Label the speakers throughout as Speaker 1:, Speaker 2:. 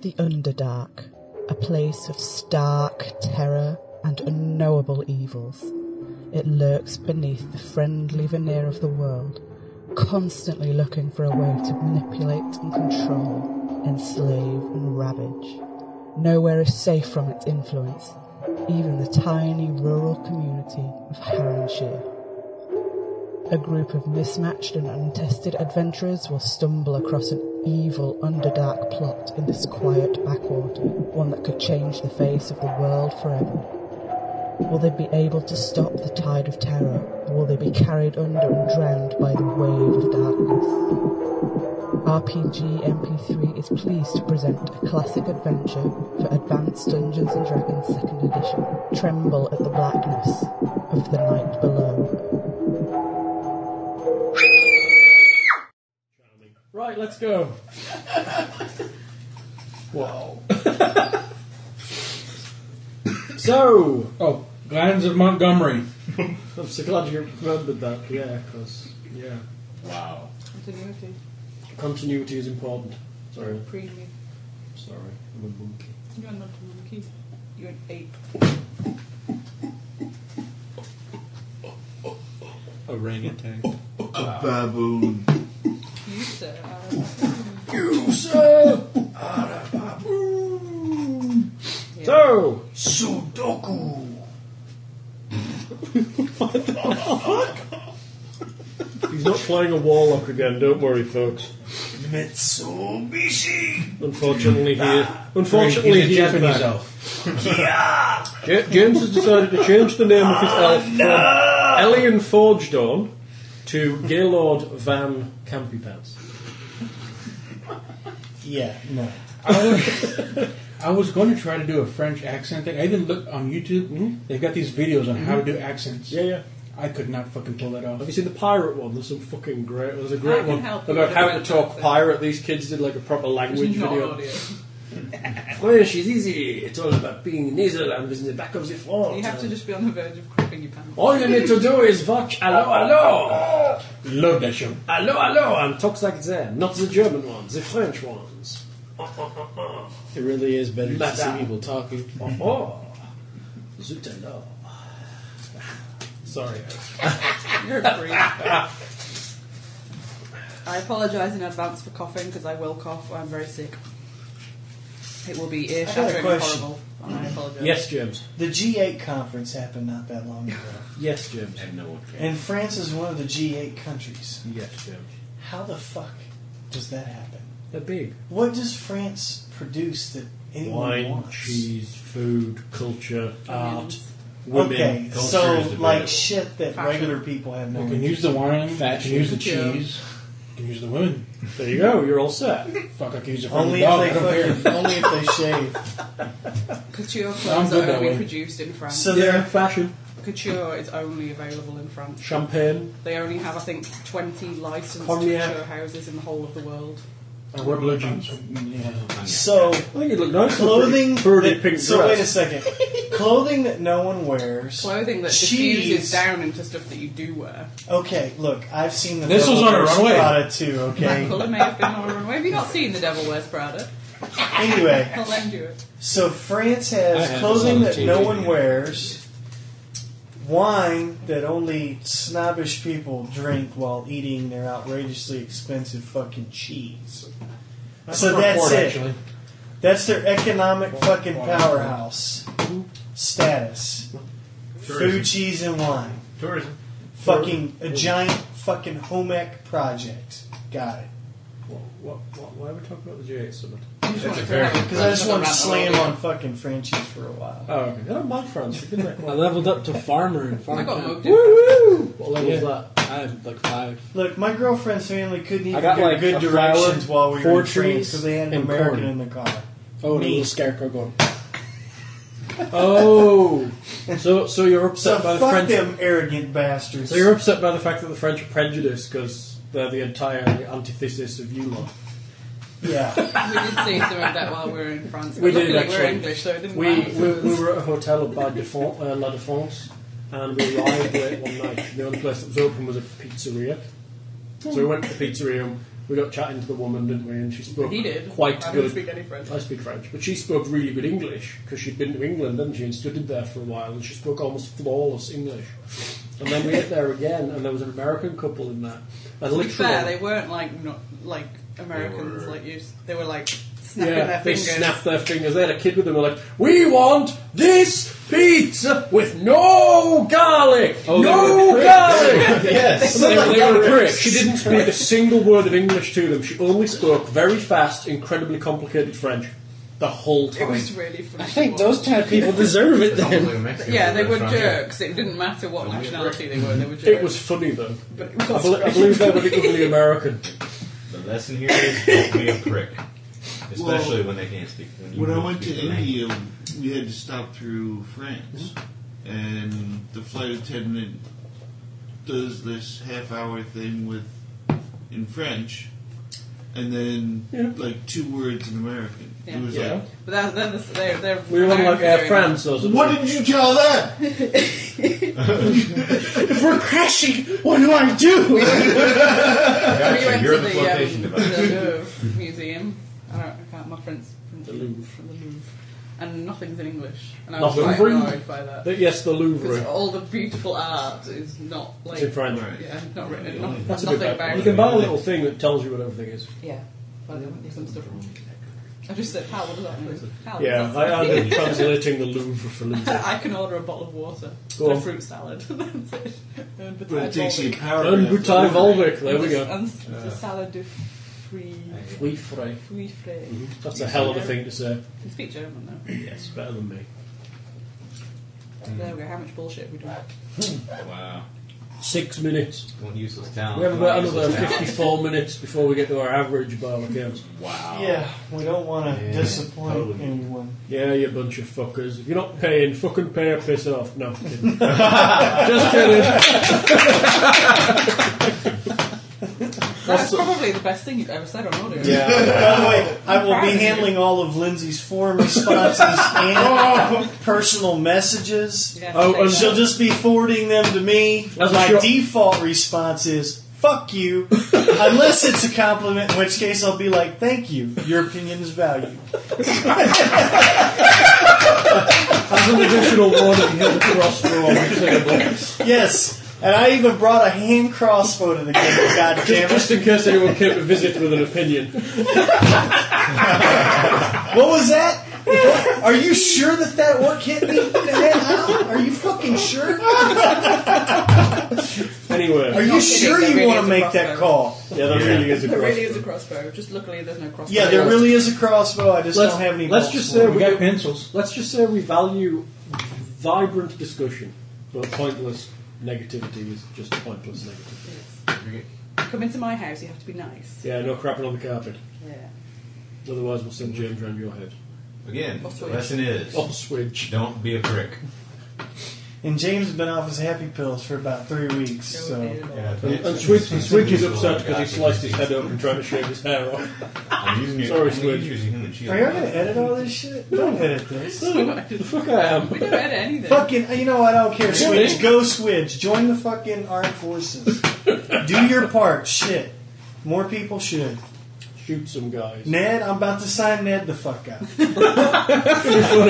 Speaker 1: the Underdark, a place of stark terror and unknowable evils. It lurks beneath the friendly veneer of the world, constantly looking for a way to manipulate and control, enslave and ravage. Nowhere is safe from its influence, even the tiny rural community of Harrenshire. A group of mismatched and untested adventurers will stumble across an evil underdark plot in this quiet backwater, one that could change the face of the world forever. Will they be able to stop the tide of terror, or will they be carried under and drowned by the wave of darkness? RPG MP3 is pleased to present a classic adventure for Advanced Dungeons and Dragons 2nd Edition, Tremble at the Blackness of the Night Below.
Speaker 2: Right, let's go. Whoa. so,
Speaker 3: Oh, Glands of Montgomery.
Speaker 2: I'm so glad you remembered that. Yeah, because yeah,
Speaker 3: Wow.
Speaker 4: Continuity.
Speaker 2: continuity is important. Sorry,
Speaker 4: Premium.
Speaker 2: sorry, I'm a monkey.
Speaker 4: You're not a monkey. You're an ape.
Speaker 3: Orangutan.
Speaker 5: A baboon.
Speaker 4: You, sir, are a
Speaker 2: You sir. So,
Speaker 5: Sudoku.
Speaker 2: he's not playing a warlock again. Don't worry, folks.
Speaker 5: Mitsubishi.
Speaker 2: Unfortunately, he unfortunately he is back. Ja- James has decided to change the name of his elf from Elian Forgedawn to Gaylord Van Campy Pants.
Speaker 3: Yeah, no. I was, I was going to try to do a French accent thing. I even looked on YouTube. They've got these videos on how to do accents.
Speaker 2: Yeah, yeah.
Speaker 3: I could not fucking pull that off.
Speaker 2: Have you seen the pirate one? There's some fucking great. There's a great
Speaker 4: I can
Speaker 2: one
Speaker 4: help you
Speaker 2: about
Speaker 4: with
Speaker 2: how
Speaker 4: that.
Speaker 2: to talk pirate. These kids did like a proper language
Speaker 4: not
Speaker 2: video.
Speaker 4: audio.
Speaker 2: French is easy. It's all about being nasal and with the back of the throat.
Speaker 4: You have to just be on the verge of crapping your pants.
Speaker 2: All you need to do is watch hello, hello,
Speaker 3: Love that show.
Speaker 2: hello, hello, and talks like that. Not the German ones, the French ones.
Speaker 6: It really is better to see
Speaker 2: Madame.
Speaker 6: people talking.
Speaker 2: Oh, oh. zut alors. Sorry,
Speaker 4: You're a freak. I apologise in advance for coughing because I will cough. I'm very sick. It will be ear
Speaker 6: I
Speaker 4: shattering
Speaker 6: got a question.
Speaker 4: horrible. And I apologise.
Speaker 2: Yes, James.
Speaker 6: The G8 conference happened not that long ago,
Speaker 2: Yes, James.
Speaker 6: and France is one of the G8 countries.
Speaker 2: Yes, James.
Speaker 6: How the fuck does that happen?
Speaker 2: They're big.
Speaker 6: What does France produce that anyone
Speaker 2: Wine,
Speaker 6: wants?
Speaker 2: cheese, food, culture, art,
Speaker 4: Onions.
Speaker 2: women.
Speaker 6: Okay,
Speaker 5: culture
Speaker 6: so
Speaker 5: is debatable.
Speaker 6: like shit that
Speaker 4: Fashion.
Speaker 6: regular people have no.
Speaker 3: You can
Speaker 6: idea.
Speaker 3: use the wine. You can use the
Speaker 4: Yeah.
Speaker 3: cheese. You can use the women.
Speaker 2: There you go. You're all set.
Speaker 3: Fuck, I can use it for the
Speaker 6: Only if
Speaker 3: dog. I
Speaker 6: they
Speaker 3: don't care.
Speaker 6: fucking, only if they shave.
Speaker 4: Couture
Speaker 3: I'm
Speaker 4: clothes
Speaker 3: good
Speaker 4: are
Speaker 3: that
Speaker 4: only
Speaker 3: way.
Speaker 4: produced in France.
Speaker 6: So they're
Speaker 2: fashion,
Speaker 4: couture is only available in France.
Speaker 2: champagne.
Speaker 4: They only have, I think, 20 licensed
Speaker 2: Cognac.
Speaker 4: couture houses in the whole of the world.
Speaker 3: I wear blue jeans. Yeah.
Speaker 6: so
Speaker 2: I think it looked nice. in a
Speaker 6: clothing.
Speaker 2: pretty, pretty
Speaker 6: that-
Speaker 2: pink
Speaker 6: so wait a
Speaker 2: dress.
Speaker 6: second. clothing that no one wears.
Speaker 4: Clothing that
Speaker 6: Cheese.
Speaker 4: diffuses down into stuff that you do wear.
Speaker 6: Okay, look, I've seen the
Speaker 3: This
Speaker 6: Devil
Speaker 3: was on a
Speaker 6: Wears
Speaker 3: runway.
Speaker 6: Prada too.
Speaker 4: That
Speaker 6: Okay.
Speaker 4: colour may have been on a runway. Have you not seen The Devil Wears Prada?
Speaker 6: anyway,
Speaker 4: I'll lend you it.
Speaker 6: So France
Speaker 3: I
Speaker 6: has
Speaker 3: have
Speaker 6: clothing
Speaker 3: this
Speaker 6: that
Speaker 3: on
Speaker 6: no
Speaker 3: TV.
Speaker 6: one wears, wine that only snobbish people drink while eating their outrageously expensive fucking cheese. so
Speaker 3: from
Speaker 6: that's
Speaker 3: Ford,
Speaker 6: it.
Speaker 3: Actually.
Speaker 6: That's their economic fucking
Speaker 3: Wine.
Speaker 6: powerhouse status.
Speaker 5: Tourism.
Speaker 6: Food, cheese, and wine.
Speaker 5: Tourism.
Speaker 6: Fucking a giant fucking home ec project. Got it.
Speaker 2: What, what, what, why are we talking about the J8 summit?
Speaker 6: Because I just wanted to slam on fucking Frenchies for a while.
Speaker 2: Oh, okay. I don't mind France. We've been there
Speaker 7: I
Speaker 2: quite
Speaker 7: leveled up to farmer and farm.
Speaker 4: I got
Speaker 7: town.
Speaker 4: mugged in
Speaker 2: What level is that?
Speaker 7: I have like five.
Speaker 6: Look, my girlfriend's family couldn't even got, get like, good a directions flower, while we four were in trees, France because they had an and American corn. in the car.
Speaker 7: Oh, and
Speaker 6: Me.
Speaker 7: a little scarecrow going.
Speaker 2: Oh, so so you're
Speaker 6: So
Speaker 2: upset by the
Speaker 6: fuck
Speaker 2: French.
Speaker 6: them arrogant bastards.
Speaker 2: So you're upset by the fact that the French are prejudiced because they're the entire antithesis of you lot.
Speaker 6: yeah.
Speaker 4: We did see some of that while we were in France.
Speaker 2: We
Speaker 4: But
Speaker 2: did,
Speaker 4: luckily We're
Speaker 2: actually.
Speaker 4: English, so it didn't
Speaker 2: We,
Speaker 4: matter.
Speaker 2: we, we were at a hotel at Bar Defon, uh, La Défense, and we arrived late one night. The only place that was open was a pizzeria. So we went to the pizzeria and We got chatting to the woman, didn't we? And she spoke
Speaker 4: He did.
Speaker 2: quite
Speaker 4: I
Speaker 2: good.
Speaker 4: don't speak any French.
Speaker 2: I speak French, but she spoke really good English because she'd been to England, hadn't she, and studied there for a while, and she spoke almost flawless English. And then we ate there again, and there was an American couple in there, and
Speaker 4: To be
Speaker 2: literally,
Speaker 4: fair, they weren't like not like Americans like you. They were like snapping
Speaker 2: yeah,
Speaker 4: their
Speaker 2: they
Speaker 4: fingers.
Speaker 2: snapped their fingers. They had a kid with them, and were like, "We want this pizza with no garlic, no garlic."
Speaker 8: yes.
Speaker 2: They were, they were pricks. She didn't speak a single word of English to them. She only spoke very fast, incredibly complicated French the whole
Speaker 4: It
Speaker 2: time.
Speaker 4: was really funny.
Speaker 7: I
Speaker 4: to
Speaker 7: think
Speaker 4: watch.
Speaker 7: those type of people deserve it
Speaker 8: Sounds
Speaker 7: then.
Speaker 8: like a Mexican
Speaker 4: Yeah, they were
Speaker 8: restaurant, yeah.
Speaker 4: jerks. It didn't matter what
Speaker 8: Only a
Speaker 4: nationality they were. They were jerks.
Speaker 2: It was funny though.
Speaker 4: But it was
Speaker 2: I, bel I believe they were the ugly American.
Speaker 8: The lesson here is don't be a prick. Especially when they can't speak. When, you
Speaker 5: When I
Speaker 8: don't
Speaker 5: went to
Speaker 8: speak the language.
Speaker 5: India, we had to stop through France, and the flight attendant does this half-hour thing with in French, and then
Speaker 2: Yeah.
Speaker 5: like two words in American.
Speaker 4: Yeah.
Speaker 5: It was
Speaker 2: Yeah.
Speaker 4: But that, then the, they're, they're
Speaker 2: We were on like
Speaker 4: Americans
Speaker 2: Air
Speaker 4: doing
Speaker 2: France or something.
Speaker 5: like, "What did you tell that?"
Speaker 7: if we're crashing, what do I do?
Speaker 4: that. We
Speaker 8: Gotcha,
Speaker 4: went
Speaker 8: you're
Speaker 4: to
Speaker 8: the
Speaker 4: um,
Speaker 8: flotation device.
Speaker 4: the Louvre museum. I don't. I can't. My friends from the Louvre. From the Louvre. And nothing's in English. And I was
Speaker 2: Nothing.
Speaker 4: quite annoyed by that.
Speaker 2: But yes, the
Speaker 4: Because
Speaker 2: Louvre.
Speaker 4: all the beautiful art is not like
Speaker 2: It's in French.
Speaker 4: yeah, not written. Not,
Speaker 2: That's a
Speaker 4: nothing
Speaker 2: bit bad.
Speaker 4: about
Speaker 2: You
Speaker 4: it.
Speaker 2: can buy a little thing that tells you what everything is.
Speaker 4: Yeah. Well, there might be some stuff. I just said, how? What does that mean? How?
Speaker 2: Yeah,
Speaker 4: What
Speaker 2: I,
Speaker 4: does
Speaker 2: I've
Speaker 4: that
Speaker 2: been translating the Louvre for
Speaker 4: mean?
Speaker 2: Louvre.
Speaker 4: I can order a bottle of water
Speaker 2: Go
Speaker 4: and
Speaker 2: on.
Speaker 4: a fruit salad. That's it. And
Speaker 5: But it takes you a paragraph.
Speaker 2: And Boutai Volvic, there we
Speaker 4: and
Speaker 2: go.
Speaker 4: And s- a salad de fruits.
Speaker 2: Flee fray.
Speaker 4: Fruits frais.
Speaker 2: That's a hell of a thing to say.
Speaker 4: You can speak German though.
Speaker 2: Yes, better than me.
Speaker 4: There we go. How much bullshit we do.
Speaker 8: Wow.
Speaker 2: Six minutes.
Speaker 8: One useless town.
Speaker 2: We have about
Speaker 8: One useless
Speaker 2: another
Speaker 8: town.
Speaker 2: 54 minutes before we get to our average by all accounts.
Speaker 8: Wow.
Speaker 6: Yeah, we don't want to
Speaker 8: Yeah,
Speaker 6: disappoint
Speaker 8: totally.
Speaker 6: anyone.
Speaker 2: Yeah, you bunch of fuckers. If you're not paying, fucking pay or piss off. No, kidding. Just kidding.
Speaker 4: That's probably the best thing you've ever said on audio.
Speaker 2: Yeah.
Speaker 6: By the way, I will be handling all of Lindsay's form responses and personal messages.
Speaker 4: Yeah,
Speaker 2: Oh,
Speaker 4: take
Speaker 2: and
Speaker 4: that.
Speaker 6: Oh. She'll just be forwarding them to me.
Speaker 2: That's
Speaker 6: My
Speaker 2: sure.
Speaker 6: default response is "fuck you," unless it's a compliment, in which case I'll be like, "Thank you. Your opinion is valued."
Speaker 2: As an additional warning, here's a crossbow on the table.
Speaker 6: Yes, and I even brought a hand crossbow to the game. God damn it!
Speaker 2: Just in case anyone came to visit with an opinion.
Speaker 6: What was that? Are you sure that that work hit me? in the head? How? Are you fucking sure? Are
Speaker 2: Anyway,
Speaker 6: you
Speaker 4: Not
Speaker 6: sure
Speaker 4: kidding, there really
Speaker 6: you want
Speaker 4: is
Speaker 6: to
Speaker 4: a
Speaker 6: make that
Speaker 4: crossbow.
Speaker 6: call?
Speaker 2: yeah, that really is a
Speaker 4: There really is
Speaker 2: crossbow.
Speaker 4: a crossbow. Just luckily, there's no crossbow.
Speaker 6: Yeah, there really is a crossbow. I just
Speaker 2: Let's-
Speaker 6: don't have any.
Speaker 2: let's
Speaker 6: bolts
Speaker 2: just
Speaker 6: for
Speaker 2: say
Speaker 6: it.
Speaker 3: We got pencils.
Speaker 2: Let's just say we value vibrant discussion, but pointless negativity is just pointless negativity.
Speaker 4: Come into my house. You have to be nice.
Speaker 2: Yeah, no crapping on the carpet.
Speaker 4: Yeah.
Speaker 2: Otherwise, we'll send James round your head.
Speaker 8: Again,
Speaker 4: Off
Speaker 8: the
Speaker 4: switch.
Speaker 8: lesson is
Speaker 2: On switch.
Speaker 8: don't be a prick.
Speaker 6: And James has been off his happy pills for about three weeks.
Speaker 4: No,
Speaker 6: So
Speaker 4: no, no.
Speaker 2: And, and Switch, Switch is upset because he sliced his head open trying to shave his hair off.
Speaker 8: I'm using your,
Speaker 2: Sorry,
Speaker 8: I'm
Speaker 2: Switch.
Speaker 8: Using human shield.
Speaker 6: are you gonna edit all this shit? Don't edit this.
Speaker 2: the fuck I am.
Speaker 4: We don't edit anything.
Speaker 6: Fucking, you know what? I don't care.
Speaker 2: Really?
Speaker 6: Switch, go Switch. Join the fucking armed forces. Do your part. Shit. More people should.
Speaker 2: Shoot some guys.
Speaker 6: Ned, I'm about to sign Ned the fuck out.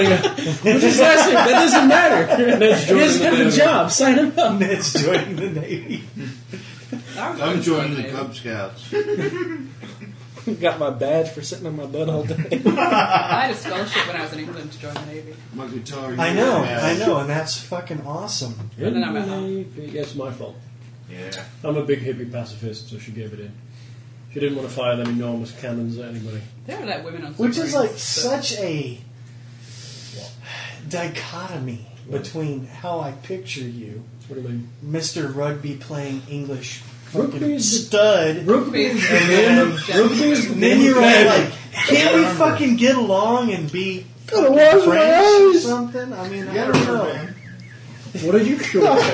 Speaker 7: Precisely, that doesn't matter.
Speaker 2: Ned's
Speaker 7: He
Speaker 2: joining
Speaker 7: doesn't
Speaker 2: the
Speaker 7: have a
Speaker 2: band.
Speaker 7: job. Sign him up.
Speaker 6: Ned's joining the Navy.
Speaker 4: That was eh?"
Speaker 5: I'm
Speaker 4: good,
Speaker 5: joining the
Speaker 4: wasn't it?
Speaker 5: Cub Scouts.
Speaker 7: Got my badge for sitting on my butt all day.
Speaker 4: I had a scholarship when I was in England to join the navy.
Speaker 5: My guitar.
Speaker 6: I know, I know, and that's fucking awesome.
Speaker 4: And then I'm at home.
Speaker 2: Yes, my fault.
Speaker 8: Yeah.
Speaker 2: I'm a big hippie pacifist, so she gave it in. She didn't want to fire them enormous cannons at anybody.
Speaker 4: There were like women on
Speaker 6: Which is
Speaker 4: submarines,
Speaker 6: like
Speaker 4: but-
Speaker 6: such a dichotomy between how I picture you,
Speaker 2: What do you mean?
Speaker 6: Mr. Rugby playing English
Speaker 2: Rugby
Speaker 6: fucking
Speaker 2: is the-
Speaker 6: stud,
Speaker 2: Rugby
Speaker 4: is-
Speaker 6: and then,
Speaker 2: Rugby is
Speaker 6: and then you're all like, can't we fucking get along and be
Speaker 7: Gotta
Speaker 6: fucking
Speaker 7: wash my
Speaker 6: friends or
Speaker 7: eyes.
Speaker 6: something? I mean, I
Speaker 5: Yeah,
Speaker 6: don't know.
Speaker 5: man.
Speaker 2: What are you sure about?
Speaker 7: You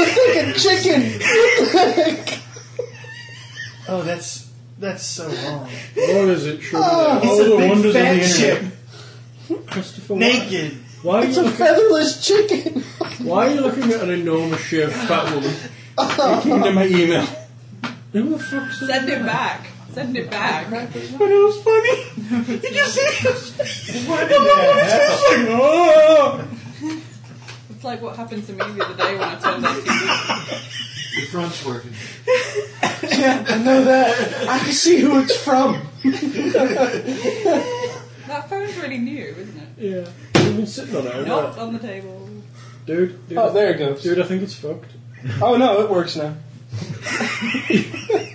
Speaker 7: look like a chicken.
Speaker 6: Oh, that's that's so wrong.
Speaker 2: What is it sure about?
Speaker 6: He's
Speaker 2: All the
Speaker 6: a big
Speaker 2: wonders of the
Speaker 6: fat
Speaker 2: internet.
Speaker 6: chick,
Speaker 2: Christopher, why,
Speaker 6: naked.
Speaker 2: why, are
Speaker 7: It's
Speaker 2: you
Speaker 7: a
Speaker 2: looking,
Speaker 7: featherless chicken.
Speaker 2: why are you looking at an enormous shaved fat woman?
Speaker 3: Into my email. Who the fuck said
Speaker 4: Send it back. Send it back.
Speaker 3: But it was funny. Did you see it?
Speaker 6: What did that happen?
Speaker 4: It's like what happened to me the other day when I turned on TV.
Speaker 5: The front's working.
Speaker 6: Yeah, I know that. I can see who it's from.
Speaker 4: That phone's really new, isn't it?
Speaker 2: Yeah. You've been sitting on it, haven't
Speaker 4: Not on the table.
Speaker 2: you? dude. dude
Speaker 7: Oh, there it goes.
Speaker 2: Dude, I think it's fucked.
Speaker 7: Oh no, it works now.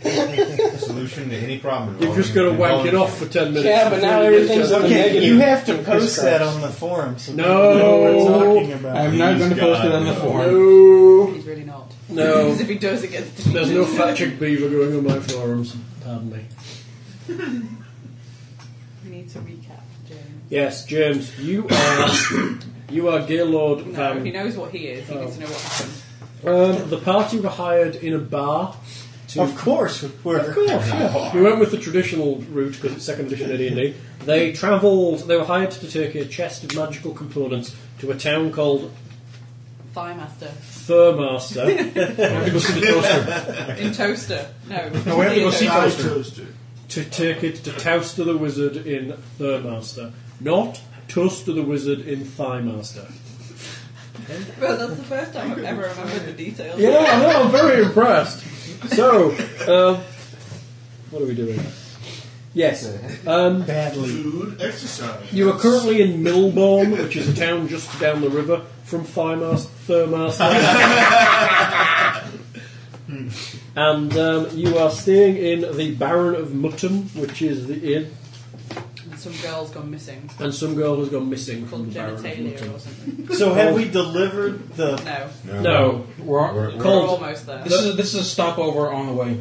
Speaker 8: Solution to any problem.
Speaker 2: You've just got to wank it off for ten minutes.
Speaker 7: Yeah, but now
Speaker 2: before you
Speaker 7: everything's
Speaker 2: adjust
Speaker 7: on the
Speaker 2: it.
Speaker 7: negative.
Speaker 6: You have to post
Speaker 7: Christ.
Speaker 6: that on the forum so people
Speaker 2: No.
Speaker 6: know what we're talking about.
Speaker 3: I'm not going to post it on the forum.
Speaker 2: No,
Speaker 4: He's really not.
Speaker 2: no.
Speaker 4: Because if he does, it gets deleted.
Speaker 2: There's no fat chick beaver going on my forums. Pardon me.
Speaker 4: We need to recap, James.
Speaker 2: Yes, James, you are you are Gaylord
Speaker 4: No,
Speaker 2: Van
Speaker 4: he knows what he is. He needs to know what happened.
Speaker 2: Um, the party were hired in a bar. To,
Speaker 6: Of course, we were.
Speaker 2: Of course, yeah. We went with the traditional route because it's second edition AD&D. They travelled. They were hired to take a chest of magical components to a town called
Speaker 4: Thigh master.
Speaker 2: Thurmaster. I have to go see the toaster.
Speaker 4: In toaster. No.
Speaker 3: No, we have to go see
Speaker 5: Eye
Speaker 3: Toaster.
Speaker 5: toaster.
Speaker 2: to take it to Toaster the Wizard in Thurmaster, not Toaster the Wizard in Thighmaster.
Speaker 4: Well, that's the first time I've ever remembered the details.
Speaker 2: Yeah, I know, I'm very impressed. So, um, what are we doing? Yes. Um,
Speaker 6: Badly.
Speaker 5: Food, exercise.
Speaker 2: You are currently in Millbourne, which is a town just down the river from Thymast, Thurmast. and um, you are staying in the Baron of Mutton, which is the inn,
Speaker 4: And some girl's gone missing.
Speaker 2: and some girl has gone missing from
Speaker 4: Called
Speaker 2: the Baron of
Speaker 4: genitalia or
Speaker 2: Mutton.
Speaker 4: something.
Speaker 6: So have we delivered the?
Speaker 4: No.
Speaker 2: No,
Speaker 3: We're,
Speaker 4: We're
Speaker 2: Called-
Speaker 4: almost there.
Speaker 3: this is a, this is a stopover on the way.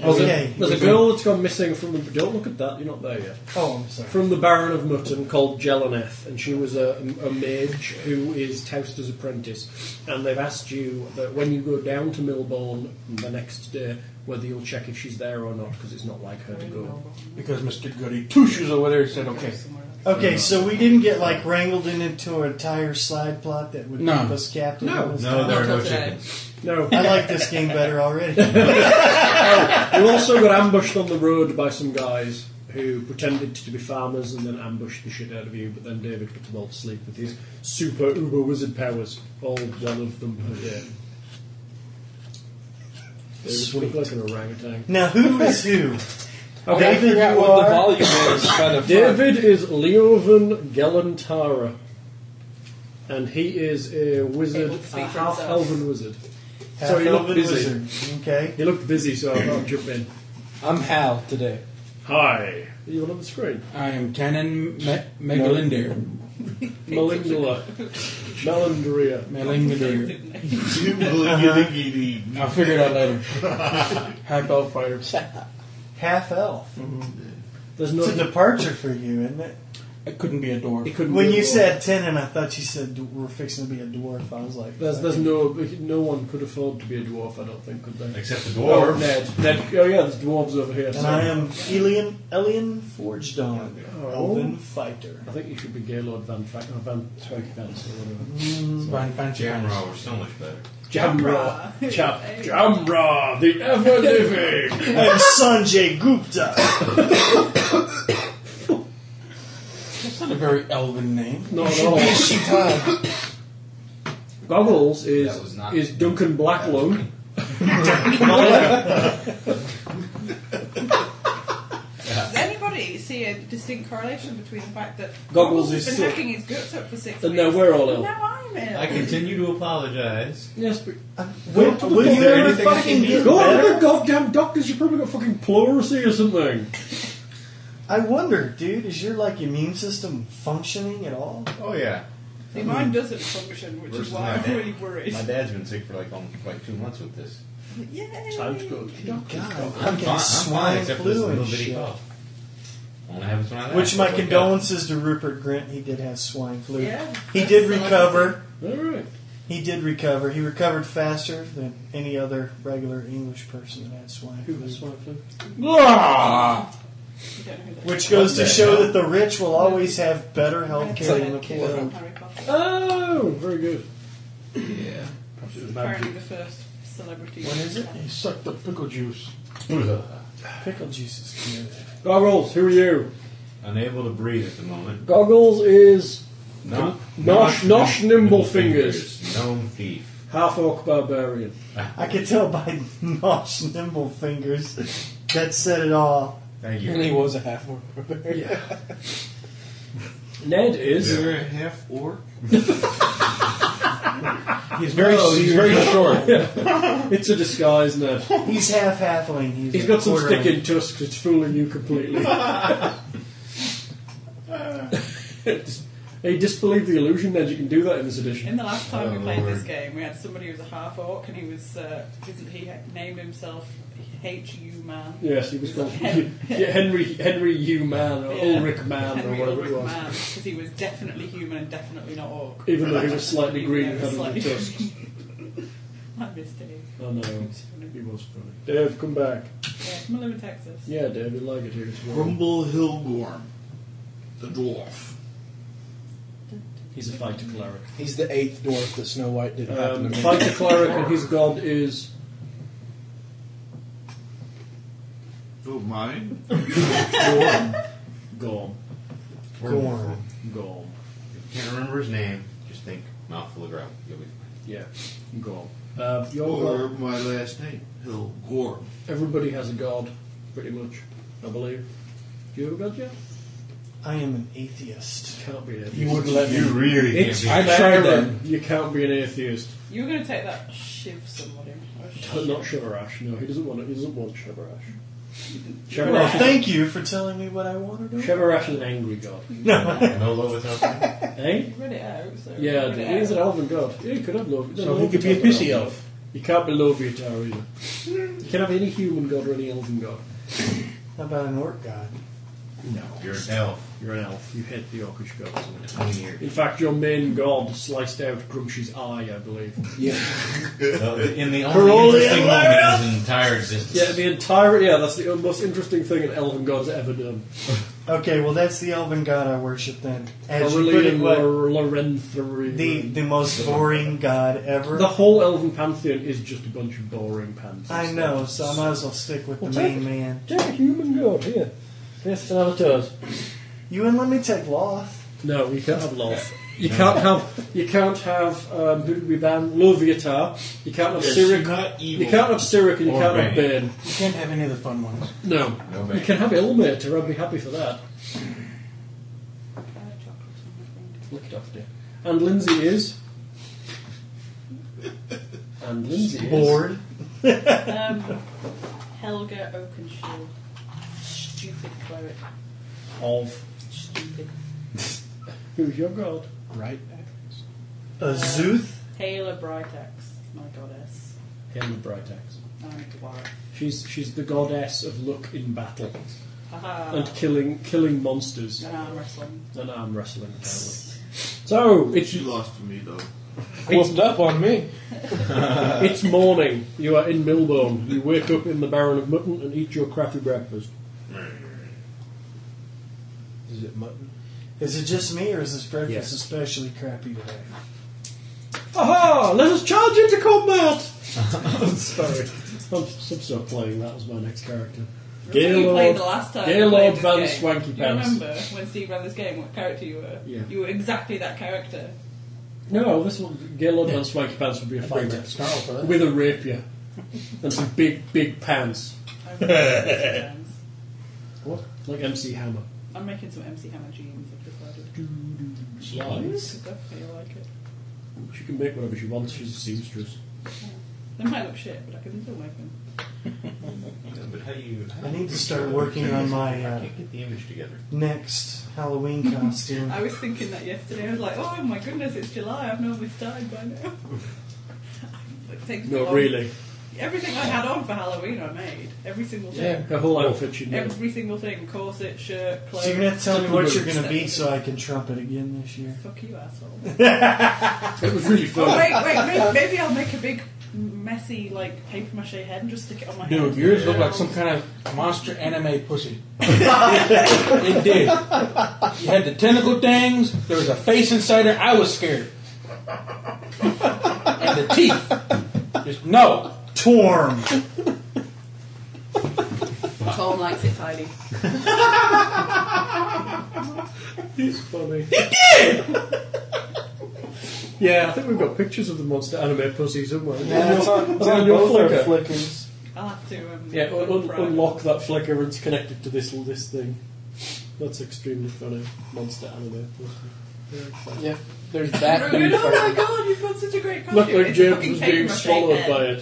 Speaker 2: there's,
Speaker 6: Okay.
Speaker 2: a, there's a girl that's gone missing from the. Don't look at that, you're not there yet.
Speaker 6: Oh, I'm sorry.
Speaker 2: From the Baron of Mutton called Jelaneth, and she was a, a mage who is Towster's apprentice. And they've asked you that when you go down to Millbourne the next day, whether you'll check if she's there or not, because it's not like her to go.
Speaker 3: Because Mr. Goody Two Shoes over there said okay.
Speaker 4: Somewhere else.
Speaker 6: Okay, so we didn't get like wrangled in into an entire side plot that would
Speaker 3: No.
Speaker 6: keep us captive.
Speaker 2: No.
Speaker 8: No, there are
Speaker 4: Until
Speaker 8: no
Speaker 4: today.
Speaker 8: chickens.
Speaker 2: No.
Speaker 6: I like this game better already.
Speaker 2: you also got ambushed on the road by some guys who pretended to be farmers and then ambushed the shit out of you, but then David put them all to sleep with his super uber wizard powers, all one of them per day. David's
Speaker 6: Sweet.
Speaker 2: like an orangutan.
Speaker 6: now, who is who?
Speaker 7: I
Speaker 6: David,
Speaker 7: figure out
Speaker 6: you
Speaker 7: what the
Speaker 6: are-
Speaker 7: volume is by the front.
Speaker 2: David is Leovan Galantara. And he is a wizard,
Speaker 4: Able to
Speaker 2: a
Speaker 4: speak for
Speaker 2: half elven wizard.
Speaker 6: Half
Speaker 2: so he looked
Speaker 6: elven
Speaker 2: busy.
Speaker 6: wizard. Okay.
Speaker 2: He looked busy, so I thought I'd jump in.
Speaker 7: I'm Hal today.
Speaker 2: Hi. You're on the screen.
Speaker 3: I am Tannen Me- Megalindir.
Speaker 2: Melindula. Melindria.
Speaker 3: Megalindir.
Speaker 5: You
Speaker 6: Uh-huh.
Speaker 5: boogie-diggy-dee.
Speaker 3: I'll figure it out later. High belt fighters.
Speaker 6: Half elf.
Speaker 2: There's no.
Speaker 6: It's a departure for you, isn't it?
Speaker 3: It couldn't be a door.
Speaker 2: he couldn't
Speaker 6: When
Speaker 2: be
Speaker 6: you
Speaker 2: a dwarf.
Speaker 6: said ten, and I thought you said d- we're fixing to be a dwarf, I was like,
Speaker 2: There's, there's no. No one could afford to be a dwarf, I don't think, could they?
Speaker 8: Except the
Speaker 2: Oh,
Speaker 8: dwarves.
Speaker 2: Ned. Ned. Oh, yeah, there's dwarves over here.
Speaker 6: And
Speaker 2: so-
Speaker 6: I am Elian, Elian Forge Dawn,
Speaker 2: Oh.
Speaker 6: Elven Fighter.
Speaker 2: I think you should be Gaylord Van Track. Oh, Van Track Vance or whatever.
Speaker 3: Fine, fine,
Speaker 8: Jam
Speaker 3: fine.
Speaker 8: raw were so much better.
Speaker 2: Jamra, Chap, Jamra, the ever living.
Speaker 6: I am Sanjay Gupta.
Speaker 3: That's not a very elven name.
Speaker 2: Not at all.
Speaker 6: Sheetan.
Speaker 2: Goggles
Speaker 8: That
Speaker 2: is
Speaker 8: was not-
Speaker 2: is Duncan Blacklow.
Speaker 4: Does anybody see a distinct correlation between the fact that
Speaker 2: Goggles
Speaker 4: Goggles has
Speaker 2: is
Speaker 4: been
Speaker 2: sick.
Speaker 4: hacking his guts up for six
Speaker 2: And
Speaker 4: weeks?
Speaker 2: now we're all ill.
Speaker 4: Now I'm ill.
Speaker 8: I continue to apologize.
Speaker 2: Yes, but
Speaker 6: Will, will you
Speaker 8: Is there
Speaker 6: ever
Speaker 8: anything you
Speaker 6: fucking
Speaker 8: can
Speaker 6: get
Speaker 2: go on to
Speaker 6: better?
Speaker 2: the goddamn doctors. You probably got fucking pleurisy or something.
Speaker 6: I wonder, dude, is your like immune system functioning at all?
Speaker 8: Oh yeah.
Speaker 4: See, mine doesn't function, which is
Speaker 8: Versus
Speaker 4: why
Speaker 8: my
Speaker 4: I'm
Speaker 8: dad.
Speaker 4: really worried.
Speaker 8: My dad's been sick for like um, like two months with this.
Speaker 4: Yay!
Speaker 2: Sounds good.
Speaker 6: God,
Speaker 8: I'm fine. I'm fine except for this little bitty
Speaker 6: shit.
Speaker 8: cough. Only happens when I laugh. uh,
Speaker 6: Which my
Speaker 8: Wake up.
Speaker 6: condolences to Rupert Grint. He did have swine flu.
Speaker 4: Yeah,
Speaker 6: he
Speaker 4: that's
Speaker 6: did
Speaker 4: the
Speaker 6: recover.
Speaker 2: All right.
Speaker 6: He did recover. He recovered faster than any other regular English person that had swine flu.
Speaker 3: Ah!
Speaker 4: You don't know who that
Speaker 6: Which goes to
Speaker 8: What the
Speaker 6: show
Speaker 8: hell?
Speaker 6: that the rich will always have better health
Speaker 4: is.
Speaker 6: care than the
Speaker 4: Kid from
Speaker 6: poor.
Speaker 4: Harry Potter.
Speaker 2: Oh, very good.
Speaker 8: Yeah.
Speaker 4: Apparently the first celebrity.
Speaker 3: What is it? He sucked the pickle juice.
Speaker 6: Pickle juices.
Speaker 2: Goggles, who are you?
Speaker 8: Unable to breathe at the moment.
Speaker 2: Goggles is
Speaker 8: No.
Speaker 2: Nosh- nosh nimble fingers.
Speaker 8: Gnome thief.
Speaker 2: half orc barbarian.
Speaker 6: I could tell by nosh nimble fingers. That said it all.
Speaker 8: Thank
Speaker 7: And he
Speaker 8: you.
Speaker 7: was a half orc.
Speaker 2: Ned is
Speaker 5: You're a half orc?
Speaker 3: He's very, he's very short.
Speaker 2: it's a disguise, Ned.
Speaker 6: He's half halfling. He's,
Speaker 2: He's
Speaker 6: a
Speaker 2: got some
Speaker 6: quarter
Speaker 2: sticking tusks. It's fooling you completely. Hey, disbelieve the illusion, Ned. You can do that in this edition.
Speaker 4: In the last time
Speaker 8: Oh,
Speaker 4: we played this
Speaker 8: Lord.
Speaker 4: game, we had somebody who was a half orc, and he was uh, isn't he ha- named himself H U Man?
Speaker 2: Yes, he was called yeah, Henry Henry U Man or Ulrich Man Oh, or
Speaker 4: Henry
Speaker 2: whatever
Speaker 4: Ulrich
Speaker 2: it was.
Speaker 4: Man, because he was definitely human and definitely not orc.
Speaker 2: Even though he was slightly
Speaker 4: Even
Speaker 2: green
Speaker 4: though
Speaker 2: and
Speaker 4: he was
Speaker 2: had little
Speaker 4: slightly-
Speaker 2: tusks.
Speaker 4: I missed Dave.
Speaker 2: I know.
Speaker 4: It's funny.
Speaker 2: He was funny. Dave, come back.
Speaker 4: Yeah, from Malou in Texas.
Speaker 2: Yeah, Dave, you like it here. It's warm.
Speaker 5: Grumble Hilgorm, the dwarf.
Speaker 2: He's a fighter cleric.
Speaker 7: He's the eighth dwarf that Snow White didn't happen to
Speaker 2: Um,
Speaker 7: meet.
Speaker 2: fighter cleric and his god is.
Speaker 5: Oh, mine?
Speaker 2: Gorm. Gorm.
Speaker 8: Wonderful.
Speaker 2: Gorm.
Speaker 8: Can't remember his name. Just think mouthful of gravel. You'll be
Speaker 2: Yeah, Gorm. Uh,
Speaker 5: Or
Speaker 2: your,
Speaker 5: my last name, Hilgorm.
Speaker 2: everybody has a god, pretty much, I believe. Do you have a god yet?
Speaker 6: I am an atheist.
Speaker 2: Can't be an atheist.
Speaker 3: You wouldn't
Speaker 8: fine.
Speaker 3: let
Speaker 8: You
Speaker 3: me.
Speaker 8: really
Speaker 3: It's-
Speaker 8: can't
Speaker 3: I
Speaker 8: be.
Speaker 3: tried
Speaker 2: Clara,
Speaker 3: that.
Speaker 2: You can't be an atheist.
Speaker 4: You were going to take that shiv somebody. Oh,
Speaker 2: Not
Speaker 4: shiv.
Speaker 2: Shivarash. No, he doesn't want it. He doesn't want Shivarash.
Speaker 6: Well,
Speaker 2: Shivarash,
Speaker 6: thank you for telling me what I wanted to
Speaker 2: Shivarash is an angry god.
Speaker 8: no love without that.
Speaker 2: eh?
Speaker 4: You read it out. So
Speaker 2: Yeah,
Speaker 4: read it
Speaker 2: he is an
Speaker 4: out.
Speaker 2: elven god. Yeah, he could have love.
Speaker 3: So he could be a pissy elf.
Speaker 2: You can't be Loviatar either. You can have any human god or any elven god.
Speaker 6: How about an orc god?
Speaker 2: No.
Speaker 8: You're an elf.
Speaker 2: You're an elf. You hate the orcish gods.
Speaker 8: Twenty years.
Speaker 2: In fact, your main god sliced out Grumsh's eye, I believe.
Speaker 8: So, in the
Speaker 2: For all
Speaker 8: only interesting
Speaker 2: the
Speaker 8: moment of his entire existence.
Speaker 2: Yeah, the entire yeah, that's the most interesting thing an elven god's ever done.
Speaker 6: Okay, well that's the elven god I worship then. As you put
Speaker 2: Aurelian
Speaker 6: it, what,
Speaker 2: Lor- Lorenthary.
Speaker 6: the the most boring god ever.
Speaker 2: The whole elven pantheon is just a bunch of boring pansies.
Speaker 6: I know, so I might as well stick with the
Speaker 7: Well,
Speaker 6: main
Speaker 7: take-
Speaker 6: man.
Speaker 7: Take a human god here. Yes, another toes.
Speaker 6: You wouldn't let me take Loth.
Speaker 2: No, you can't have Loth. You can't have. You can't have. Um, who did we ban? Loviatar. You can't have
Speaker 5: Yes,
Speaker 2: Cyric.
Speaker 5: not evil.
Speaker 2: You can't have Cyric and you
Speaker 8: Or
Speaker 2: can't have
Speaker 8: Bane.
Speaker 2: Bane.
Speaker 3: You can't have any of the fun ones.
Speaker 2: No.
Speaker 8: No
Speaker 2: You
Speaker 8: Bane.
Speaker 2: can have Ilmater. I'd be happy for that.
Speaker 4: Uh, chocolate or something.
Speaker 2: Look it up, dear. And Lindsay is. And Lindsay is.
Speaker 6: Bored.
Speaker 4: Um, Helga Oakenshield. Stupid cleric.
Speaker 2: Of.
Speaker 4: Stupid.
Speaker 2: Who's your god?
Speaker 3: Right?
Speaker 6: A Zuth?
Speaker 4: Taylor Brightacks, my goddess.
Speaker 2: Him of Brightacks.
Speaker 4: I'm a dwarf.
Speaker 2: She's she's the goddess of luck in battle
Speaker 4: Haha.
Speaker 2: and killing killing monsters
Speaker 4: And arm wrestling.
Speaker 2: and arm wrestling. Apparently. So it's
Speaker 5: She lost to me, though.
Speaker 7: Whooped up on me.
Speaker 2: It's morning. You are in Millbourne. You wake up in the Baron of Mutton and eat your crappy breakfast.
Speaker 7: Is it mutton?
Speaker 6: Is it just me or is this breakfast
Speaker 2: Yes.
Speaker 6: especially crappy today?
Speaker 2: Aha! Let us charge into combat! I'm sorry. I'm, I'm so playing that as my next character.
Speaker 4: Remember you played the
Speaker 2: Gaylord.
Speaker 4: last time.
Speaker 2: Gaylord
Speaker 4: we played this
Speaker 2: Van
Speaker 4: game?
Speaker 2: Swanky
Speaker 4: Do you
Speaker 2: Pants.
Speaker 4: remember when Steve ran this game, what character you were?
Speaker 2: Yeah.
Speaker 4: You were exactly that character.
Speaker 2: No, this one. Gaylord Van Swanky Pants would be a
Speaker 3: Bring
Speaker 2: fighter.
Speaker 3: that snarl for that.
Speaker 2: With a rapier. And some big, big pants.
Speaker 4: I remember those times.
Speaker 2: What? Like MC Hammer.
Speaker 4: I'm making some MC Hammer jeans, I've decided.
Speaker 2: Nice.
Speaker 4: I definitely like it.
Speaker 2: She can make whatever she wants. She's a seamstress.
Speaker 4: They might look shit, but I can still make them.
Speaker 8: But how do you? how
Speaker 6: I
Speaker 8: do
Speaker 6: need
Speaker 8: you
Speaker 6: to start
Speaker 8: put
Speaker 6: working
Speaker 8: those
Speaker 6: on
Speaker 8: things?
Speaker 6: my,
Speaker 8: I
Speaker 6: uh,
Speaker 8: can't get the image together.
Speaker 6: Next Halloween costume.
Speaker 4: I was thinking that yesterday. I was like, oh my goodness, it's July. I've normally started by now. It takes me
Speaker 2: No,
Speaker 4: long.
Speaker 2: really.
Speaker 4: Everything I had on for Halloween, I made. Every single thing.
Speaker 2: Her whole outfit she made.
Speaker 4: Every single thing. Corset, shirt, clothes.
Speaker 6: So you're gonna have to tell me what you're gonna be so I can trump it again this year.
Speaker 4: Fuck you, asshole.
Speaker 2: It was really
Speaker 4: oh,
Speaker 2: fun.
Speaker 4: wait, wait, maybe, maybe I'll make a big, messy, like, paper mache head and just stick it on my head.
Speaker 3: Dude, yours looked like some kind of monster anime pussy. it did. You had the tentacle things. There was a face inside her. I was scared. And the teeth. Just no.
Speaker 6: Torm.
Speaker 4: Tom likes it tidy.
Speaker 2: He's funny. yeah, I think we've got pictures of the monster anime pussy somewhere.
Speaker 7: Yeah, it's on, it's on
Speaker 2: your
Speaker 7: both our
Speaker 2: flicker.
Speaker 7: flickers.
Speaker 4: I'll have to. Um,
Speaker 2: Yeah, un- un-
Speaker 4: prime.
Speaker 2: unlock that flicker and it's connected to this this thing. That's extremely funny. Monster anime pussy. Very funny.
Speaker 7: Yeah, there's that.
Speaker 4: Ruben,
Speaker 7: dude
Speaker 4: oh my
Speaker 7: fucking-
Speaker 4: god, you've got such a great costume.
Speaker 2: Looked like
Speaker 4: It's
Speaker 2: James
Speaker 4: fucking
Speaker 2: was
Speaker 4: cake
Speaker 2: being
Speaker 4: machine
Speaker 2: swallowed
Speaker 4: head.
Speaker 2: by it.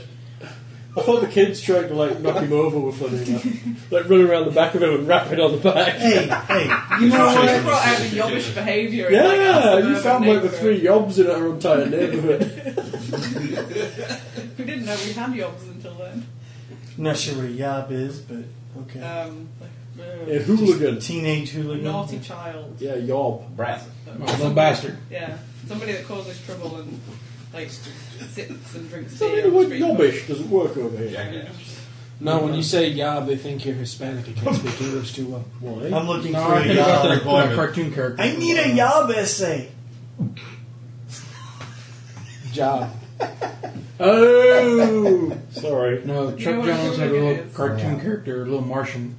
Speaker 2: I thought the kids trying to like knock him over were funny enough. Like run around the back of him and rap it on the back.
Speaker 6: Hey, hey.
Speaker 4: You know what? I
Speaker 8: James
Speaker 4: brought out
Speaker 8: was-
Speaker 4: the yobbish behaviour. in, like,
Speaker 2: Yeah,
Speaker 4: our
Speaker 2: you found like the
Speaker 4: suburban
Speaker 2: three yobs in our entire neighbourhood.
Speaker 4: neighbourhood. We didn't know we had yobs until then.
Speaker 6: I'm not sure what a yob is, but okay.
Speaker 4: Um,
Speaker 2: A
Speaker 4: like,
Speaker 2: hooligan.
Speaker 6: Teenage
Speaker 4: uh,
Speaker 6: hooligan.
Speaker 4: naughty child.
Speaker 2: Yeah, yob.
Speaker 8: Brat.
Speaker 3: Oh, little bastard.
Speaker 4: Yeah, somebody that causes trouble and like sits and drinks
Speaker 2: So I
Speaker 4: tea.
Speaker 2: mean, the
Speaker 4: on the
Speaker 2: word
Speaker 4: street.
Speaker 2: yobbish doesn't work over here.
Speaker 8: Jackass.
Speaker 7: No, when you say "yeah," they think you're Hispanic and can't speak English too well.
Speaker 2: Why?
Speaker 6: I'm looking
Speaker 3: No,
Speaker 6: for
Speaker 3: I
Speaker 6: a
Speaker 3: think
Speaker 6: yob.
Speaker 3: about that, that
Speaker 5: employment.
Speaker 3: cartoon character.
Speaker 6: I need a yob essay.
Speaker 7: Job.
Speaker 2: Oh! Sorry.
Speaker 3: No, Chuck
Speaker 4: You know what a
Speaker 3: Jones had a
Speaker 4: hooligan
Speaker 3: little
Speaker 4: is?
Speaker 3: cartoon character, a little Martian,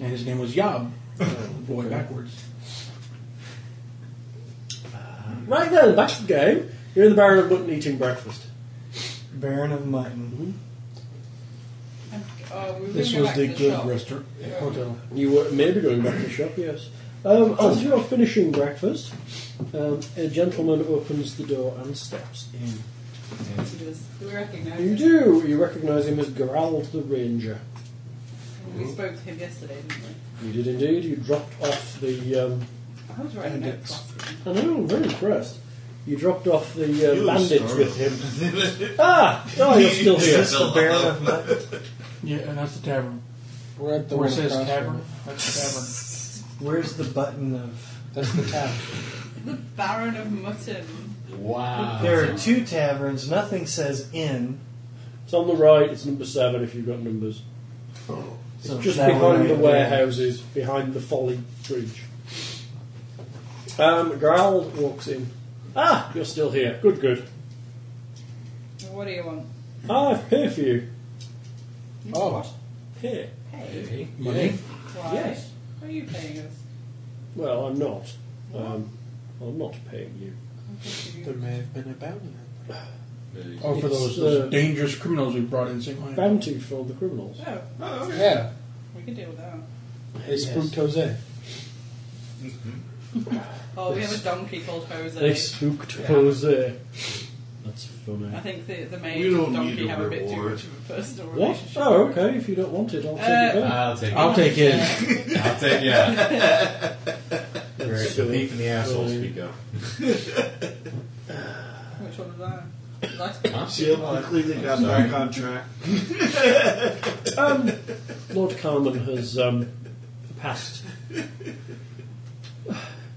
Speaker 3: and his name was Yob. Oh, Boy, backwards.
Speaker 2: Right then, back to the game. You're in the Baron of Mutton eating breakfast.
Speaker 6: Baron of Mutton.
Speaker 4: And, uh, we were
Speaker 3: This
Speaker 4: gonna go
Speaker 3: was
Speaker 4: back
Speaker 3: the
Speaker 4: to
Speaker 3: good
Speaker 4: shop.
Speaker 3: restaurant hotel.
Speaker 2: You were maybe going back to the shop, yes. Um, as you are finishing breakfast, um, a gentleman opens the door and steps in.
Speaker 4: Yes, it is. Do we recognise
Speaker 2: You
Speaker 4: him?
Speaker 2: do. You recognise him as Gerald the Ranger.
Speaker 4: We spoke to him yesterday, didn't we?
Speaker 2: You did indeed. You dropped off the. Um,
Speaker 4: I was writing
Speaker 2: And
Speaker 4: notes
Speaker 2: it's-
Speaker 4: last week.
Speaker 2: I know, I'm very impressed. You dropped off the uh,
Speaker 5: You
Speaker 2: bandits
Speaker 5: started.
Speaker 2: with him. Ah! Oh, you're still
Speaker 5: You
Speaker 2: here.
Speaker 5: just-
Speaker 6: The Baron of Mutton.
Speaker 3: Yeah, and that's the tavern.
Speaker 7: We're at the
Speaker 3: Where it
Speaker 7: one
Speaker 3: says
Speaker 7: across
Speaker 3: tavern.
Speaker 7: from-
Speaker 3: That's
Speaker 6: Where's the button of?
Speaker 7: That's the tavern.
Speaker 4: The Baron of Mutton. Uh,
Speaker 8: Wow.
Speaker 6: There are two taverns. Nothing says inn.
Speaker 2: It's on the right, it's number seven if you've got numbers.
Speaker 6: So
Speaker 2: Just
Speaker 6: that one
Speaker 2: behind the
Speaker 6: right
Speaker 2: warehouses, behind the Folly Bridge. Um, Gerald walks in. Ah, you're still here. Good, good.
Speaker 4: What do you want?
Speaker 2: Ah, I've paid for you.
Speaker 4: You
Speaker 7: Oh.
Speaker 4: What?
Speaker 2: Here.
Speaker 4: Pay?
Speaker 3: the tavern. Yeah.
Speaker 4: Why?
Speaker 2: Yes.
Speaker 4: Why are you paying us?
Speaker 2: Well, I'm not. Um, I'm not paying you.
Speaker 7: There may have been a bounty.
Speaker 3: Oh, for
Speaker 2: It's,
Speaker 3: those, those
Speaker 2: uh,
Speaker 3: dangerous criminals we brought in St. Helena.
Speaker 2: Bounty for the criminals.
Speaker 4: Oh,
Speaker 7: Yeah,
Speaker 4: we can deal with that.
Speaker 7: it's
Speaker 2: Yes.
Speaker 7: spooked Jose.
Speaker 4: Oh, we have a donkey called Jose.
Speaker 2: They spooked Jose. That's funny.
Speaker 4: I think the, the maid
Speaker 5: We
Speaker 4: and
Speaker 5: don't
Speaker 4: donkey
Speaker 5: need a
Speaker 4: have a bit too
Speaker 5: reward.
Speaker 4: much of a personal
Speaker 2: What?
Speaker 4: relationship.
Speaker 2: Oh, okay. If you don't want it, I'll take it back.
Speaker 8: I'll take
Speaker 3: I'll
Speaker 8: it.
Speaker 3: take his.
Speaker 8: I'll take yeah. Very-
Speaker 2: That's
Speaker 8: The thief
Speaker 2: so
Speaker 8: and the asshole
Speaker 2: funny.
Speaker 8: speak up.
Speaker 4: Which one was that? Last one?
Speaker 5: She completely got
Speaker 8: Sorry.
Speaker 5: back on track.
Speaker 2: Um, Lord Carman has um, passed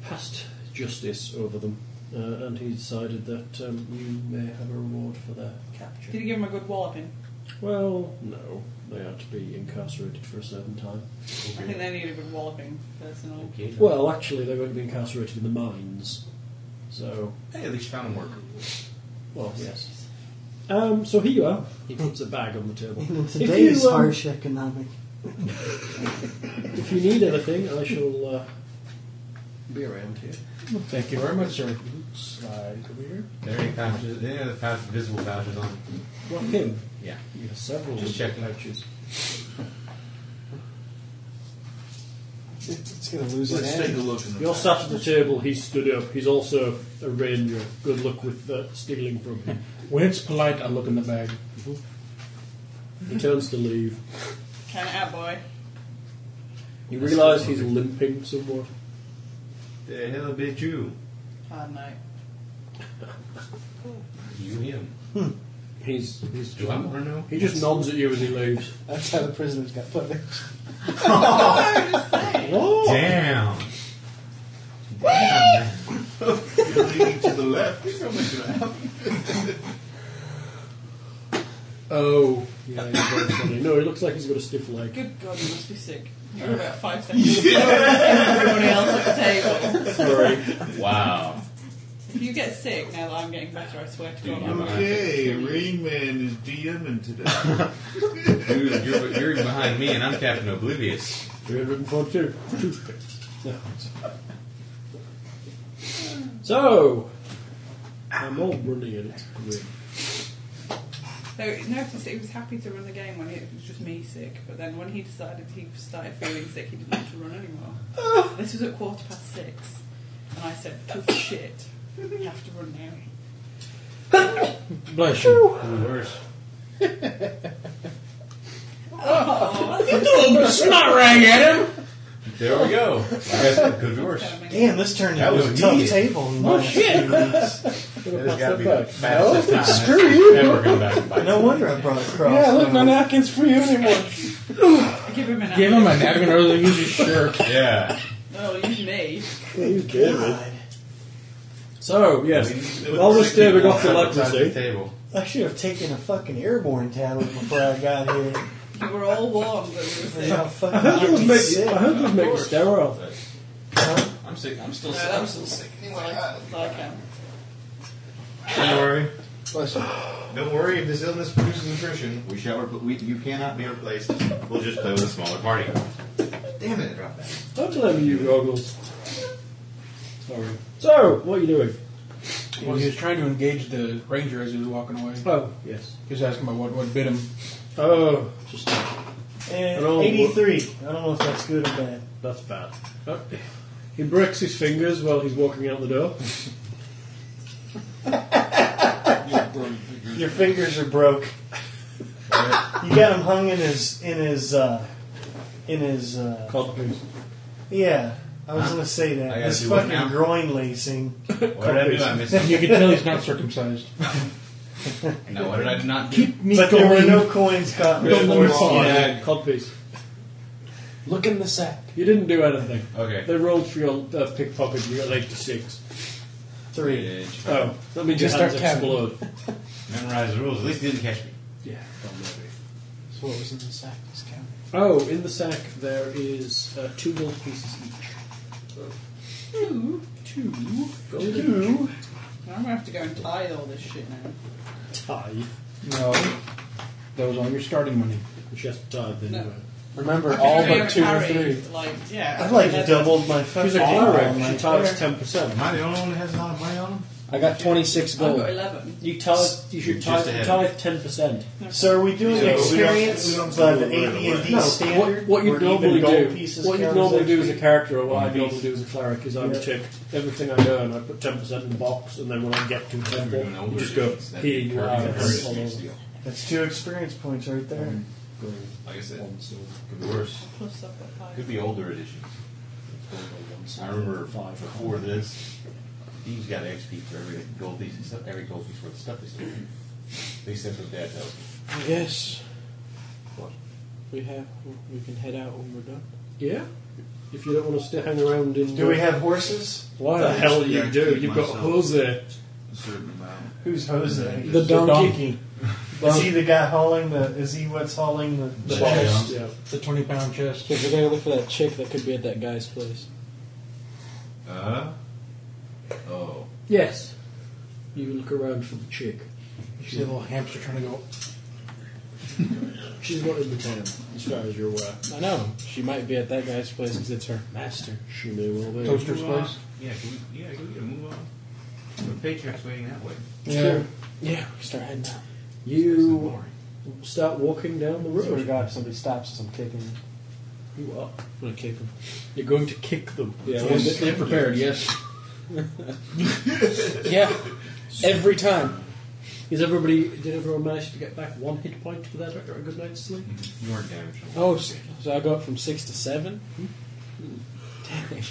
Speaker 2: passed justice over them, uh, and he decided that um, you may have a reward for their
Speaker 4: Did
Speaker 2: capture.
Speaker 4: you give him a good walloping?
Speaker 2: Well, no, they are to be incarcerated for a certain time.
Speaker 4: I think they need a good walloping, personal.
Speaker 8: Okay.
Speaker 2: Well, actually, they won't be incarcerated in the mines, so
Speaker 8: hey, at least found him work.
Speaker 2: well, yes. Um, so here you are. He puts a bag on the table.
Speaker 6: In
Speaker 2: If you,
Speaker 6: today's
Speaker 2: um,
Speaker 6: harsh economic.
Speaker 2: If you need anything, I shall uh, be around here.
Speaker 3: Thank you very much, sir. Slide over here.
Speaker 8: There any pouches? Any of the pouch, visible pouches on?
Speaker 2: What him?
Speaker 8: Yeah.
Speaker 2: You have several.
Speaker 8: Just checking.
Speaker 2: pouches.
Speaker 7: It's, it's gonna lose its
Speaker 5: Let's take a
Speaker 7: hand.
Speaker 5: look in the
Speaker 2: You're sat at the table. He stood up. He's also a ranger. Good luck with uh, stealing from him.
Speaker 3: When it's polite, I look in the bag.
Speaker 2: he turns to leave.
Speaker 4: Can it out, boy.
Speaker 2: You realise he's limping somewhat.
Speaker 8: The hell bit you?
Speaker 4: Hard night.
Speaker 8: You him?
Speaker 2: He's he's
Speaker 8: Do I want to know?
Speaker 2: he just nods at you as he leaves.
Speaker 7: That's how the prisoners got put there.
Speaker 2: Oh,
Speaker 8: Damn. Damn.
Speaker 5: You're leaning to the left. Something's gonna happen.
Speaker 2: oh. yeah. He's very funny. No, he looks like he's got a stiff leg.
Speaker 4: Good God, you must be sick. You were about five seconds. Everybody else at the table.
Speaker 2: Sorry.
Speaker 8: Wow.
Speaker 4: If you get sick now that I'm getting better, I swear to
Speaker 8: Dude,
Speaker 4: God.
Speaker 8: you're
Speaker 4: I'm
Speaker 8: my-
Speaker 5: Okay, Rain Man is DMing today.
Speaker 8: Dude, you're, you're behind me, and I'm Captain Oblivious.
Speaker 2: 342. No. so, I'm all running in it.
Speaker 4: So noticed he was happy to run the game when it was just me sick, but then when he decided he started feeling sick, he didn't want to run anymore. this was at quarter past six, and I said, "Tough shit, you have to run now."
Speaker 3: Bless you.
Speaker 8: Worse. Oh.
Speaker 3: Rang at him.
Speaker 8: There we go. I guess it could be worse.
Speaker 4: Kind of makes-
Speaker 6: Damn, this turned
Speaker 8: That
Speaker 6: into a
Speaker 8: was
Speaker 6: tough
Speaker 8: immediate.
Speaker 6: table. in the
Speaker 7: Oh,
Speaker 6: last few weeks.
Speaker 8: That has got to be
Speaker 2: No.
Speaker 8: the fastest time.
Speaker 6: Screw you.
Speaker 8: Ever come back and bite
Speaker 6: No
Speaker 8: me.
Speaker 6: wonder I brought it across.
Speaker 7: Yeah, look, no napkins for you anymore.
Speaker 4: Give him an.
Speaker 3: Give him a napkin or they'll use your shirt.
Speaker 8: Yeah.
Speaker 4: Oh, you me.
Speaker 6: God.
Speaker 2: So, Oh, yes. While we're staring off the
Speaker 8: the
Speaker 2: legacy,
Speaker 8: table.
Speaker 6: I should have taken a fucking airborne tablet before I got here.
Speaker 4: You were all warm when we were
Speaker 6: Or
Speaker 4: sick.
Speaker 6: y'all
Speaker 4: No,
Speaker 2: I
Speaker 6: fucking
Speaker 2: heard
Speaker 6: get
Speaker 2: it was
Speaker 6: me
Speaker 2: made,
Speaker 6: sick.
Speaker 2: I heard it was made sterile.
Speaker 8: I'm sick. I'm still sick.
Speaker 4: that
Speaker 8: I'm
Speaker 4: was
Speaker 8: still sick.
Speaker 4: Sarcasm.
Speaker 8: Don't worry.
Speaker 7: Bless you.
Speaker 8: Don't worry. If this illness produces attrition, we shall. Repl- we, you cannot be replaced. We'll just play with a smaller party. Damn it! I dropped that.
Speaker 2: I blame you, goggles. Sorry. So, what are you doing?
Speaker 3: Well, he was trying to engage the ranger as he was walking away. He
Speaker 2: Oh, yes.
Speaker 3: was asking about what, what bit him.
Speaker 2: Oh, just
Speaker 6: And
Speaker 2: An old
Speaker 6: 83. Eh, I don't know if that's good or bad.
Speaker 2: that's bad. Uh, He breaks his fingers while he's walking out the door.
Speaker 6: Your fingers are broke. you got him hung in his in his uh, in his uh,
Speaker 2: Cod, please.
Speaker 6: yeah. I was gonna say
Speaker 8: I
Speaker 6: that
Speaker 8: gotta
Speaker 6: his
Speaker 8: do what
Speaker 6: fucking
Speaker 8: now?
Speaker 6: groin lacing.
Speaker 8: What did I do? I missed.
Speaker 3: You can tell he's not circumcised.
Speaker 8: No, what did I not do?
Speaker 6: But there were no coins caught. in
Speaker 8: Don't
Speaker 6: the
Speaker 8: worry.
Speaker 6: foreskin.
Speaker 8: Yeah.
Speaker 2: Cod, please.
Speaker 7: Look in the sack.
Speaker 2: You didn't do anything.
Speaker 8: Okay.
Speaker 2: They rolled for your uh, pickpocket and you got 86.
Speaker 6: Three.
Speaker 2: Oh, that means your
Speaker 7: Just
Speaker 2: hands
Speaker 7: start counting.
Speaker 2: explode.
Speaker 8: Memorize the rules. At least he didn't catch me.
Speaker 2: yeah, well, maybe.
Speaker 7: So what was in the sack was counted.
Speaker 2: Oh, in the sack there is uh, two gold pieces each.
Speaker 4: Two. Two.
Speaker 2: Two.
Speaker 4: Now I'm gonna have to go and tie all this shit now.
Speaker 2: Tie.
Speaker 7: No.
Speaker 3: That was all your starting money.
Speaker 2: She has to tie the
Speaker 4: No.
Speaker 2: anyway.
Speaker 7: Remember, all
Speaker 4: Carry
Speaker 7: but
Speaker 4: a
Speaker 7: two or
Speaker 4: carry,
Speaker 7: three.
Speaker 4: Like, yeah.
Speaker 6: I'd like to
Speaker 4: that's-
Speaker 6: double my fucking.
Speaker 2: She's a
Speaker 6: arm
Speaker 2: cleric.
Speaker 6: on my
Speaker 2: She ties
Speaker 6: hair.
Speaker 2: ten percent.
Speaker 5: Am I the only one that has a lot of money on him?
Speaker 7: I got 26
Speaker 4: I've got
Speaker 7: gold.
Speaker 4: eleven.
Speaker 2: You tithe. You should
Speaker 8: Just
Speaker 2: tithe.
Speaker 8: ahead.
Speaker 2: Tithe ten percent.
Speaker 6: So are we doing
Speaker 8: So we don't-
Speaker 6: experience
Speaker 5: we don't
Speaker 6: by
Speaker 5: do
Speaker 6: the
Speaker 5: it right away.
Speaker 6: AD&D
Speaker 5: No,
Speaker 6: standard?
Speaker 2: What you
Speaker 6: where even
Speaker 2: normally
Speaker 6: gold
Speaker 2: do.
Speaker 6: pieces
Speaker 2: What you
Speaker 6: count as
Speaker 2: normally do as a
Speaker 6: XP?
Speaker 2: character, or what I
Speaker 8: One piece.
Speaker 2: normally do as a cleric, is I would
Speaker 6: Yeah.
Speaker 2: check everything I know and I put ten percent in the box, and then when I get to
Speaker 8: Remember when
Speaker 2: temple,
Speaker 8: Elder
Speaker 2: just go
Speaker 8: Days, that
Speaker 2: here you
Speaker 8: curvy
Speaker 2: are. and
Speaker 8: curvy
Speaker 2: all
Speaker 8: speech
Speaker 2: over.
Speaker 8: deal.
Speaker 6: That's two experience points right there.
Speaker 8: Like I said, could be worse.
Speaker 4: Plus I've got five.
Speaker 8: Could be older editions. I remember before this, thieves got XP for every gold piece and stuff, every gold piece worth of stuff they stole. At least that's what Dad tells me.
Speaker 7: Yes.
Speaker 8: What?
Speaker 7: We have. We can head out when we're done.
Speaker 2: Yeah. If you don't want to stay hang around in.
Speaker 6: Do we have horses?
Speaker 2: What the hell you
Speaker 5: Yeah,
Speaker 2: do?
Speaker 5: I
Speaker 2: You've got
Speaker 5: myself.
Speaker 2: Jose.
Speaker 5: A certain amount.
Speaker 6: Who's Jose?
Speaker 7: The donkey.
Speaker 6: Is he the guy hauling the? Is he what's hauling the?
Speaker 2: The
Speaker 6: the
Speaker 2: boss. Yeah.
Speaker 3: The 20 pound chest.
Speaker 7: Because we gotta look for that chick that could be at that guy's place.
Speaker 8: Uh-huh.
Speaker 5: Uh? Oh.
Speaker 2: Yes. You look around for the chick.
Speaker 3: You see a little hamster trying to go.
Speaker 2: She's not in the town, as far as you're aware.
Speaker 7: I know. She might be at that guy's place because it's her master.
Speaker 2: She may well be.
Speaker 3: Toaster's
Speaker 8: Move on.
Speaker 3: place.
Speaker 8: Yeah, can we, yeah, can we get a move on? The paycheck's waiting that way.
Speaker 3: Yeah.
Speaker 7: Yeah, we start heading out.
Speaker 2: You start walking down the
Speaker 7: Swear to
Speaker 2: road.
Speaker 7: God, if somebody stops us, I'm kicking them.
Speaker 2: You are.
Speaker 7: I'm gonna kick them.
Speaker 2: You're going to kick them.
Speaker 3: Yeah, well, they- they're prepared, yes.
Speaker 7: Yeah. Every time.
Speaker 2: Is everybody? Did everyone manage to get back one hit point without a good night's sleep?
Speaker 8: You weren't damaged.
Speaker 7: Oh, so so I go up from six to seven?
Speaker 2: Hmm.
Speaker 7: Dang.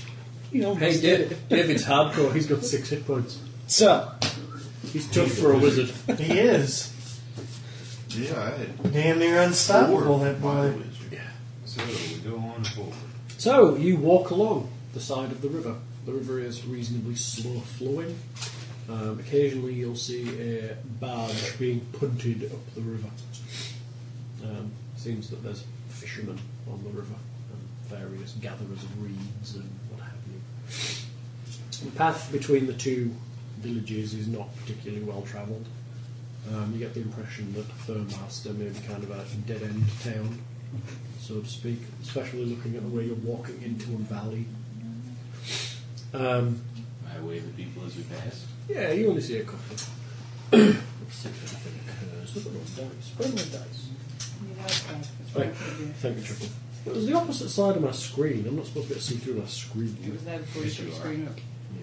Speaker 7: You almost did it.
Speaker 2: David's hardcore. He's got six hit points.
Speaker 7: What's up?
Speaker 2: He's tough for a wizard.
Speaker 6: he is
Speaker 5: Yeah, I had
Speaker 6: damn near
Speaker 5: four
Speaker 6: unstoppable. That
Speaker 5: by the
Speaker 6: boy.
Speaker 5: wizard.
Speaker 8: So we go on forward.
Speaker 2: So you walk along the side of the river. The river is reasonably slow flowing. Um, occasionally, you'll see a barge being punted up the river. Um, seems that there's fishermen on the river and various gatherers of reeds and what have you. The path between the two villages is not particularly well travelled. Um, you get the impression that Thurmaster may be kind of a dead end town, so to speak, especially looking at the way you're walking into a valley. Um,
Speaker 8: I wave at people as we pass.
Speaker 2: yeah, you only see a couple. Let's see if anything occurs. Look at those dice. Where are my dice?
Speaker 4: You know, it's bad. It's
Speaker 2: Right.
Speaker 4: right for you.
Speaker 2: Thank you, Triple. It was the opposite side of my screen. I'm not supposed to be able to see through my
Speaker 4: It
Speaker 2: screen.
Speaker 4: was there before
Speaker 8: Yes,
Speaker 4: you
Speaker 8: you
Speaker 4: took the
Speaker 8: are.
Speaker 4: screen up.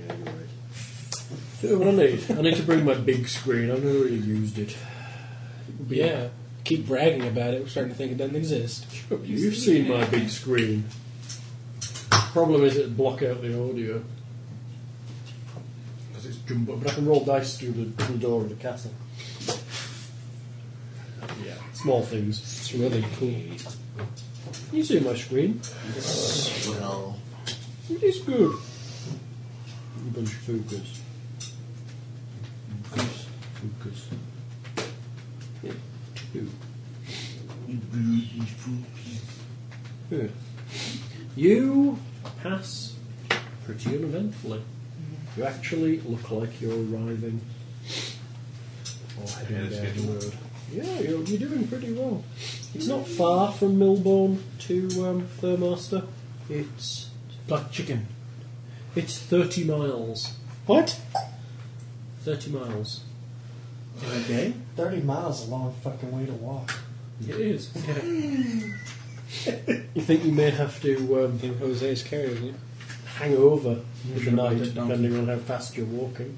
Speaker 2: Yeah, you're right. You know what I need? I need to bring my big screen. I've never really used it.
Speaker 7: Yeah. Keep bragging about it. We're starting to think it doesn't exist.
Speaker 2: You've seen my big screen. Problem is, it block out the audio because it's jumbo. But I can roll dice through the, through the door of the castle. Yeah, small things.
Speaker 7: It's really cool.
Speaker 2: You see my screen?
Speaker 5: Well,
Speaker 2: It is good. Bunch of focus. Focus. Focus. Yeah. Two. Yeah. Hmm. You pass pretty uneventfully. You actually look like you're arriving. Or
Speaker 8: Ahead
Speaker 2: heading
Speaker 8: of
Speaker 2: down the
Speaker 8: schedule.
Speaker 2: road. Yeah, you're, you're doing pretty well. It's not far from Milbourne to um, Thurmaster. It's Black Chicken. It's 30 miles.
Speaker 7: What?
Speaker 2: 30 miles.
Speaker 6: Okay. Thirty miles a long fucking way to walk.
Speaker 2: It is. you think you may have to um,
Speaker 7: I think Jose is carrying you.
Speaker 2: hang over
Speaker 7: Mm-hmm.
Speaker 2: with the
Speaker 3: should've
Speaker 2: night,
Speaker 3: put that down.
Speaker 2: depending on how fast you're walking.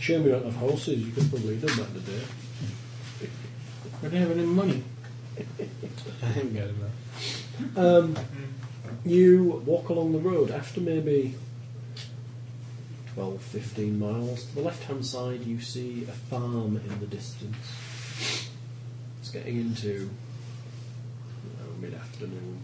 Speaker 2: Shame we don't have horses, you could probably do that today.
Speaker 7: I don't have any money. I haven't got enough.
Speaker 2: Um, you walk along the road after maybe 12, 15 miles. To the left hand side, you see a farm in the distance. It's getting into mid afternoon.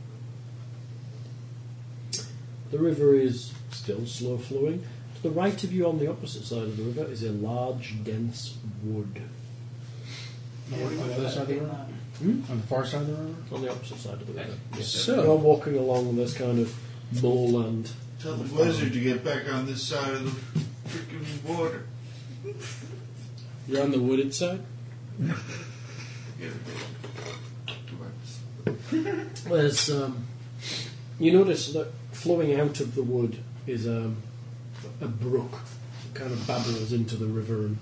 Speaker 2: The river is still slow flowing. To the right of you, on the opposite side of the river, is a large, dense wood.
Speaker 3: On the other side of the river?
Speaker 2: Hmm?
Speaker 3: On the far side of the river?
Speaker 2: On the opposite side of the river.
Speaker 7: So-
Speaker 2: You're walking along this kind of moorland.
Speaker 5: tell the wizard to get back on this side of the freaking water.
Speaker 7: You're on the wooded side?
Speaker 5: Get it.
Speaker 2: There's, um, you notice that flowing out of the wood is um, a brook that kind of babbles into the river and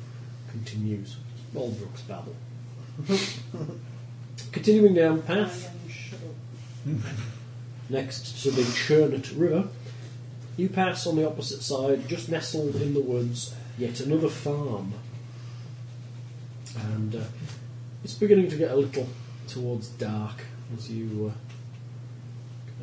Speaker 2: continues. All brooks babble. Continuing down path,
Speaker 4: Ryan, um, shut up.
Speaker 2: next to the Churnet River, you pass on the opposite side, just nestled in the woods, yet another farm. And uh, it's beginning to get a little towards dark as you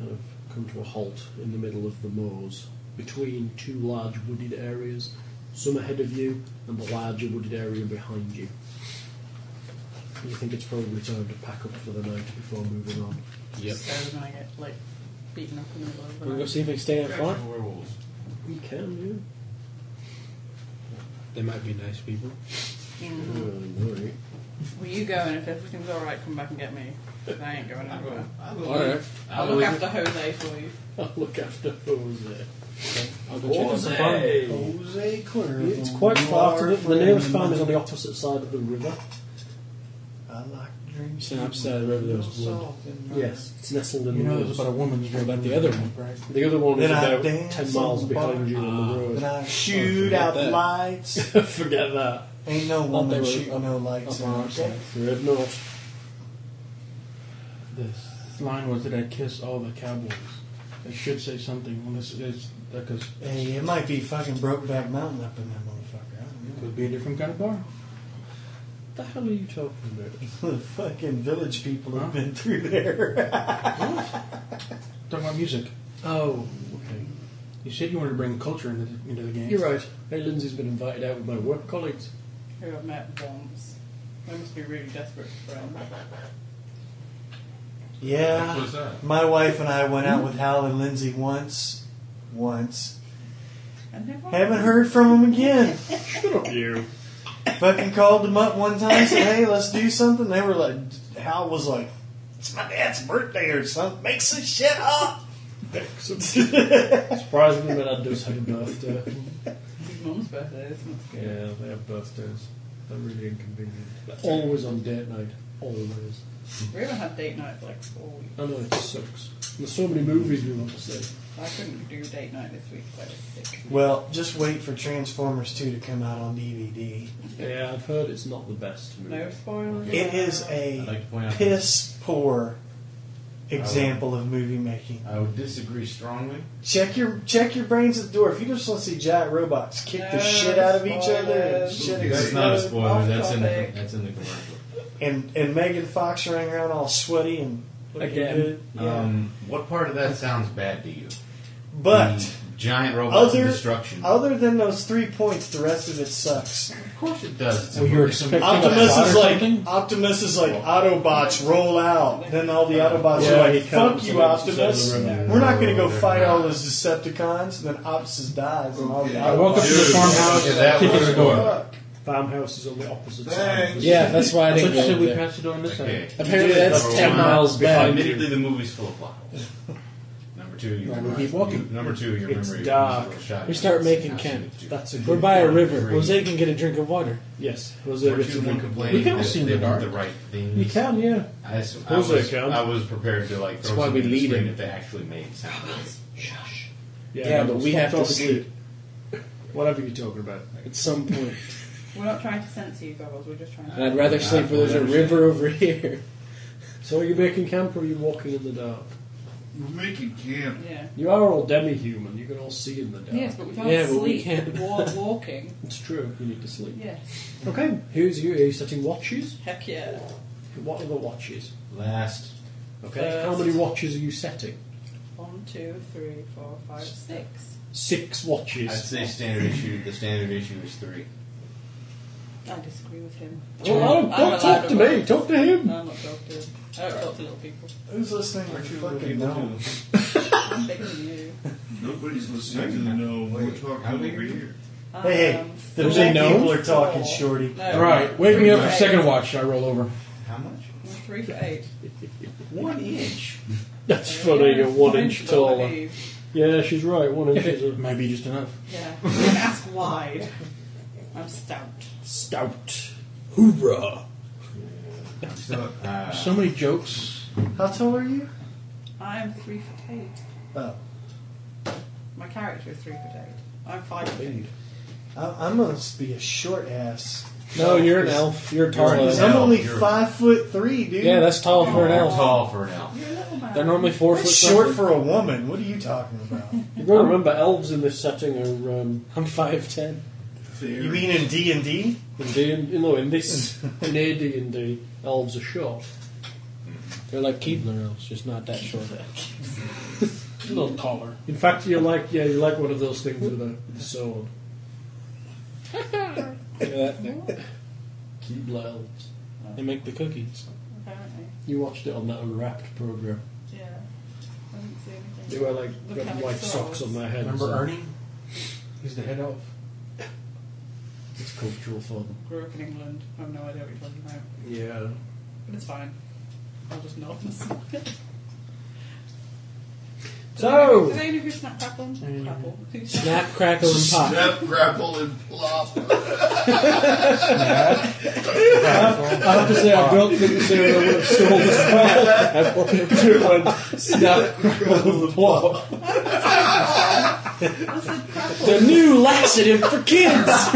Speaker 2: uh, kind of come to a halt in the middle of the moors between two large wooded areas, some ahead of you and the larger wooded area behind you. You think it's probably time to pack up for the night before moving on.
Speaker 7: Yep.
Speaker 4: So we're going to get, like, beaten up in the middle of the
Speaker 7: We're
Speaker 4: night.
Speaker 7: going to go see if they can stay out front.
Speaker 8: werewolves.
Speaker 2: We can, yeah.
Speaker 7: They might be nice people.
Speaker 4: Mhm. Well, you go, and if everything's alright, come back and get me. 'cause I ain't going anywhere.
Speaker 7: Alright.
Speaker 4: I'll look after Jose for you.
Speaker 2: I'll look after Jose.
Speaker 7: I'll go check out the farm.
Speaker 6: Jose Cuervo.
Speaker 2: It's quite far to the, the nearest farm is on the
Speaker 6: opposite.
Speaker 2: opposite side of the river.
Speaker 6: I like drinks.
Speaker 7: It's an upside river, there's
Speaker 6: with no salt in my-
Speaker 2: it's nestled in
Speaker 3: You know,
Speaker 2: the
Speaker 3: there's
Speaker 2: woods.
Speaker 3: about a woman's room.
Speaker 7: About the other one.
Speaker 3: Right.
Speaker 2: The other one is
Speaker 6: Then I
Speaker 2: about
Speaker 6: dance
Speaker 2: ten
Speaker 6: on
Speaker 2: miles
Speaker 6: the bar.
Speaker 2: behind you on the road.
Speaker 6: And I shoot
Speaker 7: forget
Speaker 6: out
Speaker 7: that.
Speaker 6: the lights.
Speaker 2: Forget that.
Speaker 6: Ain't no
Speaker 7: they
Speaker 6: woman
Speaker 7: were
Speaker 6: shooting
Speaker 7: up-
Speaker 6: no lights
Speaker 7: up
Speaker 6: in
Speaker 7: on
Speaker 6: our
Speaker 7: our side.
Speaker 2: Red North.
Speaker 3: The line was that I kiss all the cowboys. It should say something. Well, this is because
Speaker 6: Hey, it might be fucking Brokeback Mountain up in that motherfucker. I don't
Speaker 3: it
Speaker 6: know.
Speaker 3: could be a different kind of bar.
Speaker 2: What the hell are you talking about?
Speaker 6: The fucking village people have been through there.
Speaker 3: Talking about music.
Speaker 2: Oh, okay.
Speaker 3: You said you wanted to bring culture into the, into the game.
Speaker 2: You're right. Hey, Lindsay's been invited out with my work colleagues.
Speaker 4: Who I've met once. They must be really desperate for friends.
Speaker 6: yeah.
Speaker 8: What's that?
Speaker 6: My wife and I went out with Hal and Lindsay once. Once.
Speaker 4: And they won't.
Speaker 6: Haven't heard from them again.
Speaker 2: Shut up, you.
Speaker 6: Fucking called them up one time said, hey, let's do something. They were like, Hal was like, it's my dad's birthday or something. Make some shit up.
Speaker 2: Surprisingly, my dad does have a birthday.
Speaker 4: He mum's birthday this month.
Speaker 2: Yeah, they have birthdays. They're really inconvenient. They're always on date night. Always.
Speaker 4: We haven't had date night for like all week.
Speaker 2: I know it sucks. There's so many movies we want to see.
Speaker 4: I couldn't do date night this week because I was sick.
Speaker 6: Well, just wait for Transformers 2 to come out on DVD.
Speaker 2: Yeah, I've heard it's not the best movie.
Speaker 4: No spoilers.
Speaker 6: It is
Speaker 8: I'd
Speaker 6: a
Speaker 8: like to point out.
Speaker 6: piss poor example of movie making.
Speaker 8: I would disagree strongly.
Speaker 6: Check your check your brains at the door. If you just want to see giant robots kick the
Speaker 4: No
Speaker 6: shit out of each other and
Speaker 4: spoilers.
Speaker 6: shit
Speaker 8: That's not a
Speaker 6: explode.
Speaker 8: spoiler. That's in the
Speaker 4: topic.
Speaker 8: that's in the commercial.
Speaker 6: and and Megan Fox running around all sweaty and looking
Speaker 2: Again.
Speaker 6: good. Yeah.
Speaker 8: Um, what part of that sounds bad to you?
Speaker 6: but
Speaker 8: The giant robots and
Speaker 6: other-
Speaker 8: destruction.
Speaker 6: other than those three points, the rest of it sucks.
Speaker 8: of course it does. It's a
Speaker 3: Well, you're
Speaker 8: movie. Some-
Speaker 3: expecting-
Speaker 6: Optimus
Speaker 3: Autobot
Speaker 6: is
Speaker 3: or
Speaker 6: like
Speaker 3: something?
Speaker 6: Optimus is like Autobots roll out. Then all the Autobots
Speaker 2: Yeah,
Speaker 6: are
Speaker 2: he
Speaker 6: like, "Fuck
Speaker 2: comes
Speaker 6: you,
Speaker 2: and it's just
Speaker 6: Optimus!
Speaker 2: out of the room.
Speaker 6: We're not going to
Speaker 8: No,
Speaker 6: go
Speaker 8: they're
Speaker 6: fight
Speaker 8: not.
Speaker 6: all those Decepticons." And then Optimus dies, and all the
Speaker 5: Yeah.
Speaker 3: I walk up to
Speaker 6: Autobots.
Speaker 3: the farmhouse,
Speaker 8: Yeah, that
Speaker 3: kick in
Speaker 8: was
Speaker 3: the door.
Speaker 6: Fuck.
Speaker 2: Farmhouse is on the opposite side.
Speaker 5: Thanks.
Speaker 2: of the-
Speaker 7: Yeah, that's why I
Speaker 3: That's what
Speaker 7: didn't
Speaker 3: you
Speaker 7: go
Speaker 3: said we
Speaker 7: there.
Speaker 3: passed it on this
Speaker 8: Okay.
Speaker 3: side.
Speaker 7: Apparently, that's
Speaker 8: Number
Speaker 7: ten
Speaker 8: one,
Speaker 7: miles back.
Speaker 8: Admittedly, the movie's full of plot holes. Number two, you
Speaker 2: Well, we keep walking.
Speaker 8: number two, your
Speaker 2: It's
Speaker 8: memory. is
Speaker 2: dark.
Speaker 8: a little shoddy.
Speaker 7: We start making
Speaker 8: Absolute
Speaker 7: camp.
Speaker 8: two.
Speaker 2: That's a
Speaker 7: We're
Speaker 2: good
Speaker 7: by a
Speaker 2: point.
Speaker 7: river.
Speaker 8: Three.
Speaker 7: Jose can get a drink of water.
Speaker 2: Yes, Jose
Speaker 8: Number
Speaker 2: gets
Speaker 8: two,
Speaker 2: a
Speaker 8: one
Speaker 2: drink.
Speaker 8: complained
Speaker 2: We can all
Speaker 8: that
Speaker 2: see in
Speaker 8: they
Speaker 2: the dark.
Speaker 8: weren't the right things.
Speaker 2: You can, yeah.
Speaker 8: I, s- I
Speaker 2: Those
Speaker 8: was,
Speaker 2: are count.
Speaker 8: I was prepared to like throw
Speaker 7: why
Speaker 8: something
Speaker 7: we
Speaker 8: at the
Speaker 7: lead
Speaker 8: screen
Speaker 7: him.
Speaker 8: if they actually made sound. waves.
Speaker 2: Yeah,
Speaker 7: Yeah,
Speaker 2: no,
Speaker 7: but we
Speaker 2: stop
Speaker 7: have to
Speaker 2: talking
Speaker 7: sleep.
Speaker 2: Whatever you're talking about.
Speaker 7: At some point,
Speaker 4: We're not trying to censor you, Goggles. We're just trying
Speaker 2: Uh,
Speaker 4: to.
Speaker 7: I'd rather sleep where there's a river over here.
Speaker 2: So are you making camp or are you walking in the dark?
Speaker 5: We're making camp.
Speaker 4: yeah.
Speaker 2: You are all demi-human. You can all see in the dark.
Speaker 4: Yes, but we can't
Speaker 7: Yeah,
Speaker 4: sleep
Speaker 7: but we can't.
Speaker 4: while walking.
Speaker 2: It's true. You need to sleep.
Speaker 4: Yes.
Speaker 2: Okay. Who's you? Are you setting watches?
Speaker 4: Heck yeah.
Speaker 2: What are the watches? Uh,
Speaker 8: Last.
Speaker 2: Okay.
Speaker 4: First.
Speaker 2: How many watches are you setting?
Speaker 4: One, two, three, four, five, six.
Speaker 2: Six
Speaker 8: I'd
Speaker 2: watches.
Speaker 8: say standard issue. The standard issue is three.
Speaker 4: I disagree with him.
Speaker 2: Well, Oh, I don't,
Speaker 4: I'm
Speaker 2: don't talk
Speaker 4: allowed
Speaker 2: to
Speaker 4: to
Speaker 2: me.
Speaker 4: watch.
Speaker 2: Talk to him.
Speaker 4: No, I'm not talking to I don't talk to little people.
Speaker 6: Who's listening?
Speaker 5: Aren't you
Speaker 6: Fucking
Speaker 5: looking
Speaker 6: no.
Speaker 5: to-
Speaker 4: I'm bigger than you.
Speaker 5: Nobody's listening to the no. We're talking
Speaker 8: How
Speaker 5: over
Speaker 8: big are you?
Speaker 5: here.
Speaker 6: Hey, hey,
Speaker 4: Um,
Speaker 6: the
Speaker 7: Was they
Speaker 6: big
Speaker 7: known?
Speaker 6: people are talking,
Speaker 4: Four.
Speaker 6: Shorty.
Speaker 4: No,
Speaker 3: All right, wake me up for second watch. Should I roll over?
Speaker 8: How much?
Speaker 4: I'm Three for eight.
Speaker 8: One inch.
Speaker 2: That's funny. You're one
Speaker 4: Fine,
Speaker 2: inch
Speaker 4: but
Speaker 2: taller.
Speaker 4: nobody-
Speaker 2: Yeah, she's right. One inch is a
Speaker 3: Might be just enough.
Speaker 4: Yeah. An ass wide. I'm stout.
Speaker 2: stout. Hoorah!
Speaker 8: So, uh,
Speaker 3: So many jokes.
Speaker 6: How tall are you?
Speaker 4: I'm three foot eight.
Speaker 6: Oh,
Speaker 4: My character is three foot eight. I'm five foot eight.
Speaker 2: Indeed.
Speaker 6: I, I must be a short ass.
Speaker 7: No, you're an elf. You're
Speaker 8: You're
Speaker 7: tall.
Speaker 8: an
Speaker 7: elf.
Speaker 8: elf.
Speaker 6: I'm only
Speaker 8: You're-
Speaker 6: five foot three, dude.
Speaker 7: Yeah, that's tall for an
Speaker 8: you're
Speaker 7: elf.
Speaker 8: tall for an elf.
Speaker 4: You're a little man.
Speaker 7: They're normally four foot.
Speaker 6: That's short
Speaker 7: something.
Speaker 6: for a woman. What are you talking about?
Speaker 2: You've got to remember, elves in this setting are um,
Speaker 7: I'm five ten.
Speaker 6: you mean in D and D?
Speaker 2: in D and you know in this in AD and D, elves are short.
Speaker 7: They're like Keebler elves, just not that short.
Speaker 3: A little taller.
Speaker 2: In fact, you're like yeah, you're like one of those things with a, with a sword.
Speaker 7: Look at that thing.
Speaker 2: Keebler elves.
Speaker 7: They make the cookies.
Speaker 4: Apparently.
Speaker 2: You watched it on that Unwrapped program.
Speaker 4: Yeah. I didn't see anything.
Speaker 2: They wear like
Speaker 4: Look
Speaker 2: red
Speaker 4: how
Speaker 2: and
Speaker 4: it
Speaker 2: white
Speaker 4: sounds.
Speaker 2: socks on their heads.
Speaker 3: Remember
Speaker 2: and
Speaker 3: Ernie? He's the head elf.
Speaker 2: It's cultural for them.
Speaker 4: Grew up in England. I have no idea what you're talking about.
Speaker 2: Yeah.
Speaker 4: But it's fine. I'll just nod and smile.
Speaker 2: So-
Speaker 4: Do they know who Snap Crackle? and- Crackle. Who's
Speaker 7: Snap, crackle, and pop.
Speaker 5: Snap, grapple, and plop.
Speaker 2: I have to say, I don't think Sarah would have sold this well. I wanted to and snap the plot.
Speaker 4: I said Crackle.
Speaker 7: The new laxative for kids.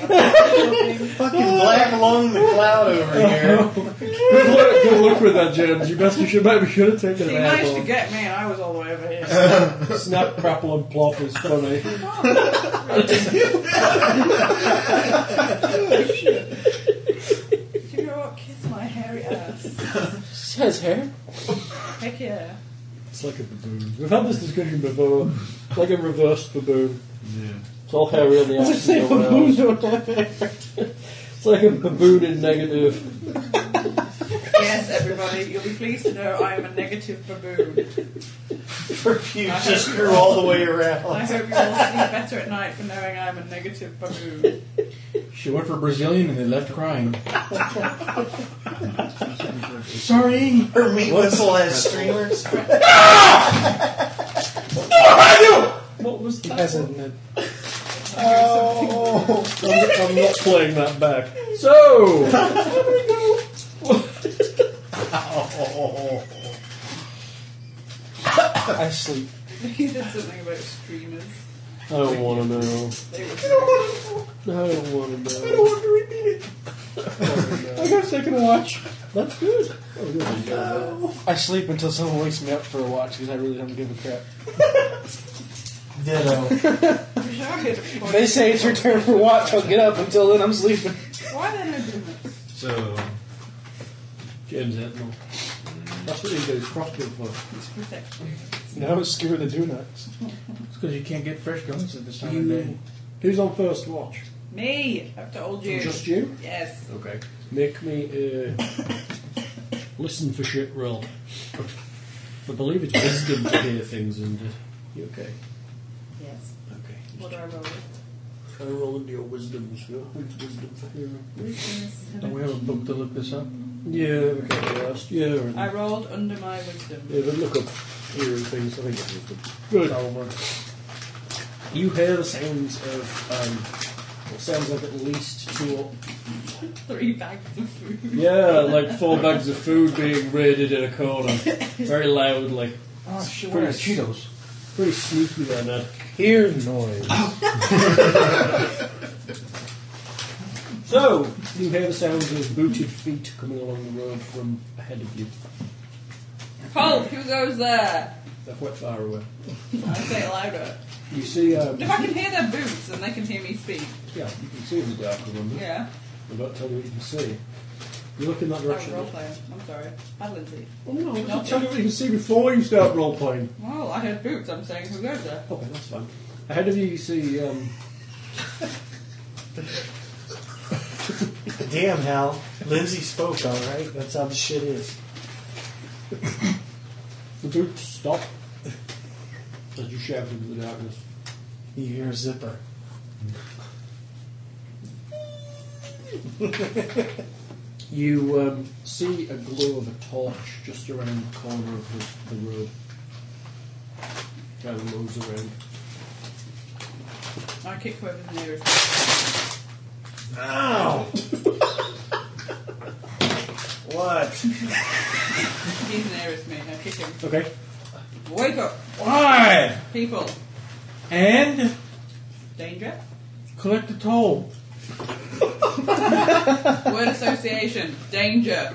Speaker 6: Fucking black along the cloud over here.
Speaker 2: Good luck, good luck with that, James. You best you should maybe should have taken
Speaker 4: He
Speaker 2: an
Speaker 4: managed to
Speaker 2: apple.
Speaker 4: get me and I was all the way over here.
Speaker 2: Snap, crapple, and plop is funny.
Speaker 4: Do you know what? Kiss my hairy ass.
Speaker 7: She has hair.
Speaker 4: Heck yeah.
Speaker 2: It's like a baboon. We've had this discussion before. It's like a reverse baboon.
Speaker 5: Yeah.
Speaker 2: It's all hairy on the
Speaker 7: I
Speaker 2: ass.
Speaker 7: say
Speaker 2: and nowhere
Speaker 7: baboons
Speaker 2: else. It's like a baboon in negative.
Speaker 4: Yes, everybody, you'll be pleased to know I am a negative baboon.
Speaker 6: Perfume just grew all the way
Speaker 4: I
Speaker 6: around.
Speaker 4: hope you all sleep better at night for knowing I'm a negative baboon.
Speaker 3: She went for Brazilian and they left crying. Sorry.
Speaker 6: Her meat whistle has streamers.
Speaker 3: What are you?
Speaker 7: What was
Speaker 6: He
Speaker 7: that?
Speaker 6: hasn't. uh,
Speaker 2: I'm, I'm not playing that back. So,
Speaker 7: I sleep.
Speaker 4: He said something about streamers.
Speaker 2: I don't want to know.
Speaker 4: They
Speaker 2: I
Speaker 4: were
Speaker 2: don't want to know. I don't want to repeat it. I guess I can watch. That's good.
Speaker 7: I sleep until someone wakes me up for a watch because I really don't give a crap.
Speaker 6: Ditto.
Speaker 7: If they say it's your turn for watch, I'll get up. Until then, I'm sleeping.
Speaker 4: Why they no donuts?
Speaker 5: So,
Speaker 8: uh,
Speaker 2: James Edmond. That's what he does crossbow for.
Speaker 4: It's protection.
Speaker 7: No, screw the do nuts.
Speaker 3: It's because you can't get fresh donuts at this time of day.
Speaker 2: You- Who's on first watch?
Speaker 4: Me, I've told you.
Speaker 2: Just you?
Speaker 4: yes.
Speaker 2: Okay. Make me uh, listen for shit roll. I believe it's wisdom to hear things, and uh, you okay?
Speaker 4: Yes.
Speaker 2: Okay.
Speaker 4: What do I roll with?
Speaker 2: Can I roll into your wisdom? so- Wisdom for hearing.
Speaker 3: Don't we have a book to look this up?
Speaker 2: Yeah, we can't be asked. Yeah, and-
Speaker 4: I rolled under my wisdom.
Speaker 2: yeah, but look up hearing things. I think it's wisdom. Good. You hear the sounds of um, what sounds like at least two or
Speaker 4: Three bags of food.
Speaker 2: Yeah, like four bags of food being raided in a corner. Very loudly.
Speaker 4: Ah,
Speaker 3: Oh, shit,
Speaker 2: where
Speaker 3: where
Speaker 2: are
Speaker 3: Cheetos?
Speaker 2: Pretty sneaky uh, there, Ned.
Speaker 7: Ear noise.
Speaker 2: So, you hear the sounds of booted feet coming along the road from ahead of you.
Speaker 4: Hulk, who goes there?
Speaker 2: They're quite far away.
Speaker 4: I say it louder.
Speaker 2: You see, um,
Speaker 4: If I can hear their boots, then they can hear me speak.
Speaker 2: yeah, you can see in the dark, remember?
Speaker 4: Yeah.
Speaker 2: I'm about to tell you what you can see. You look in that
Speaker 4: I'm
Speaker 2: direction.
Speaker 4: role playing. I'm sorry. Hi, Lindsay.
Speaker 2: Oh no, I'm going to tell you what you can see before you start role playing.
Speaker 4: Well, I heard boots. I'm saying who goes there?
Speaker 2: Okay, that's fine. Ahead of you, you see um,
Speaker 6: Damn, Hal. Lindsay spoke, alright? That's how the shit is.
Speaker 2: the boots stop as you shout into the darkness.
Speaker 6: You hear a zipper.
Speaker 2: You um, see a glow of a torch just around the corner of the, the road. Guy moves around.
Speaker 4: I kick whoever's nearest.
Speaker 6: Ow! what?
Speaker 4: He's nearest me. I kick him.
Speaker 2: Okay.
Speaker 4: Wake up,
Speaker 3: Why?
Speaker 4: people!
Speaker 3: And
Speaker 4: Danger.
Speaker 3: collect the toll.
Speaker 4: Word association. Danger.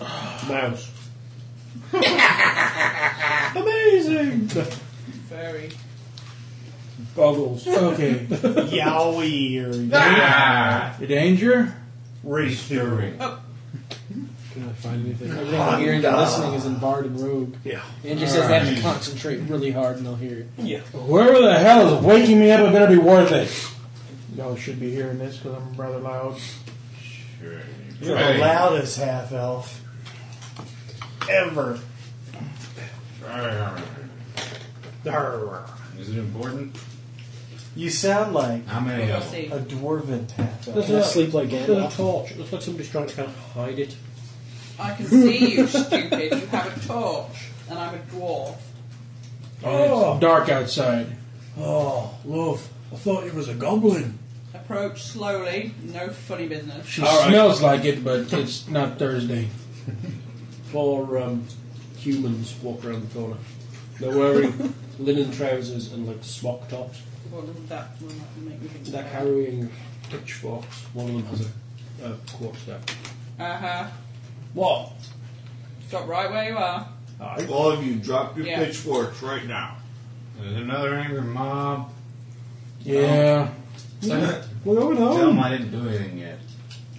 Speaker 2: Mouse. Amazing!
Speaker 4: Furry.
Speaker 2: Goggles.
Speaker 3: Okay.
Speaker 6: Yowie or
Speaker 8: Ah!
Speaker 3: the danger?
Speaker 6: race theory.
Speaker 7: Cannot find anything.
Speaker 5: Oh,
Speaker 7: Everything I'm hearing and listening is in Bard and Rogue.
Speaker 2: Yeah.
Speaker 7: Andrew says they have to concentrate really hard and they'll hear it.
Speaker 3: Whoever the hell is waking me up, it better be worth it. Y'all should be hearing this because I'm rather loud.
Speaker 8: Sure.
Speaker 6: You're
Speaker 8: Right.
Speaker 6: the loudest half elf ever.
Speaker 8: Is it important?
Speaker 6: You sound like
Speaker 8: How many
Speaker 4: We'll
Speaker 8: of them?
Speaker 4: see.
Speaker 6: a dwarven half elf.
Speaker 7: Can I sleep like
Speaker 2: There's a
Speaker 7: Gandalf?
Speaker 2: torch. It looks like somebody's trying to kind of hide it.
Speaker 4: I can see you, stupid. You have a torch, and I'm a dwarf.
Speaker 3: Oh. It's dark outside.
Speaker 2: Oh, love. I thought it was a goblin.
Speaker 4: Approach slowly. No funny business.
Speaker 3: She
Speaker 2: All right.
Speaker 3: smells like it, but it's not Thursday.
Speaker 2: Four um, humans walk around the corner. They're wearing linen trousers and like smock tops.
Speaker 4: Well, that will not make me think
Speaker 2: They're
Speaker 4: about it.
Speaker 2: carrying pitchforks. One of them has a, a quarterstaff.
Speaker 4: Uh huh.
Speaker 2: What?
Speaker 4: Stop right where you are.
Speaker 2: Aye.
Speaker 5: all of you drop your
Speaker 4: Yeah.
Speaker 5: pitchforks right now.
Speaker 8: There's another angry mob.
Speaker 3: Yeah.
Speaker 2: We're going
Speaker 8: Tell
Speaker 2: home.
Speaker 8: them I didn't do anything yet.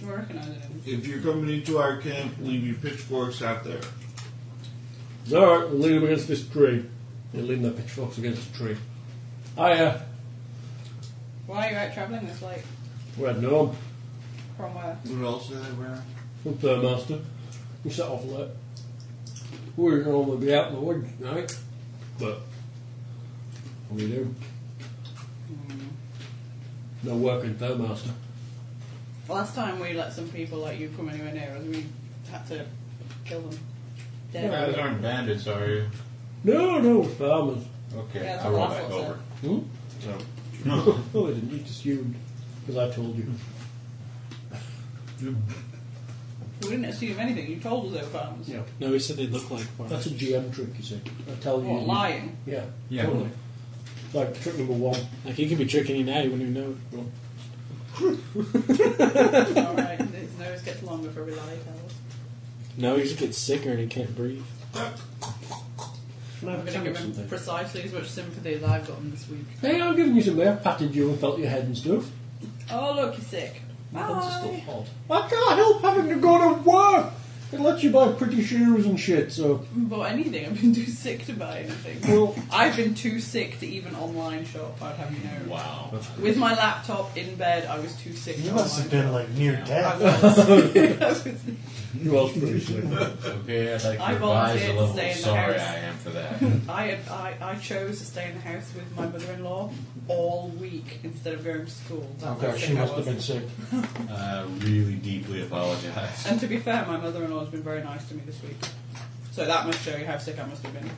Speaker 4: Do I recognise him?
Speaker 5: If you're coming into our camp, leave your pitchforks out there.
Speaker 2: Zark, we'll lean them against this tree. They lean their pitchforks against the tree. Hiya.
Speaker 4: Why are you out travelling this late?
Speaker 2: We're heading home.
Speaker 4: From where?
Speaker 5: What else are they wearing?
Speaker 2: Up there, Master. We set off late. We We're going to be out in the woods tonight. But, what do we do? Mm. No work in there, Master.
Speaker 4: Last time we let some people like you come anywhere near us, we had to kill them.
Speaker 8: You guys
Speaker 4: Dead.
Speaker 8: aren't bandits, are you?
Speaker 2: No, no, farmers.
Speaker 8: Okay,
Speaker 4: Yeah, that's
Speaker 8: I roll
Speaker 4: what I
Speaker 8: back
Speaker 4: thought,
Speaker 8: over.
Speaker 2: Hmm?
Speaker 8: So,
Speaker 2: Oh, I didn't. You just assumed because I told you.
Speaker 4: We didn't assume anything. You told us they were farmers.
Speaker 2: Yeah,
Speaker 7: No, he said they look like
Speaker 2: that's
Speaker 7: farmers.
Speaker 2: a GM trick, you see. I tell you.
Speaker 4: What, lying?
Speaker 2: Yeah.
Speaker 8: Yeah.
Speaker 2: Totally. Like trick number one.
Speaker 7: Like he could be tricking you now, you wouldn't even know. it.
Speaker 4: Alright, his nose gets longer for every lie he tells.
Speaker 7: No, he just gets sicker and he can't breathe.
Speaker 2: Can I
Speaker 4: I'm
Speaker 2: have a
Speaker 4: going to give
Speaker 2: sandwich or
Speaker 4: him
Speaker 2: something?
Speaker 4: precisely as much sympathy as I've gotten this week.
Speaker 2: Hey, I'm giving you something. I've patted you and felt your head and stuff.
Speaker 4: Oh, look, you're sick.
Speaker 2: Buns are
Speaker 4: Bye.
Speaker 2: still hot. I can't help having to go to work. It lets you buy pretty shoes and shit, so.
Speaker 4: haven't bought anything. I've been too sick to buy anything.
Speaker 2: Well,
Speaker 4: I've been too sick to even online shop. I'd have you know.
Speaker 8: wow.
Speaker 4: With my laptop in bed, I was too sick.
Speaker 6: You
Speaker 4: to
Speaker 6: must have
Speaker 4: online
Speaker 6: been like near
Speaker 4: shop.
Speaker 6: death.
Speaker 4: I was. I was-
Speaker 2: you are pretty sick.
Speaker 8: Okay, I'd like to
Speaker 4: I volunteered
Speaker 8: revise the
Speaker 4: to
Speaker 8: level
Speaker 4: stay in
Speaker 8: of
Speaker 4: the
Speaker 8: sorry
Speaker 4: house.
Speaker 8: I am for that.
Speaker 4: I, had- I I chose to stay in the house with my mother-in-law all week instead of going to school. That's how
Speaker 3: Okay, she
Speaker 4: sick I
Speaker 3: must have
Speaker 4: was.
Speaker 3: been sick.
Speaker 8: I Uh, really deeply apologize.
Speaker 4: And to be fair, my mother-in-law has been very nice to me this week. So that must show you how sick I must have been.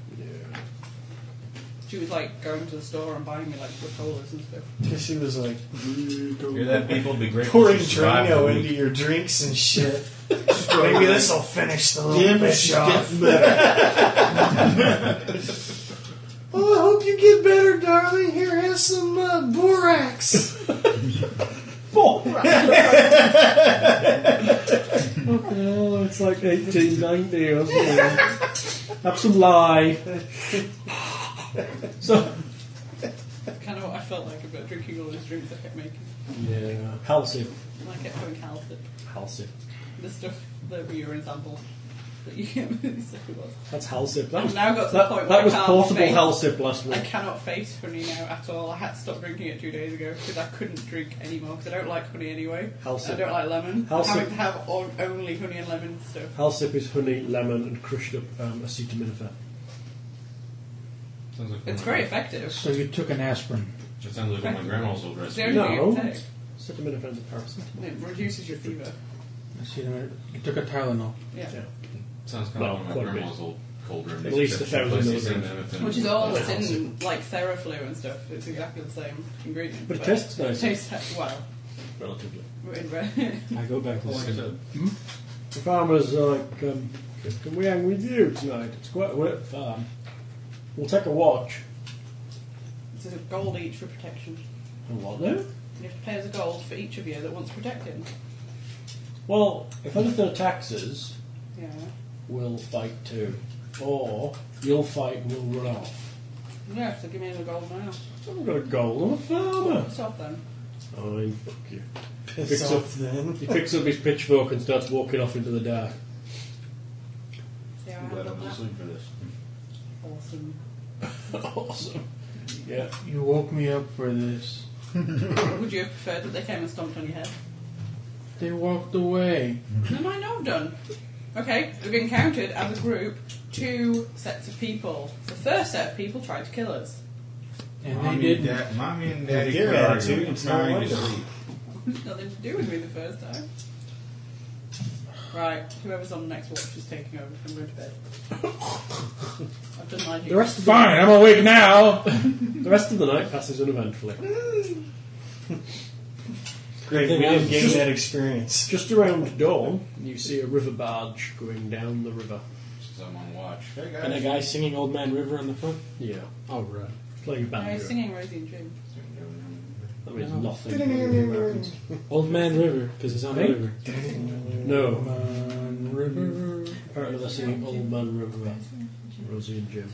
Speaker 4: She was like going to the store and buying me like Coca-Colas and stuff.
Speaker 6: Because she was like
Speaker 8: Hear that, people? It'd be great.
Speaker 6: pouring
Speaker 8: if you survived the
Speaker 6: Drano
Speaker 8: week.
Speaker 6: into your drinks and shit. Maybe this will finish the little bitch off. Oh, I hope you get better, darling. Here, have some uh, borax.
Speaker 2: Oh, it's like 1890 or something. Have some lie. so,
Speaker 4: Kind of what I felt like about drinking all those drinks I kept making.
Speaker 2: yeah, halsey,
Speaker 4: And I kept going Halford.
Speaker 2: halsey.
Speaker 4: The stuff that we were in sample that you can't really say was.
Speaker 2: That's halsey. That
Speaker 4: I've
Speaker 2: was,
Speaker 4: now got to the
Speaker 2: that,
Speaker 4: point where
Speaker 2: that was
Speaker 4: I can't
Speaker 2: portable
Speaker 4: face,
Speaker 2: halsey last
Speaker 4: I
Speaker 2: week.
Speaker 4: cannot face honey now at all. I had to stop drinking it two days ago because I couldn't drink anymore because I don't like honey anyway.
Speaker 2: Halsey.
Speaker 4: I don't like lemon.
Speaker 2: Halsey.
Speaker 4: I'm having to have on, only honey and lemon stuff.
Speaker 2: Halsey is honey, lemon, and crushed up um, acetaminophen.
Speaker 8: Sounds like
Speaker 4: It's
Speaker 8: one of
Speaker 4: very
Speaker 8: my-
Speaker 4: effective.
Speaker 9: So you took an aspirin.
Speaker 8: That sounds like one of my grandma's old
Speaker 4: It's the
Speaker 8: recipe.
Speaker 4: only
Speaker 2: No.
Speaker 4: thing you can take.
Speaker 2: Acetaminophen is a parasite.
Speaker 4: It reduces your fever.
Speaker 7: I see them. You took a Tylenol.
Speaker 4: Yeah.
Speaker 2: Yeah.
Speaker 8: Sounds kind
Speaker 2: Well,
Speaker 8: of like
Speaker 2: quite
Speaker 8: one
Speaker 2: a
Speaker 8: of my
Speaker 2: bit.
Speaker 8: grandma's old cold remedies.
Speaker 2: At least
Speaker 8: except
Speaker 2: a thousand
Speaker 8: she places them
Speaker 2: milligrams.
Speaker 8: in it
Speaker 4: Which is all
Speaker 8: and-
Speaker 4: that's in like Theraflu and stuff. It's exactly the same ingredient.
Speaker 2: But it tastes
Speaker 4: it
Speaker 2: nice,
Speaker 4: tastes he- well.
Speaker 2: relatively.
Speaker 4: In red.
Speaker 7: I go back to
Speaker 8: Well, like I
Speaker 7: sleep.
Speaker 8: said,
Speaker 2: The farmer's are like, um, can we hang with you tonight? It's quite a wet farm. We'll take a watch.
Speaker 4: it's a gold each for protection.
Speaker 2: And what now?
Speaker 4: You have to pay us a gold for each of you that wants protecting.
Speaker 2: Well, if anything attacks us,
Speaker 4: Yeah.
Speaker 2: we'll fight too. Or you'll fight and we'll run off.
Speaker 4: Yeah, so give me the gold now.
Speaker 2: I'm got a gold on a farmer.
Speaker 4: Stop then.
Speaker 2: I fuck you.
Speaker 6: Piss
Speaker 2: Fix
Speaker 6: off then.
Speaker 2: He picks up his pitchfork and starts walking off into the dark.
Speaker 4: Yeah,
Speaker 8: I'm glad I'm asleep for this.
Speaker 4: Awesome.
Speaker 2: awesome. Yeah.
Speaker 9: You woke me up for this.
Speaker 4: Would you have preferred that they came and stomped on your head?
Speaker 9: They walked away.
Speaker 4: They might not have done. Okay, we've encountered as a group two sets of people. The first set of people tried to kill us.
Speaker 9: And
Speaker 8: Mommy
Speaker 9: they didn't.
Speaker 8: and Dad, mommy and daddy
Speaker 6: Their
Speaker 8: could argue.
Speaker 6: attitude,
Speaker 8: I'm
Speaker 6: it's not
Speaker 8: trying to
Speaker 6: wonderful.
Speaker 8: sleep.
Speaker 4: Nothing to do with me the first time. Right, whoever's on the next watch is taking over. I'm going to bed. I've done my duty.
Speaker 2: The rest of the,
Speaker 9: Fine, I'm awake now.
Speaker 2: the rest of the night passes uneventfully.
Speaker 6: Great, we
Speaker 2: Thing is,
Speaker 6: didn't gain
Speaker 2: just-
Speaker 6: that experience.
Speaker 2: Just around dawn, you see a river barge going down the river.
Speaker 8: Since I'm on watch. Hey
Speaker 7: And a
Speaker 8: guys.
Speaker 7: guy singing Old Man River on the front.
Speaker 2: Yeah.
Speaker 7: Oh, right.
Speaker 2: Playing
Speaker 4: No, he's
Speaker 2: banjo.
Speaker 4: singing Rosie and Jim.
Speaker 2: That means
Speaker 7: No.
Speaker 2: nothing. to the Americans.
Speaker 7: Old Man River, because it's on the
Speaker 2: Hey.
Speaker 7: river.
Speaker 2: No.
Speaker 9: Man, river.
Speaker 2: Apparently they're singing Old Man River. uh, Rosie and Jim.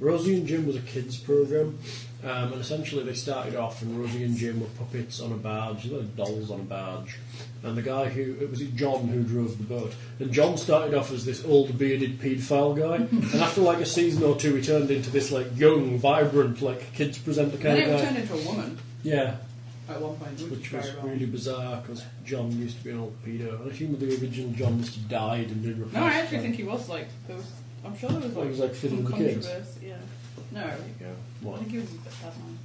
Speaker 2: Rosie and Jim was a kids' program, um, and essentially they started off, and Rosie and Jim were puppets on a barge, they were dolls on a barge. And the guy who it was John who drove the boat, and John started off as this old bearded paedophile guy, and after like a season or two, he turned into this like young, vibrant, like kids presenter kind
Speaker 4: Then it
Speaker 2: of
Speaker 4: was
Speaker 2: guy.
Speaker 4: turned into a woman
Speaker 2: Yeah,
Speaker 4: at one point, which,
Speaker 2: which
Speaker 4: was
Speaker 2: was
Speaker 4: very wrong.
Speaker 2: really bizarre because John used to be an old pedo, and I assume the original John must have died and been replaced.
Speaker 4: No, I actually
Speaker 2: by-
Speaker 4: think he was like. There was, I'm sure there was
Speaker 2: Oh,
Speaker 4: like,
Speaker 2: he was, like, fiddling
Speaker 4: some
Speaker 2: with the kids.
Speaker 4: controversy. Yeah. No,
Speaker 2: Yeah.
Speaker 4: I
Speaker 2: What?
Speaker 4: think he was a bit bad man.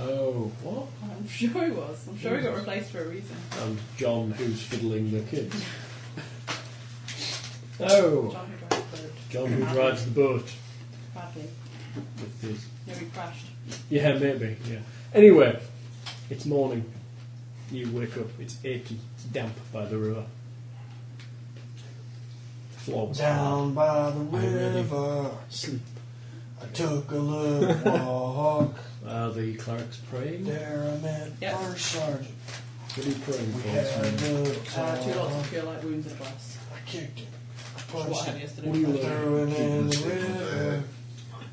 Speaker 2: Oh, what?
Speaker 4: I'm sure he was. I'm sure he got replaced for a reason.
Speaker 2: and John who's fiddling the kids. Oh,
Speaker 4: John who drives the boat
Speaker 2: John who drives the boat.
Speaker 4: badly.
Speaker 2: with his
Speaker 4: Yeah, we crashed.
Speaker 2: yeah, maybe. Yeah. Anyway, it's morning. You wake up. It's achy. It's damp by the river. The floor was hard.
Speaker 6: Down by the
Speaker 2: I really-
Speaker 6: river, sleep. I took a little walk.
Speaker 2: Are the clerics praying?
Speaker 6: There I met
Speaker 4: Yeah.
Speaker 6: First Sergeant.
Speaker 2: What are you praying
Speaker 6: We
Speaker 2: for?
Speaker 6: had
Speaker 2: this
Speaker 6: a
Speaker 2: morning?
Speaker 6: little
Speaker 4: Uh, two lots
Speaker 6: talk.
Speaker 4: of cure light wounds in a glass.
Speaker 6: I kicked it. I
Speaker 4: That's what I
Speaker 6: punched
Speaker 4: had
Speaker 6: it.
Speaker 4: yesterday.
Speaker 2: oh, What do you
Speaker 6: I
Speaker 2: look-
Speaker 6: threw it in the
Speaker 5: Keep it
Speaker 6: river.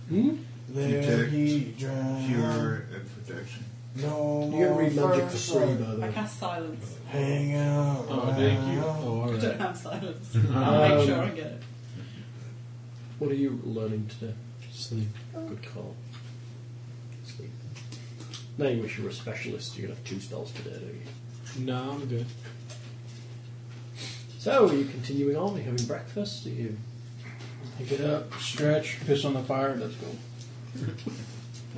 Speaker 2: Hmm?
Speaker 6: There
Speaker 5: Detect,
Speaker 6: he drowned.
Speaker 5: Cure and protection.
Speaker 6: No
Speaker 2: You can
Speaker 6: more
Speaker 2: read magic for
Speaker 6: First
Speaker 2: free, by
Speaker 6: Sergeant.
Speaker 2: the
Speaker 4: I
Speaker 2: way.
Speaker 4: cast silence.
Speaker 6: Hang out.
Speaker 5: Oh, thank you.
Speaker 6: around.
Speaker 2: Oh, all
Speaker 4: I don't
Speaker 2: right. Um,
Speaker 4: have silence. I'll make sure I get it.
Speaker 2: What are you learning today?
Speaker 7: Sleep.
Speaker 2: Good call. Sleep. Now you wish you were a specialist. You're gonna have two spells today, don't you?
Speaker 7: No, I'm good.
Speaker 2: So, are you continuing on? Are you having breakfast? Are you?
Speaker 9: I get up, stretch, piss on the fire. Let's go.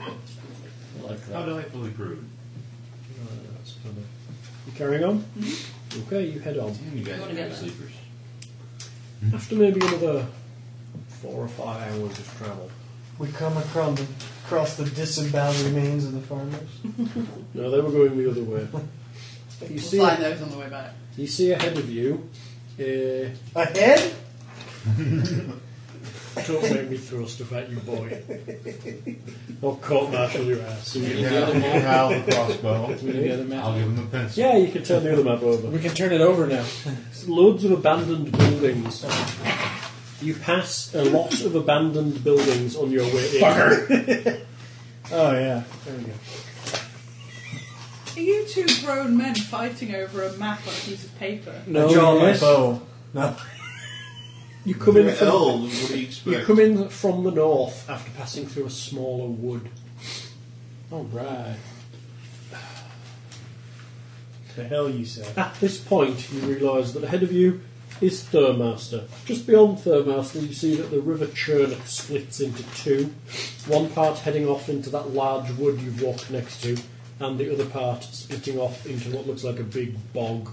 Speaker 2: I like that.
Speaker 8: How delightfully crude.
Speaker 2: Uh, that's funny. You carrying on? Okay, you head on.
Speaker 8: Damn, you guys
Speaker 4: You
Speaker 8: are
Speaker 4: wanna get
Speaker 8: good
Speaker 4: that?
Speaker 8: sleepers.
Speaker 2: After maybe another four or five hours of travel.
Speaker 6: We come across the, across the disemboweled remains of the farmers.
Speaker 2: No, they were going the other way. You
Speaker 4: We'll
Speaker 2: see,
Speaker 4: sign those on the way back.
Speaker 2: you see ahead of you. Uh,
Speaker 6: A head?
Speaker 2: don't make me throw stuff at you, boy. Or court martial your ass.
Speaker 8: You can have the crossbow.
Speaker 7: We need the other map.
Speaker 8: I'll give him a pencil.
Speaker 2: Yeah, you can turn the other map over.
Speaker 7: We can turn it over now.
Speaker 2: loads of abandoned buildings. You pass a lot of abandoned buildings on your way in.
Speaker 6: Oh, yeah. There we go.
Speaker 4: Are you two grown men fighting over a map on a piece of paper?
Speaker 7: No,
Speaker 6: I draw my
Speaker 7: yes.
Speaker 6: bow. No.
Speaker 2: You come in
Speaker 5: We're
Speaker 2: from
Speaker 5: elves, what do you
Speaker 2: You
Speaker 5: expect?
Speaker 2: come in from the north after passing through a smaller wood.
Speaker 7: All right.
Speaker 6: The hell you say?
Speaker 2: At this point, you realise that ahead of you is Thurmaster. Just beyond Thurmaster, you see that the river Churn splits into two. One part heading off into that large wood you've walked next to, and the other part splitting off into what looks like a big bog.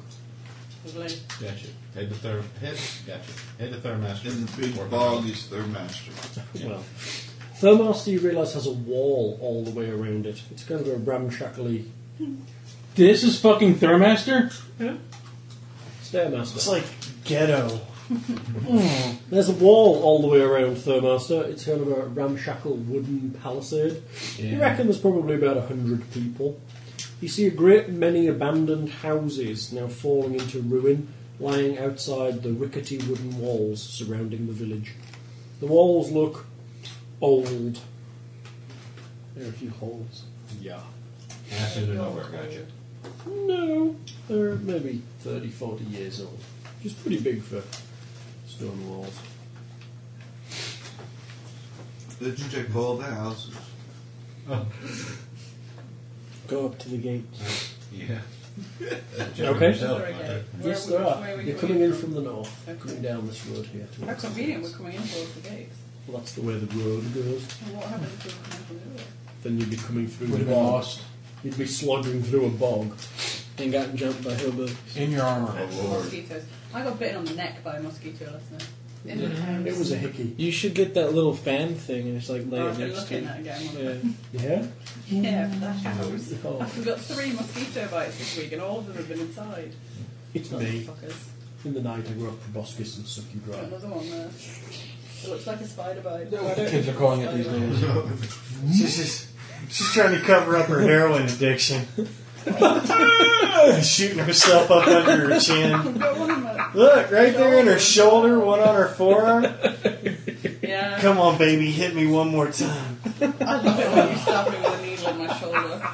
Speaker 4: Lovely.
Speaker 8: Gotcha. Head to third. Head. Gotcha. Head to third master.
Speaker 5: And the
Speaker 8: Work
Speaker 5: big
Speaker 8: it
Speaker 5: bog
Speaker 8: out.
Speaker 5: is their master.
Speaker 2: Well, Thurmaster, you realise, has a wall all the way around it. It's kind of a ramshackly
Speaker 9: This is fucking Thermaster.
Speaker 2: stairmaster.
Speaker 6: It's like ghetto.
Speaker 2: There's a wall all the way around Thurmaster. It's kind of a ramshackle wooden palisade. You
Speaker 8: Yeah.
Speaker 2: reckon there's probably about a hundred people. You see a great many abandoned houses now falling into ruin, lying outside the rickety wooden walls surrounding the village. The walls look old. There are a few holes. Yeah.
Speaker 8: That's into nowhere. Gotcha.
Speaker 2: No, they're maybe 30, 40 years old, which is pretty big for stone walls.
Speaker 5: Did you check all the houses?
Speaker 7: Go up to the gate.
Speaker 8: Yeah.
Speaker 2: Okay.
Speaker 4: Is there a
Speaker 8: aren't
Speaker 4: gate?
Speaker 8: there?
Speaker 4: Where
Speaker 2: Yes,
Speaker 4: are we-
Speaker 2: there
Speaker 4: where
Speaker 2: are.
Speaker 4: are we
Speaker 2: You're
Speaker 4: going
Speaker 2: coming in
Speaker 4: from?
Speaker 2: from the north,
Speaker 4: Okay.
Speaker 2: coming down this road here.
Speaker 4: How
Speaker 2: towards the
Speaker 4: convenient, we're
Speaker 2: gates.
Speaker 4: coming in towards the gates.
Speaker 2: Well, that's the way the road goes.
Speaker 4: And what happens if we come in from the other way?
Speaker 2: Then you'd be coming through
Speaker 7: Would
Speaker 2: the
Speaker 7: have been
Speaker 2: bog.
Speaker 7: lost
Speaker 2: You'd be slogging through a bog.
Speaker 7: and gotten jumped by hillbillies.
Speaker 9: In your armor.
Speaker 5: Oh, Lord.
Speaker 4: Mosquitoes. I got bitten on the neck by a mosquito last night. In the house.
Speaker 2: It was a hickey.
Speaker 7: You should get that little fan thing and just like lay
Speaker 4: Oh,
Speaker 7: it
Speaker 4: I've been
Speaker 7: next to
Speaker 4: looking
Speaker 7: you.
Speaker 4: at it again. wasn't
Speaker 7: Yeah.
Speaker 4: I?
Speaker 2: Yeah?
Speaker 4: Yeah, but that happens.
Speaker 2: Oh.
Speaker 4: I've got three mosquito bites this week, and all of them have been inside.
Speaker 2: It's me.
Speaker 4: Fuckers.
Speaker 2: In the night, I grew up proboscis and suck you
Speaker 4: Got
Speaker 2: dry.
Speaker 4: Another one there. It looks like a spider bite.
Speaker 9: That's what the kids are calling it these days.
Speaker 6: She's just she's trying to cover up her heroin addiction. Shooting herself up under her chin.
Speaker 4: I've got one in my-
Speaker 6: Look, right there in her shoulder, one on her forearm.
Speaker 4: Yeah,
Speaker 6: Come on, baby, hit me one more time.
Speaker 4: I love it when you stab me with a needle in my shoulder.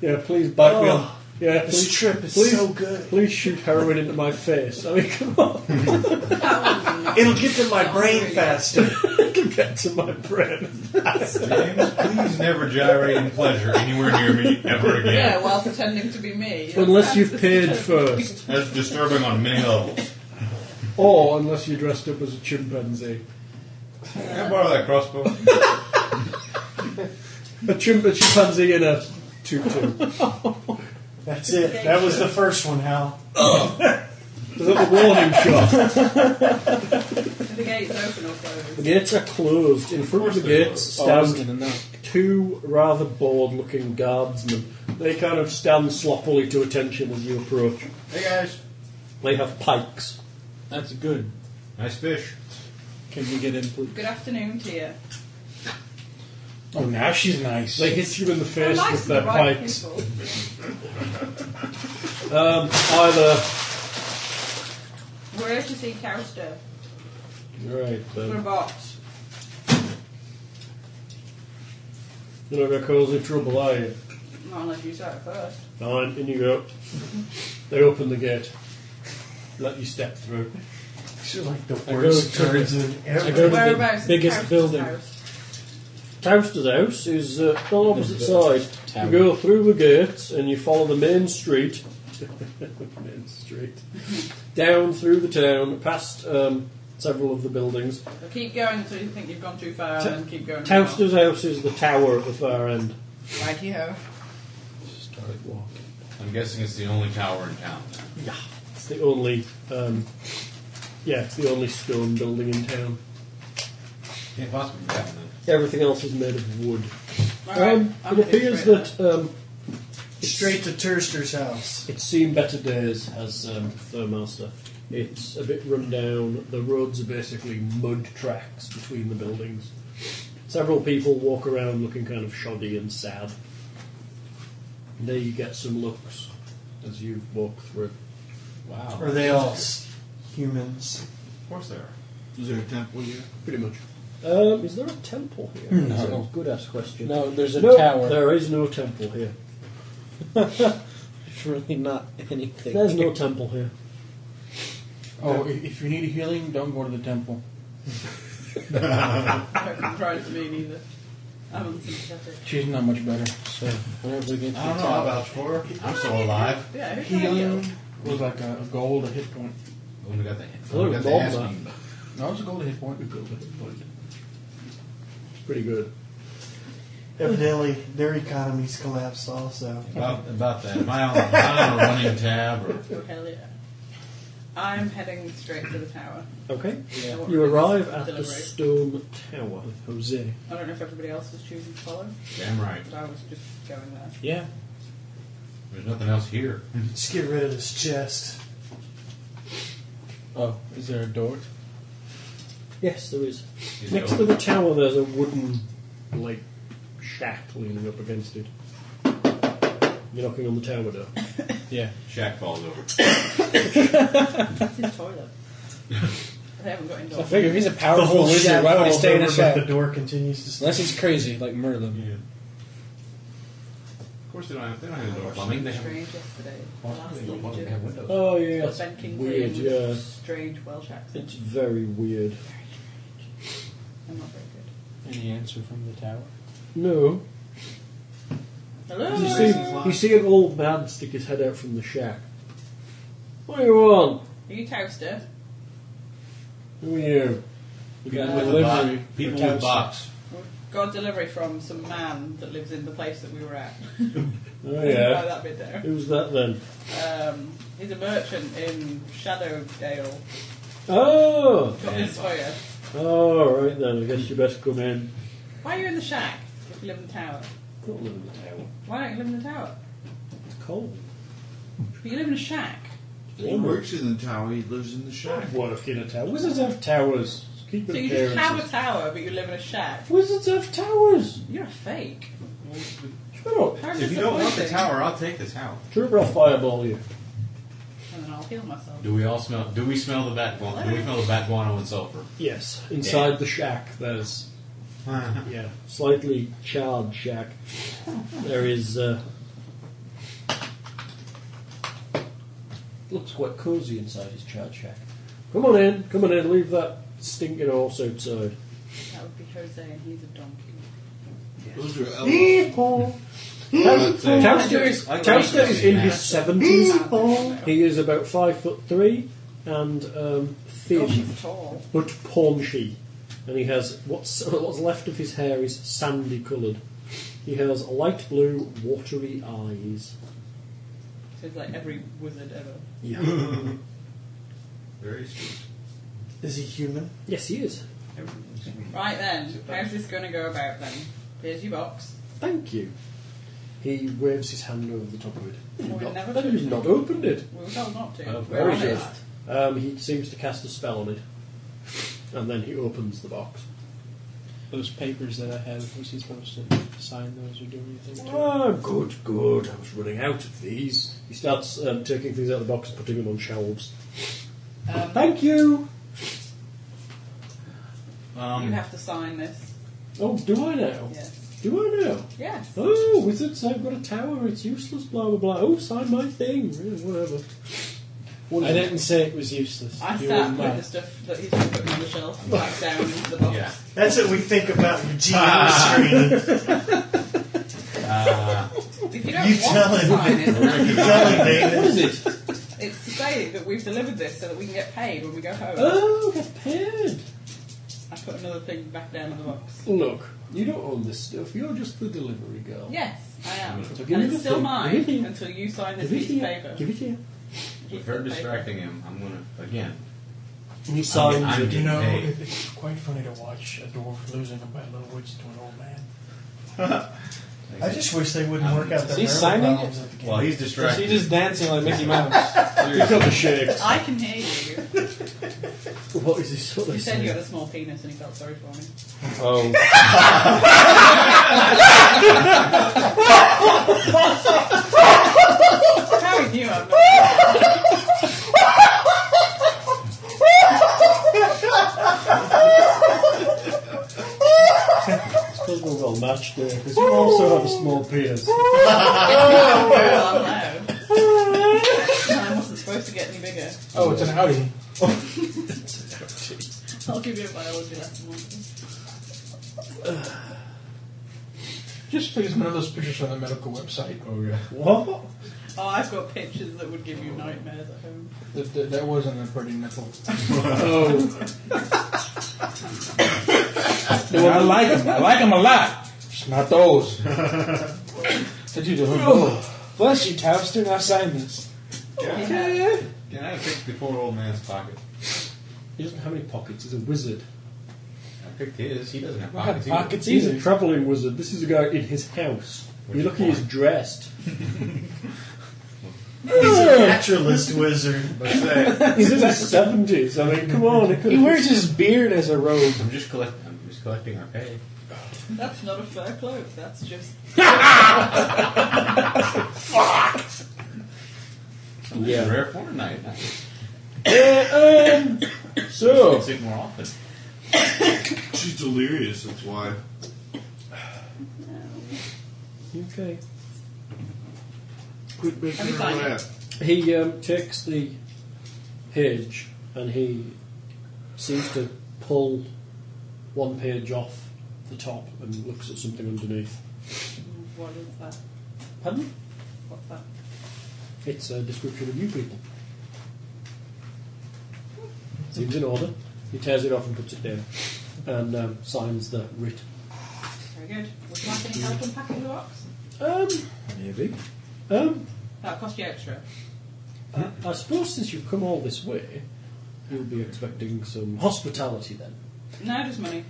Speaker 2: Yeah, please bite me
Speaker 6: Oh.
Speaker 2: up. Yeah,
Speaker 6: This
Speaker 2: please,
Speaker 6: trip is
Speaker 2: please.
Speaker 6: so good.
Speaker 2: please shoot heroin into my face. I mean, come on,
Speaker 4: That one's nice.
Speaker 6: It'll get to my brain faster.
Speaker 2: get to my brain.
Speaker 8: James, please never gyrate in pleasure anywhere near me ever again.
Speaker 4: Yeah, while pretending to be me.
Speaker 2: Unless you've paid first,
Speaker 8: That's disturbing on many levels.
Speaker 2: or unless you dressed up as a chimpanzee.
Speaker 8: Can I borrow that crossbow?
Speaker 2: A, chim- a chimpanzee in a tutu.
Speaker 6: That's it. That was the first one, Hal.
Speaker 2: Is that the warning shot?
Speaker 4: The gate's open
Speaker 2: The
Speaker 4: or closed?
Speaker 2: gates are closed. In front of the gates stand
Speaker 7: gonna knock.
Speaker 2: two rather bored-looking guardsmen. They kind of stand sloppily to attention as you approach.
Speaker 5: Hey guys,
Speaker 2: They have pikes.
Speaker 7: That's good.
Speaker 5: nice fish.
Speaker 7: Can we get in, please?
Speaker 4: Good afternoon to you.
Speaker 3: Oh, now she's nice.
Speaker 2: They hit you in the
Speaker 4: Well,
Speaker 2: face
Speaker 4: nice
Speaker 2: with
Speaker 4: to
Speaker 2: their
Speaker 4: the right
Speaker 2: pikes.
Speaker 4: people.
Speaker 2: Um, either
Speaker 4: We're here to see Cowster
Speaker 2: right
Speaker 4: for
Speaker 2: then.
Speaker 4: a box.
Speaker 2: You're not gonna cause any trouble, are you?
Speaker 4: Not unless you start first.
Speaker 2: Fine, in you go. They open the gate. Let you step through.
Speaker 6: She's like the
Speaker 7: I go
Speaker 6: worst
Speaker 7: to-
Speaker 6: person
Speaker 7: I
Speaker 6: ever.
Speaker 7: go to
Speaker 4: Whereabouts?
Speaker 7: the
Speaker 4: is
Speaker 7: biggest
Speaker 4: Cowster's
Speaker 7: building.
Speaker 4: house?
Speaker 2: Toaster's house is uh, on the opposite side.
Speaker 7: Tower.
Speaker 2: You go through the gates and you follow the main street. main street. Down through the town, past um, several of the buildings.
Speaker 4: So keep going until you think you've gone too far,
Speaker 2: Ta-
Speaker 4: and then keep going.
Speaker 2: Toaster's house is the tower at the far end.
Speaker 4: Right here.
Speaker 2: Started walking.
Speaker 8: I'm guessing it's the only tower in town.
Speaker 2: Yeah, it's the only. Um, yeah, it's the only stone building in town.
Speaker 8: Can't possibly be that one.
Speaker 2: Everything else is made of wood.
Speaker 4: All right,
Speaker 2: um,
Speaker 4: I'm
Speaker 2: it appears
Speaker 4: heading
Speaker 2: that
Speaker 4: straight
Speaker 2: um,
Speaker 6: Straight to Turster's house.
Speaker 2: It's seen better days as um, Thurmaster. It's a bit run down. The roads are basically mud tracks between the buildings. Several people walk around looking kind of shoddy and sad. And there you get some looks as you walk through.
Speaker 8: Wow.
Speaker 6: Are they all s- humans?
Speaker 8: Of course they are.
Speaker 5: Is there a temple here?
Speaker 2: Pretty much. Um, is there a temple here?
Speaker 7: No.
Speaker 2: That's a good ass question.
Speaker 7: No, there's a
Speaker 2: No,
Speaker 7: tower.
Speaker 2: There is no temple here.
Speaker 7: There's really not anything.
Speaker 2: There's no temple here.
Speaker 3: Oh, i- if you need a healing, don't go to the temple.
Speaker 4: Don't compare it to me neither. Um, I'm unsympathetic.
Speaker 3: She's not much better.
Speaker 7: So whenever we get to the
Speaker 8: I don't know
Speaker 7: tower,
Speaker 8: about for. I'm still alive.
Speaker 4: Yeah, who can I
Speaker 3: Healing
Speaker 4: heal?
Speaker 3: was like a, a gold, a hit point.
Speaker 8: I only got the, I
Speaker 2: Look,
Speaker 8: only got the
Speaker 2: Bob,
Speaker 8: ass
Speaker 2: man.
Speaker 8: beat.
Speaker 3: No, it's a gold hit point.
Speaker 2: It's pretty good.
Speaker 6: Evidently, their economy's collapsed also.
Speaker 8: About, about that. Am I on, am I on a running tab? Or,
Speaker 2: um,
Speaker 4: Oh, hell yeah. I'm heading straight to the tower.
Speaker 2: Okay.
Speaker 4: I won't
Speaker 2: You
Speaker 4: really
Speaker 2: arrive at the
Speaker 4: deliberate.
Speaker 2: stone tower. Jose.
Speaker 4: I don't know if everybody else was choosing to follow,
Speaker 8: damn right.
Speaker 4: but I was just going there.
Speaker 7: Yeah.
Speaker 8: There's nothing else here.
Speaker 6: Let's get rid of this chest.
Speaker 7: Oh, is there a door?
Speaker 2: Yes, there is.
Speaker 8: Is it
Speaker 2: Next to
Speaker 8: open?
Speaker 2: the tower, there's a wooden, like, shack leaning up against it. You're knocking on the tower door.
Speaker 7: Yeah.
Speaker 8: Shack falls over.
Speaker 4: It's his toilet. they haven't got
Speaker 7: I
Speaker 4: indoors.
Speaker 7: figure he's a powerful wizard.
Speaker 6: shack
Speaker 7: Why would he
Speaker 6: falls
Speaker 7: stay in a
Speaker 6: over,
Speaker 7: shack?
Speaker 6: but The door continues to stay.
Speaker 7: Unless he's crazy, like Merlin.
Speaker 8: Of course they don't have, they don't have
Speaker 4: I
Speaker 8: door
Speaker 4: watched
Speaker 8: plumbing.
Speaker 4: something
Speaker 8: They have,
Speaker 4: strange yesterday. The
Speaker 8: well,
Speaker 4: Last
Speaker 8: they don't want them to have
Speaker 4: Legion.
Speaker 8: windows.
Speaker 2: Oh, yeah.
Speaker 4: Got
Speaker 2: It's
Speaker 4: Ben Kingsley
Speaker 2: weird,
Speaker 4: and
Speaker 2: yeah.
Speaker 4: Strange Welsh accent.
Speaker 2: It's very weird.
Speaker 4: I'm not very good.
Speaker 7: Any answer from the tower?
Speaker 2: No.
Speaker 8: Oh,
Speaker 4: Hello?
Speaker 2: You see, you see an old man stick his head out from the shack. What do you want?
Speaker 4: Are you toaster?
Speaker 2: Who are you?
Speaker 7: We got
Speaker 8: People with a
Speaker 7: delivery.
Speaker 8: box- People
Speaker 7: for
Speaker 8: with box.
Speaker 4: Got delivery from some man that lives in the place that we were at.
Speaker 2: Oh,
Speaker 4: Like
Speaker 2: yeah.
Speaker 4: that bit there.
Speaker 2: Who's that then?
Speaker 4: Um, he's a merchant in Shadowdale.
Speaker 2: Oh!
Speaker 4: Got his Sawyer.
Speaker 2: Oh, right then. I guess you best come in.
Speaker 4: Why are you in the shack if you live in the tower?
Speaker 2: Can't live in the tower.
Speaker 4: Why don't you live in the tower?
Speaker 2: It's cold.
Speaker 4: But you live in a shack.
Speaker 5: He works in the tower, he lives in the shack.
Speaker 2: Work in a tower. Wizards have towers. Keep
Speaker 4: So you just have a tower, but you live in a shack.
Speaker 2: Wizards have towers.
Speaker 4: You're a fake.
Speaker 2: Shut up.
Speaker 4: How
Speaker 8: If you don't want the
Speaker 4: disappointing.
Speaker 8: tower, I'll take the tower.
Speaker 2: Trooper, I'll fireball you.
Speaker 4: And then I'll heal myself.
Speaker 8: Do we all smell? Do we smell the bat guano? Do we smell the bat guano and sulfur?
Speaker 2: Yes. Inside the shack, there's yeah, slightly charred shack. There is. Uh, looks quite cosy inside his charred shack. Come on in. Come on in. Leave that stinking horse outside.
Speaker 4: That would be Jose, and he's a donkey.
Speaker 5: Those are elves.
Speaker 2: People.
Speaker 5: People.
Speaker 2: Toaster is,
Speaker 8: I like
Speaker 2: Toaster
Speaker 8: this
Speaker 2: is in
Speaker 8: man.
Speaker 2: his seventies.
Speaker 4: People.
Speaker 2: He is about five foot three and um,
Speaker 4: Gosh,
Speaker 2: thin.
Speaker 4: he's Oh, tall.
Speaker 2: but paunchy, and he has what's what's left of his hair is sandy coloured. He has light blue, watery eyes.
Speaker 4: So he's like every wizard ever.
Speaker 2: Yeah.
Speaker 8: Very sweet.
Speaker 10: Is he human?
Speaker 2: Yes, he is.
Speaker 4: Right then, how's this going to go about then? Here's your box.
Speaker 2: Thank you. He waves his hand over the top of it.
Speaker 4: Well,
Speaker 2: You've
Speaker 4: we
Speaker 2: not-
Speaker 4: never
Speaker 2: You've not
Speaker 4: touched
Speaker 2: opened it.
Speaker 4: We were told not to.
Speaker 2: Oh,
Speaker 4: We're
Speaker 2: very
Speaker 4: on it.
Speaker 2: good. Um, he seems to cast a spell on it, and then he opens the box.
Speaker 3: Those papers that I have, was he supposed to sign those or do anything? To?
Speaker 2: Ah, good, good. I was running out of these. He starts um, taking things out of the box and putting them on shelves.
Speaker 4: Um,
Speaker 2: Thank you.
Speaker 4: You
Speaker 5: Um,
Speaker 4: have to sign this.
Speaker 2: Oh, do I now?
Speaker 4: Yes.
Speaker 2: Do I now?
Speaker 4: Yes.
Speaker 2: Oh, wizards, I've got a tower. It's useless. Blah blah blah. Oh, sign my thing. Yeah, whatever.
Speaker 3: I didn't say it was useless.
Speaker 4: I
Speaker 3: You
Speaker 4: sat
Speaker 3: wouldn't
Speaker 4: with
Speaker 3: mind.
Speaker 4: the stuff that he's been putting on the shelf back down into the box.
Speaker 8: Yeah.
Speaker 6: That's what we think about your GM screening.
Speaker 8: Uh,
Speaker 4: If you don't
Speaker 6: You
Speaker 4: want
Speaker 6: tell
Speaker 4: to
Speaker 6: him.
Speaker 4: sign it, then
Speaker 6: You tell him, David.
Speaker 2: Is it?
Speaker 4: it's to say that we've delivered this so that we can get paid when we go home.
Speaker 2: Oh, get paid.
Speaker 4: I put another thing back down in the box.
Speaker 2: Look, you don't own this stuff. You're just the delivery girl.
Speaker 4: Yes, I am.
Speaker 2: So give
Speaker 4: and
Speaker 2: me the
Speaker 4: it's still
Speaker 2: thing.
Speaker 4: mine
Speaker 2: Give it here.
Speaker 4: until you sign this
Speaker 2: Give it
Speaker 4: piece of
Speaker 2: here.
Speaker 4: paper.
Speaker 2: Give it here.
Speaker 8: If they're distracting him, I'm gonna again.
Speaker 3: And he
Speaker 8: signs I'm it.
Speaker 3: You
Speaker 8: getting
Speaker 3: know,
Speaker 8: paid.
Speaker 3: it- it's quite funny to watch a dwarf losing a battle of wits to an old man.
Speaker 6: I just wish they wouldn't work out
Speaker 3: Is
Speaker 6: the
Speaker 3: he
Speaker 6: verbal
Speaker 3: signing
Speaker 6: problems at the game.
Speaker 8: Well, he's
Speaker 3: Is he
Speaker 8: distracted.
Speaker 3: just dancing like Mickey Mouse?
Speaker 8: Seriously.
Speaker 4: I can hear you.
Speaker 2: What is this? What
Speaker 4: You
Speaker 2: they
Speaker 4: said you
Speaker 2: say?
Speaker 4: had a small penis and he felt sorry for me.
Speaker 2: Oh.
Speaker 4: How are you? I'm not-
Speaker 2: Because we're well matched there, because you also have a small penis.
Speaker 4: well, I'm low. I wasn't supposed to get any bigger.
Speaker 3: oh, it's an Audi.
Speaker 4: I'll give you a biology lesson. once.
Speaker 3: Just please one of those pictures from the medical website.
Speaker 8: Oh, yeah.
Speaker 2: What?
Speaker 4: Oh, I've got pictures that would give you nightmares at home.
Speaker 3: That, that, that wasn't a pretty nipple.
Speaker 2: Oh.
Speaker 3: I like them. I like them a lot. Just not those. Did you do? Oh, bless you, Towster. Now sign this.
Speaker 8: Can I pick the poor old man's pocket?
Speaker 2: He doesn't have any pockets, he's a wizard.
Speaker 8: I picked his. He doesn't have
Speaker 3: I have
Speaker 8: pockets. either.
Speaker 3: pockets
Speaker 2: He's
Speaker 3: either.
Speaker 2: a travelling wizard. This is a guy in his house.
Speaker 8: Which
Speaker 2: you
Speaker 8: is
Speaker 2: look, he's
Speaker 8: fine.
Speaker 2: dressed. Ah,
Speaker 6: He's a naturalist wizard.
Speaker 8: But say,
Speaker 2: He's in his 70s. I mean, come on.
Speaker 3: He wears his beard as a robe.
Speaker 8: I'm just collect. I'm just collecting our pay.
Speaker 4: That's not a fur cloak, that's just.
Speaker 8: Yeah. Rare Fortnite. Nice.
Speaker 2: So,
Speaker 8: It's it more often.
Speaker 5: she's delirious, that's why.
Speaker 2: okay.
Speaker 5: Quit making
Speaker 4: Have you
Speaker 5: her
Speaker 4: signed it?
Speaker 5: laugh.
Speaker 2: He um, takes the page and he seems to pull one page off the top and looks at something underneath.
Speaker 4: What is that?
Speaker 2: Pardon?
Speaker 4: What's that?
Speaker 2: It's a description of you people. Seems in order. He tears it off and puts it down and um, signs the writ.
Speaker 4: Very good. Would you like any help unpacking the box?
Speaker 2: Um, maybe. Um,
Speaker 4: That'll cost you extra.
Speaker 2: I, I suppose since you've come all this way, you'll be expecting some hospitality then.
Speaker 4: No, just money.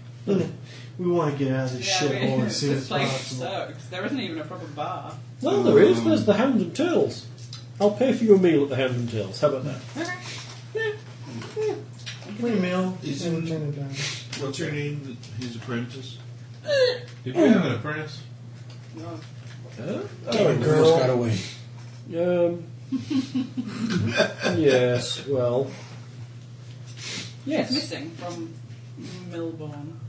Speaker 6: We want to get out of this shit
Speaker 4: we-
Speaker 6: hole as soon
Speaker 4: this
Speaker 6: as
Speaker 4: place
Speaker 6: possible.
Speaker 4: sucks. There isn't even a proper bar.
Speaker 2: Well, there is. There's the Hound and Tails. I'll pay for your meal at the Hound and Tails. How about that?
Speaker 4: Okay.
Speaker 6: Wait a minute.
Speaker 5: Is it- What's her name? His apprentice?
Speaker 8: Did we have an apprentice?
Speaker 4: No.
Speaker 3: Oh, girl. Got away.
Speaker 2: Um, yes, well.
Speaker 4: It's
Speaker 2: Yes.
Speaker 4: missing from Melbourne.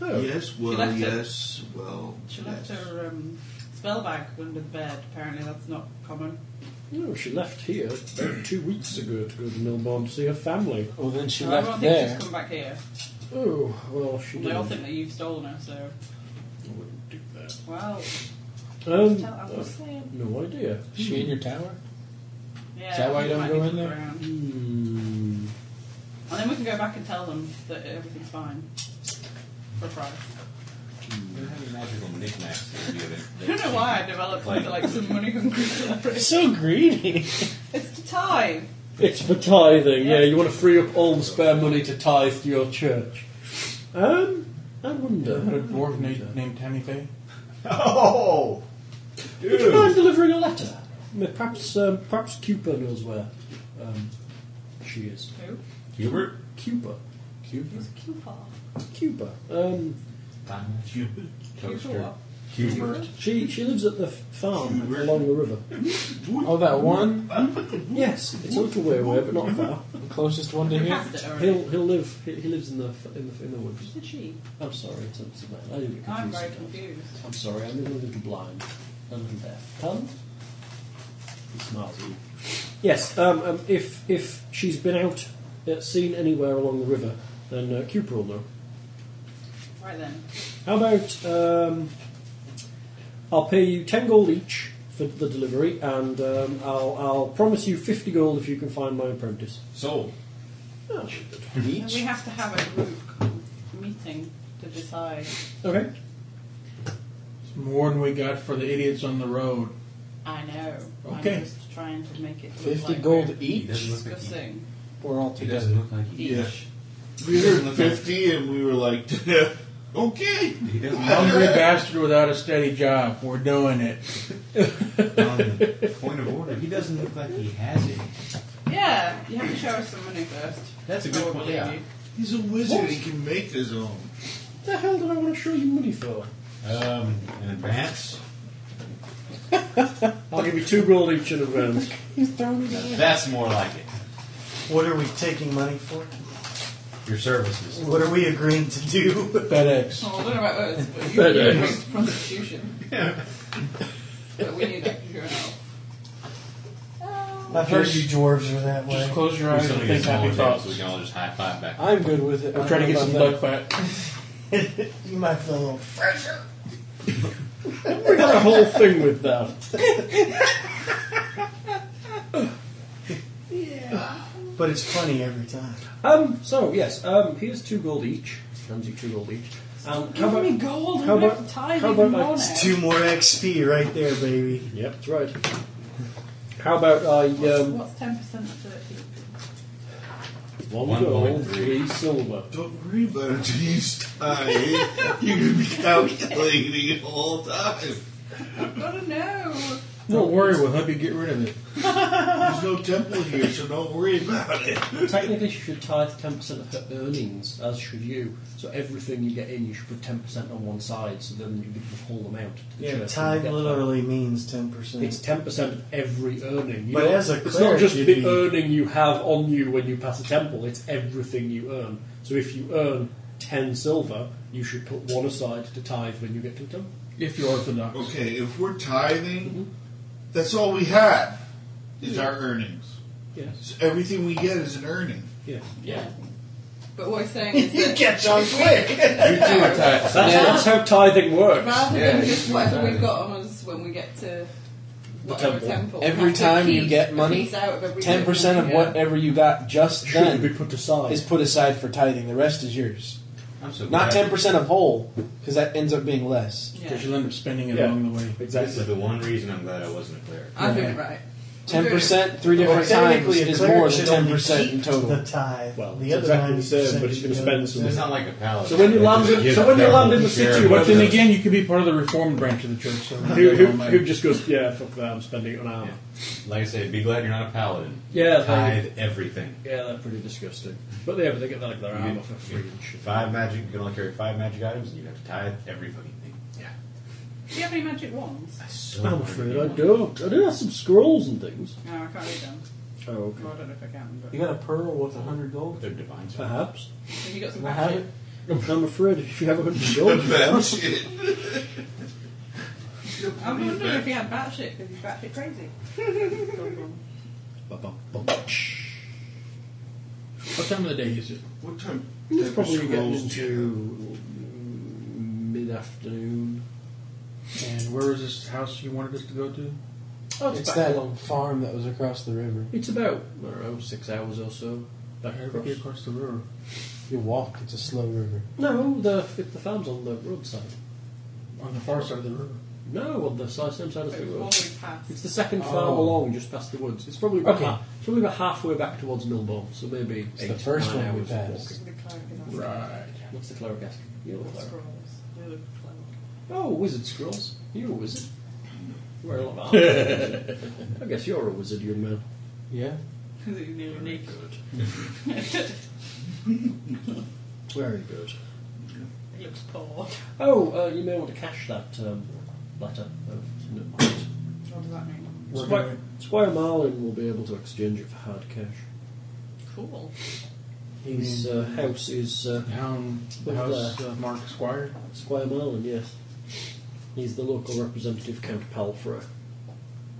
Speaker 2: Oh.
Speaker 5: Yes,
Speaker 4: She
Speaker 5: well,
Speaker 4: left it.
Speaker 5: yes, well.
Speaker 4: She
Speaker 5: yes.
Speaker 4: left her um, spell bag under the bed. Apparently, that's not common.
Speaker 2: No, she left here about two weeks ago to go to Melbourne to see her family.
Speaker 3: Well, then she
Speaker 4: And
Speaker 3: left
Speaker 4: everyone thinks
Speaker 3: there.
Speaker 4: she's come back here.
Speaker 2: Oh, well, she
Speaker 4: They all
Speaker 2: didn't.
Speaker 4: think that you've stolen her, so.
Speaker 2: I wouldn't do that.
Speaker 4: Well,
Speaker 2: Um,
Speaker 4: tell, I was saying.
Speaker 2: I've no idea.
Speaker 3: Is she in your tower?
Speaker 4: Yeah,
Speaker 3: Is that why you don't
Speaker 4: might need
Speaker 3: go
Speaker 4: to
Speaker 3: in
Speaker 4: look
Speaker 3: there?
Speaker 4: around.
Speaker 2: Hmm.
Speaker 4: And then we can go back and tell them that everything's fine. For a price.
Speaker 8: We don't have any magical knickknacks that we have
Speaker 4: I
Speaker 8: in-
Speaker 4: don't know why I developed like, like some money hungry celebrity.
Speaker 3: So greedy.
Speaker 4: It's the time.
Speaker 2: It's for tithing, yeah. You want to free up all the spare money to tithe to your church. Um, I
Speaker 3: Remember
Speaker 2: wonder.
Speaker 3: the dwarf named, named Tammy Faye?
Speaker 8: Oh!
Speaker 2: Would you mind delivering a letter? Ma- Perhaps, um, perhaps Cooper knows where um, she is.
Speaker 4: Who?
Speaker 8: Hubert?
Speaker 2: Cooper,
Speaker 4: Who's Cupar?
Speaker 2: Cooper. Um,
Speaker 8: Hubert. Toaster.
Speaker 4: Cupar.
Speaker 8: Hubert.
Speaker 2: she she lives at the f- farm
Speaker 8: Cooper.
Speaker 2: along the river.
Speaker 7: Oh, that one?
Speaker 2: Yes, it's a little way away, but not far.
Speaker 7: The closest one to
Speaker 4: You
Speaker 7: here?
Speaker 4: passed it already.
Speaker 2: He'll he'll live. He, he lives in the f- in the in the woods.
Speaker 4: Did she?
Speaker 2: I'm sorry, it's, it's a I do get confused
Speaker 4: I'm very
Speaker 2: sometimes.
Speaker 4: confused.
Speaker 2: I'm sorry, I'm a little blind. A little deaf. Pardon? He smiles at you. Yes, um, um, if, if she's been out, uh, seen anywhere along the river, then uh, Cooper will know.
Speaker 4: Right then.
Speaker 2: How about um, I'll pay you 10 gold each for the delivery, and um, I'll, I'll promise you 50 gold if you can find my apprentice.
Speaker 8: Sold.
Speaker 2: Oh,
Speaker 4: And we have to have a group meeting to decide.
Speaker 2: okay.
Speaker 3: It's more than we got for the idiots on the road.
Speaker 4: I know.
Speaker 3: Okay.
Speaker 4: I'm just trying to make it. look
Speaker 7: 50
Speaker 4: like
Speaker 7: gold
Speaker 4: we're
Speaker 8: He
Speaker 7: each?
Speaker 8: doesn't look like he.
Speaker 4: Discussing
Speaker 7: We're all
Speaker 8: He
Speaker 7: together.
Speaker 8: doesn't look like he.
Speaker 4: each.
Speaker 5: Yeah. We were 50 and we were like, okay.
Speaker 8: He doesn't
Speaker 3: Hungry bastard without a steady job. We're doing it.
Speaker 8: On the point of order, he doesn't look like he has it.
Speaker 4: Yeah, you have to show us some money first.
Speaker 8: That's a good
Speaker 4: Before
Speaker 8: point,
Speaker 4: we
Speaker 8: yeah.
Speaker 4: leave.
Speaker 5: He's a wizard. He can make his own.
Speaker 2: What the hell did I want to show you money for?
Speaker 8: Um, in advance.
Speaker 2: I'll give you two gold each in advance.
Speaker 8: That's more like it.
Speaker 6: What are we taking money for?
Speaker 8: Your services.
Speaker 6: What are we agreeing to do?
Speaker 3: FedEx.
Speaker 4: Well, Oh, I don't know about us, but you
Speaker 2: Better.
Speaker 4: agree to prostitution. but we need extra help.
Speaker 6: I've heard you dwarves are that way.
Speaker 3: Just close your eyes and think happy
Speaker 8: so we
Speaker 3: thoughts.
Speaker 8: can all just high five back.
Speaker 7: I'm good with it.
Speaker 3: I'm trying to get some duck fat.
Speaker 6: you might feel a little fresher.
Speaker 2: We got a whole thing with that.
Speaker 6: But it's funny every time.
Speaker 2: Um, so, yes, um, here's two gold each. Hands you two gold each. Um, how
Speaker 4: Give
Speaker 2: about,
Speaker 4: me gold.
Speaker 2: how
Speaker 4: I'm not
Speaker 2: about-
Speaker 4: tithing
Speaker 2: how about
Speaker 4: more
Speaker 2: I-
Speaker 4: now.
Speaker 6: Two more XP right there, baby.
Speaker 2: yep, that's right. How about I, um,
Speaker 4: What's ten percent of thirty?
Speaker 2: one,
Speaker 8: One
Speaker 2: gold,
Speaker 8: point three.
Speaker 2: three silver.
Speaker 5: Don't worry about it till you die. You're going to be calculating it all the time.
Speaker 4: I've got to know.
Speaker 3: Don't worry, we'll help you get rid of it.
Speaker 5: There's no temple here, so don't worry about it.
Speaker 2: Technically, she should tithe 10% of her earnings, as should you. So everything you get in, you should put 10% on one side, so then you can withhold them out to the
Speaker 6: Yeah,
Speaker 2: church.
Speaker 6: tithe
Speaker 2: when you get
Speaker 6: literally means
Speaker 2: there. It's
Speaker 6: 10%.
Speaker 2: 10% of every earning. You
Speaker 6: But
Speaker 2: don't-
Speaker 6: as a
Speaker 2: it's not
Speaker 6: cleric,
Speaker 2: just
Speaker 6: you'd
Speaker 2: the
Speaker 6: be-
Speaker 2: earning you have on you when you pass a temple, it's everything you earn. So if you earn 10 silver, you should put one aside to tithe when you get to the temple.
Speaker 3: If you're orthodox.
Speaker 5: Okay, if we're tithing, that's all we have is our earnings.
Speaker 2: Yes.
Speaker 5: So everything we get is an earning.
Speaker 2: Yeah.
Speaker 4: Yeah. But what he's saying is that
Speaker 6: catch on quick!
Speaker 8: You too, Matthias.
Speaker 2: That's, that's how tithing works.
Speaker 4: rather
Speaker 8: Yeah,
Speaker 4: than just
Speaker 8: you
Speaker 4: whatever
Speaker 8: tithe.
Speaker 4: we've got on us when we get to whatever
Speaker 2: temple.
Speaker 4: temple.
Speaker 7: Every
Speaker 4: we have to
Speaker 7: time you
Speaker 4: keep
Speaker 7: get
Speaker 4: a
Speaker 7: money,
Speaker 4: piece out of every
Speaker 7: Ten percent
Speaker 4: temple we get.
Speaker 7: of whatever you got just
Speaker 2: Should be
Speaker 7: then
Speaker 2: put aside.
Speaker 7: is put aside for tithing. The rest is yours.
Speaker 8: I'm so
Speaker 7: Not ten
Speaker 8: glad.
Speaker 7: percent of whole, because that ends up being less.
Speaker 4: Yeah.
Speaker 3: Because you'll end up spending it
Speaker 2: Yeah.
Speaker 3: along the way.
Speaker 8: This is
Speaker 2: Exactly.
Speaker 8: the one reason I'm glad I wasn't a cleric.
Speaker 4: I'm doing it right.
Speaker 7: Ten percent, three different times
Speaker 6: technically, a
Speaker 7: is
Speaker 6: cleric
Speaker 7: more than
Speaker 6: should only
Speaker 7: ten percent in
Speaker 6: keep
Speaker 7: total.
Speaker 6: The tithe.
Speaker 2: Well,
Speaker 6: the
Speaker 2: it's
Speaker 6: other
Speaker 2: exactly the
Speaker 6: 90%
Speaker 2: same, but he's gonna
Speaker 6: should
Speaker 2: spend
Speaker 6: go to
Speaker 2: some-
Speaker 8: It's
Speaker 6: them.
Speaker 8: not like a palace.
Speaker 2: So when you
Speaker 8: They
Speaker 2: land
Speaker 8: just
Speaker 2: in-
Speaker 8: give
Speaker 2: so when you
Speaker 8: their
Speaker 2: land
Speaker 8: whole
Speaker 2: in the
Speaker 8: share
Speaker 2: city,
Speaker 8: of
Speaker 2: what
Speaker 3: But then
Speaker 8: whatever.
Speaker 3: again, you could be part of the reformed branch of the church. So
Speaker 2: Who, who, who just goes, yeah, fuck that, I'm spending it on
Speaker 8: Yeah.
Speaker 2: armor.
Speaker 8: Like I said, be glad you're not a paladin.
Speaker 2: Yeah, they-
Speaker 8: Tithe everything.
Speaker 2: Yeah, they're pretty disgusting. But yeah, but they get like their
Speaker 8: You
Speaker 2: armor
Speaker 8: get-
Speaker 2: for free and shit.
Speaker 8: Five magic, you can only carry five magic items, and you have to tithe every fucking thing.
Speaker 4: Do you have any magic wands?
Speaker 8: That's so
Speaker 2: I'm
Speaker 8: hard to
Speaker 2: afraid
Speaker 8: get
Speaker 2: I
Speaker 8: one.
Speaker 2: do. I do have some scrolls and things.
Speaker 4: No, I can't read them.
Speaker 2: Oh, okay.
Speaker 4: Well, I don't know if I can. But
Speaker 7: You got a pearl worth a hundred gold.
Speaker 8: They're divine. spells.
Speaker 2: Perhaps.
Speaker 4: have you got some
Speaker 7: Can I have
Speaker 4: magic?
Speaker 7: it?
Speaker 2: I'm afraid if you have a hundred gold, you
Speaker 5: That
Speaker 2: can't.
Speaker 5: shit.
Speaker 4: I'm wondering if you had batshit because you're batshit crazy.
Speaker 2: Oh,
Speaker 3: What time of the day is it?
Speaker 5: What time?
Speaker 2: It's probably
Speaker 5: Scrolls
Speaker 2: getting
Speaker 5: do
Speaker 2: into mid afternoon.
Speaker 3: And where was this house you wanted us to go to?
Speaker 2: Oh, it's,
Speaker 7: It's
Speaker 2: back
Speaker 7: that
Speaker 2: along.
Speaker 7: farm that was across the river.
Speaker 2: It's about, I don't know, six hours or so. Back across.
Speaker 3: Across. across the river.
Speaker 7: You walk. It's a slow river.
Speaker 2: No, the, the farm's on the roadside.
Speaker 3: On the far side of the river.
Speaker 2: No, on the si- same side of the
Speaker 4: Before we
Speaker 2: road.
Speaker 4: pass.
Speaker 2: It's the second farm along, just past the woods. It's probably about,
Speaker 3: Okay.
Speaker 2: ha- it's probably about halfway back towards Millbourne, so maybe
Speaker 3: It's
Speaker 2: eight,
Speaker 3: the first
Speaker 2: nine
Speaker 3: one we
Speaker 2: hours
Speaker 3: passed.
Speaker 4: The cleric is
Speaker 2: walking.
Speaker 4: asking.
Speaker 2: Right. What's the cleric asking? You're a cleric.
Speaker 4: Scrolls. They're the cleric.
Speaker 2: Oh, wizard scrolls. You're a wizard. You wear a lot of armor. I guess you're a wizard, young man.
Speaker 3: Yeah.
Speaker 4: They're nearly naked.
Speaker 2: Very good.
Speaker 4: He looks poor.
Speaker 2: Oh, uh, you may want to cash that um, letter of no quit.
Speaker 4: What does that mean?
Speaker 6: We're
Speaker 2: Squire,
Speaker 6: gonna-
Speaker 2: Squire Marlin will be able to exchange it for hard cash.
Speaker 4: Cool.
Speaker 2: His uh, house is uh,
Speaker 3: Down the house, uh, Mark Squire.
Speaker 2: Squire Marlin, yes. He's the local representative, Count Palfrey.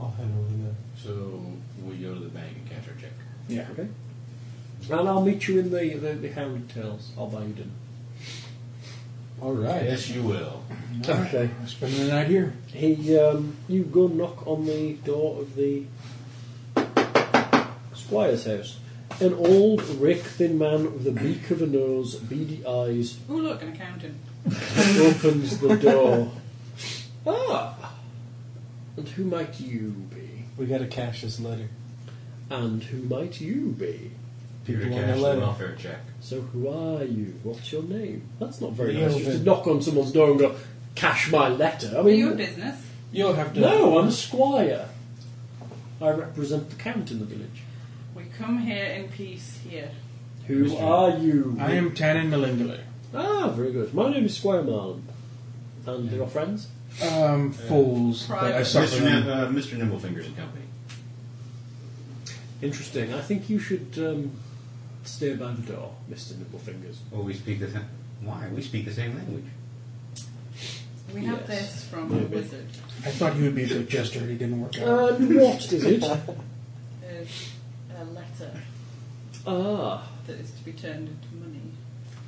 Speaker 7: I'll head over there.
Speaker 8: So we go to the bank and cash our check.
Speaker 3: Yeah.
Speaker 2: Okay. And I'll meet you in the, the, the Howard Tales. I'll buy you dinner.
Speaker 3: All right.
Speaker 8: Yes, you will.
Speaker 2: Okay.
Speaker 3: I'm spending the night here.
Speaker 2: He, um, you go knock on the door of the squire's house. An old, rake, thin man with a beak of a nose, beady eyes,
Speaker 4: Oh look, an accountant.
Speaker 2: opens the door. ah! And who might you be?
Speaker 7: We gotta cash this letter.
Speaker 2: And who might you be?
Speaker 8: Peter
Speaker 7: People on
Speaker 8: cash
Speaker 7: the
Speaker 8: the
Speaker 7: letter.
Speaker 8: welfare check.
Speaker 2: So who are you? What's your name? That's not very
Speaker 7: Leo
Speaker 2: nice. Just to
Speaker 7: Vin.
Speaker 2: knock on someone's door and go, cash my letter. I
Speaker 4: Are you a
Speaker 2: mean,
Speaker 4: business?
Speaker 3: You'll have to.
Speaker 2: no, I'm a squire. I represent the count in the village.
Speaker 4: We come here in peace here.
Speaker 2: Who are you?
Speaker 3: I am Tannen Malingale.
Speaker 2: Ah, very good. My name is Squire Marlin. And your friends?
Speaker 3: Um, fools. that I
Speaker 4: Private.
Speaker 3: suffer
Speaker 8: Mr. Nim-
Speaker 3: them.
Speaker 8: uh, Mr. Nimblefingers and Company.
Speaker 2: Interesting. I think you should um, stay by the door, Mr. Nimblefingers.
Speaker 8: Oh, we speak the same. Why? We speak the same language.
Speaker 4: We have
Speaker 2: Yes.
Speaker 4: this from a wizard.
Speaker 3: I thought he would be a good jester. He didn't work out.
Speaker 2: And Uh, what is it?
Speaker 4: There's a letter
Speaker 2: ah,
Speaker 4: that is to be turned into money.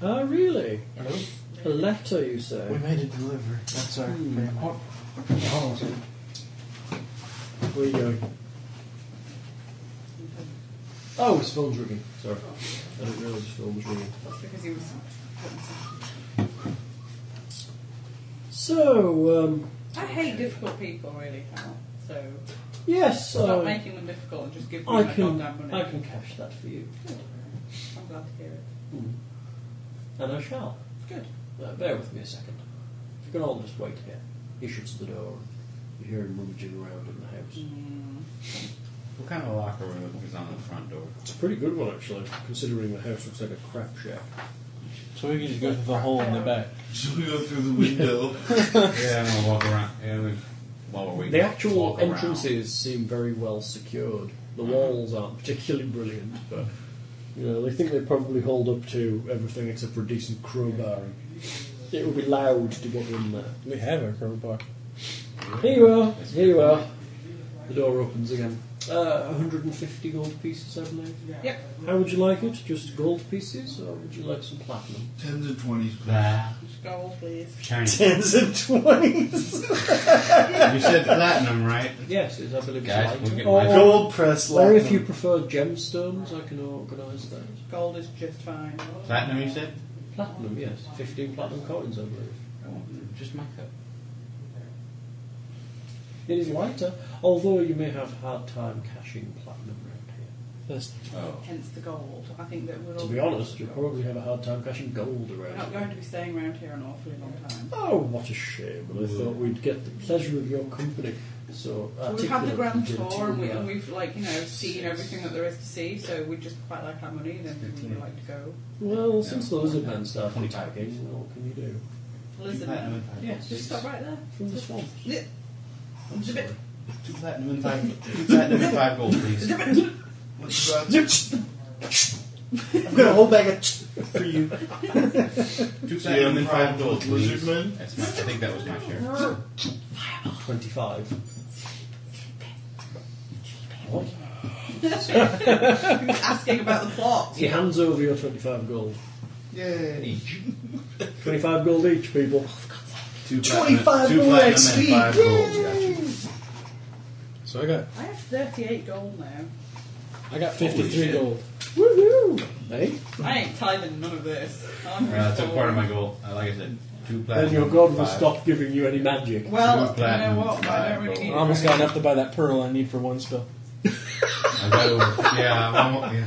Speaker 2: ah, really?
Speaker 7: Hello?
Speaker 2: A letter, you say?
Speaker 7: We made a delivery. That's our payment.
Speaker 3: Hold- hold on a second.
Speaker 2: Where are you going? Oh, his phone's ringing. Sorry. I didn't realise his phone was ringing.
Speaker 4: That's because he was.
Speaker 2: So, um,
Speaker 4: I hate difficult people, really, Hal. So
Speaker 2: yes,
Speaker 4: stop
Speaker 2: I,
Speaker 4: making them difficult and just give them
Speaker 2: I
Speaker 4: my
Speaker 2: can,
Speaker 4: goddamn
Speaker 2: I
Speaker 4: money.
Speaker 2: can cash that for you.
Speaker 4: I'm glad to hear it.
Speaker 2: Mm-hmm. And I shall.
Speaker 4: Good.
Speaker 2: Uh, bear with me a second. If you can all just wait here. He shuts the door. You hear him rummaging around in the house.
Speaker 8: What kind of locker room is on the front door?
Speaker 2: It's a pretty good one, actually, considering the house looks like a crap shack.
Speaker 7: So we can just go through the hole in the back.
Speaker 5: Should we go through the window?
Speaker 8: yeah, I'm gonna walk around. Yeah, we, while we're waiting,
Speaker 2: The actual
Speaker 8: walk around.
Speaker 2: entrances seem very well secured. The walls aren't particularly brilliant, but you know they think they probably hold up to everything except for a decent crowbarring. It would be loud to get in there.
Speaker 7: We have a crowbar.
Speaker 2: Here you are. Here you are. The door opens again. Uh, 150 gold pieces, I believe.
Speaker 4: Yep.
Speaker 2: How would you like it? Just gold pieces, or would you like some platinum?
Speaker 5: Tens and twenties.
Speaker 8: Bah,
Speaker 4: Just gold, please.
Speaker 8: Chinese. you
Speaker 6: Tens and twenties.
Speaker 8: said platinum, right?
Speaker 2: Yes, it's, I believe
Speaker 8: Guys,
Speaker 2: it's
Speaker 8: we'll
Speaker 2: lighter.
Speaker 8: get my-
Speaker 2: Or,
Speaker 6: Gold press
Speaker 2: or
Speaker 6: letter.
Speaker 2: if you prefer gemstones, I can organise that.
Speaker 4: Gold is just fine.
Speaker 8: Platinum, you said?
Speaker 2: Platinum, yes. 15 platinum coins, I believe.
Speaker 8: Oh, just my cup.
Speaker 2: It is lighter, although you may have a hard time cashing platinum around here.
Speaker 7: That's
Speaker 8: Oh,
Speaker 4: Hence the gold. I think that we're all.
Speaker 2: To be honest, you'll probably have a hard time cashing gold
Speaker 4: We're
Speaker 2: around
Speaker 4: not
Speaker 2: here.
Speaker 4: going to be staying around here an awfully long time.
Speaker 2: Oh, what a shame. And I thought we'd get the pleasure of your company. So,
Speaker 4: We've had
Speaker 2: articulate
Speaker 4: the grand
Speaker 2: and
Speaker 4: tour and, we,
Speaker 2: genteel
Speaker 4: and
Speaker 2: man.
Speaker 4: we've like you know seen everything that there is to see, so we just quite like our money and then we would like to go.
Speaker 2: Well, since the lizard man started
Speaker 8: 25.
Speaker 2: attacking, what can you do?
Speaker 8: two
Speaker 4: Listen,
Speaker 8: platinum and five.
Speaker 2: Yes,
Speaker 4: just stop right there.
Speaker 2: from the swamp.
Speaker 4: Zip,
Speaker 8: I'm
Speaker 4: zip it,
Speaker 8: Two platinum and five. Two platinum and five gold, please.
Speaker 4: zip it.
Speaker 5: What's that?
Speaker 6: I'm gonna hold back a for you.
Speaker 8: Two
Speaker 5: Do
Speaker 8: platinum
Speaker 5: you have
Speaker 8: and five
Speaker 5: problems
Speaker 8: gold,
Speaker 5: with
Speaker 8: please.
Speaker 5: lizard men?
Speaker 8: That's my, I think that was my share.
Speaker 2: 25.
Speaker 4: He was asking about the plot.
Speaker 2: He hands over your 25 gold.
Speaker 8: Yay!
Speaker 2: 25 gold each, people. Oh,
Speaker 8: Two
Speaker 6: 25
Speaker 8: platinum, two
Speaker 6: more
Speaker 8: platinum
Speaker 6: XP.
Speaker 8: and five gold. Gotcha.
Speaker 7: so I got
Speaker 4: I have thirty-eight gold now.
Speaker 7: I got
Speaker 8: Holy
Speaker 7: fifty three
Speaker 8: shit.
Speaker 7: gold.
Speaker 2: Woohoo!
Speaker 9: Hey?
Speaker 4: I ain't tithing none of this. I'm
Speaker 8: Uh, took part of my
Speaker 4: restoring.
Speaker 8: goal. Uh, like I said, two platinum.
Speaker 2: Then your god will
Speaker 8: five.
Speaker 2: stop giving you any magic.
Speaker 8: Two
Speaker 4: Well, you know
Speaker 8: platinum,
Speaker 4: what? I
Speaker 8: five
Speaker 4: don't really
Speaker 8: gold.
Speaker 4: need
Speaker 7: I
Speaker 4: it.
Speaker 7: almost got enough to buy that pearl I need for one spell.
Speaker 8: I got over. Yeah, I'm, almo- yeah.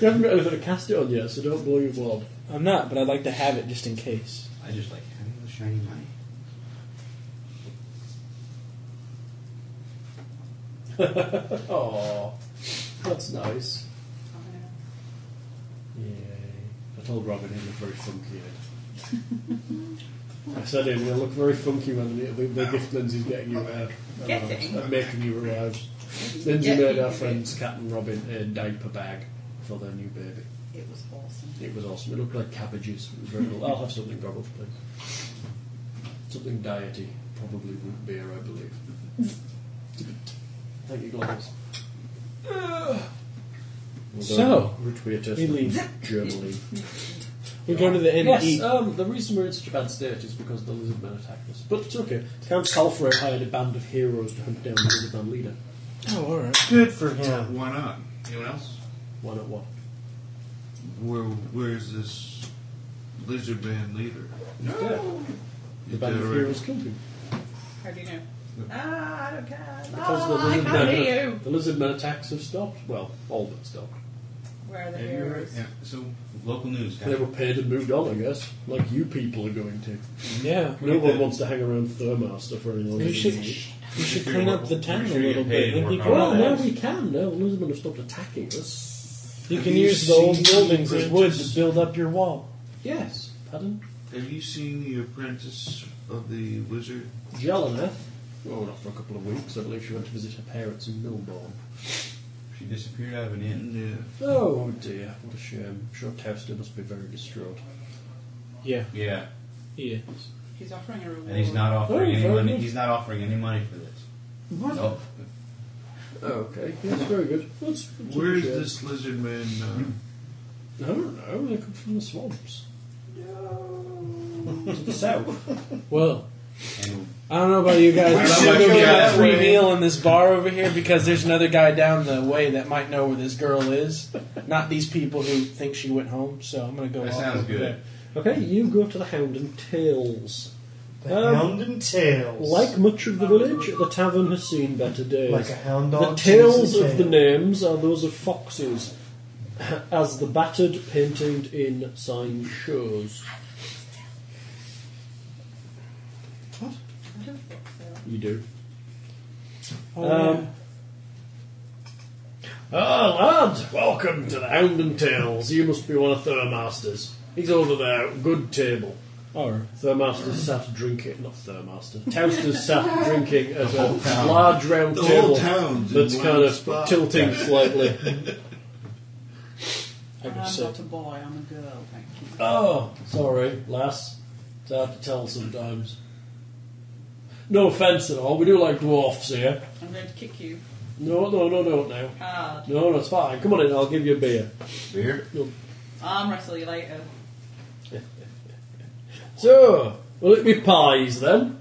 Speaker 2: You haven't got anything to cast it on yet, so don't blow your wad.
Speaker 7: I'm not, but I'd like to have it just in case.
Speaker 8: I just like having the shiny money.
Speaker 2: Aww. That's nice. Yay. I told Robin he looked very funky in it. I said him, he'll look very funky when the, the, the gift Lindsay's getting you out.
Speaker 4: Getting?
Speaker 2: And making you realise. Lindsay
Speaker 4: Getting
Speaker 2: made
Speaker 4: you
Speaker 2: our
Speaker 4: it.
Speaker 2: friends Cat and Robin a diaper bag for their new baby.
Speaker 4: It was awesome.
Speaker 2: It was awesome. It looked like cabbages. It was very cool. I'll have something gobbled, please. Something diety, probably root beer, I believe. Thank you, Gladys. We'll go
Speaker 7: So,
Speaker 2: to root beer test
Speaker 7: we leave.
Speaker 2: Germany.
Speaker 7: We go to the E. end
Speaker 2: Yes,
Speaker 7: to eat.
Speaker 2: um, the reason we're in such a bad state is because the lizard men attacked us. But it's okay. Count Salfred hired a band of heroes to hunt down the lizard man leader.
Speaker 7: Oh, alright.
Speaker 6: Good for him.
Speaker 5: Why not? Anyone else?
Speaker 2: One at one.
Speaker 5: Where Where's this lizard man leader?
Speaker 2: He's dead. The
Speaker 5: Is
Speaker 2: band
Speaker 5: that
Speaker 2: of
Speaker 5: right?
Speaker 2: heroes killed him.
Speaker 4: How do you know? Ah, I don't care.
Speaker 2: Because
Speaker 4: Ah,
Speaker 2: the
Speaker 4: I
Speaker 2: lizard
Speaker 4: can't
Speaker 2: men,
Speaker 4: hear you.
Speaker 2: the lizard men attacks have stopped. Well, all but stopped.
Speaker 4: Where are the
Speaker 5: Yeah, you're right.
Speaker 4: heroes?
Speaker 5: Yeah. So
Speaker 8: Local news. Guys.
Speaker 2: They were paid and moved on, I guess, like you people are going to.
Speaker 7: Yeah.
Speaker 2: No one wants to hang around Thermaster for any longer.
Speaker 7: We
Speaker 2: than
Speaker 7: should,
Speaker 2: they need.
Speaker 7: we should clean up the town
Speaker 8: Make
Speaker 7: a
Speaker 8: sure you
Speaker 7: little
Speaker 8: get
Speaker 7: bit.
Speaker 8: paid
Speaker 7: Then
Speaker 8: and
Speaker 7: we
Speaker 8: work
Speaker 7: can-
Speaker 8: on
Speaker 2: Well, now
Speaker 8: that.
Speaker 2: we can. No, the Lisbon have stopped attacking us.
Speaker 7: You
Speaker 5: Have
Speaker 7: can
Speaker 5: you
Speaker 7: use the old
Speaker 5: seen
Speaker 7: buildings as wood
Speaker 5: Bridges?
Speaker 7: to build up your wall.
Speaker 2: Yes. Pardon?
Speaker 5: have you seen the apprentice of the wizard?
Speaker 2: Jelaneth. Well, not for a couple of weeks. I believe she went to visit her parents in Millbourne.
Speaker 8: She disappeared out of an inn.
Speaker 5: Yeah.
Speaker 2: Oh dear, what a shame. I'm sure Towster must be very distraught.
Speaker 7: Yeah.
Speaker 8: Yeah,
Speaker 7: Yeah.
Speaker 4: He's offering a reward.
Speaker 8: and he's not offering
Speaker 2: Oh,
Speaker 8: any
Speaker 2: very
Speaker 8: money.
Speaker 2: good.
Speaker 8: He's not offering any money for this. What? Nope.
Speaker 2: Okay, yes, very good. That's, that's
Speaker 5: Where
Speaker 2: a
Speaker 5: is
Speaker 2: shame.
Speaker 5: this lizard man? Uh,
Speaker 2: I don't know, they come from the swamps. No. to the south.
Speaker 7: Well,
Speaker 8: And
Speaker 7: I don't know about you guys.
Speaker 8: We
Speaker 7: but I'm
Speaker 8: should
Speaker 7: gonna
Speaker 8: go
Speaker 7: go get
Speaker 8: that
Speaker 7: a free
Speaker 8: way.
Speaker 7: meal in this bar over here because there's another guy down the way that might know where this girl is. Not these people who think she went home. So I'm gonna go.
Speaker 8: that
Speaker 7: off
Speaker 8: sounds
Speaker 7: over
Speaker 8: good.
Speaker 7: there.
Speaker 9: Okay, you go to the Hound and Tails.
Speaker 6: The
Speaker 9: Um,
Speaker 6: hound and tails.
Speaker 9: Like much of the village, the tavern has seen better days.
Speaker 6: Like a hound
Speaker 9: The
Speaker 6: dog.
Speaker 9: tails
Speaker 6: chases a
Speaker 9: of the
Speaker 6: tail.
Speaker 9: names are those of foxes, as the battered painted in sign shows.
Speaker 4: I don't think so.
Speaker 9: You do.
Speaker 7: Oh,
Speaker 9: Um,
Speaker 7: yeah.
Speaker 9: Ah, lad, welcome to the Hound and Tails. You must be one of Thurmaster's. He's over there, good table.
Speaker 7: Or
Speaker 9: Thurmaster sat drinking, not Thurmaster. Towster sat drinking at a large round
Speaker 5: The
Speaker 9: table
Speaker 5: whole town's in
Speaker 9: that's
Speaker 5: one
Speaker 9: kind of
Speaker 5: spot.
Speaker 9: tilting slightly.
Speaker 7: I
Speaker 4: I'm
Speaker 7: guess so.
Speaker 4: not a boy, I'm a girl, thank you.
Speaker 8: Uh,
Speaker 9: Oh, sorry, lass. It's hard to tell sometimes. No offence at all, we do like dwarfs here.
Speaker 4: I'm going to kick you
Speaker 9: No, no, no, no, no.
Speaker 4: hard.
Speaker 9: No, that's fine. Come on in, I'll give you a beer.
Speaker 8: Beer.
Speaker 4: Arm wrestle you later.
Speaker 9: So, will it be pies then?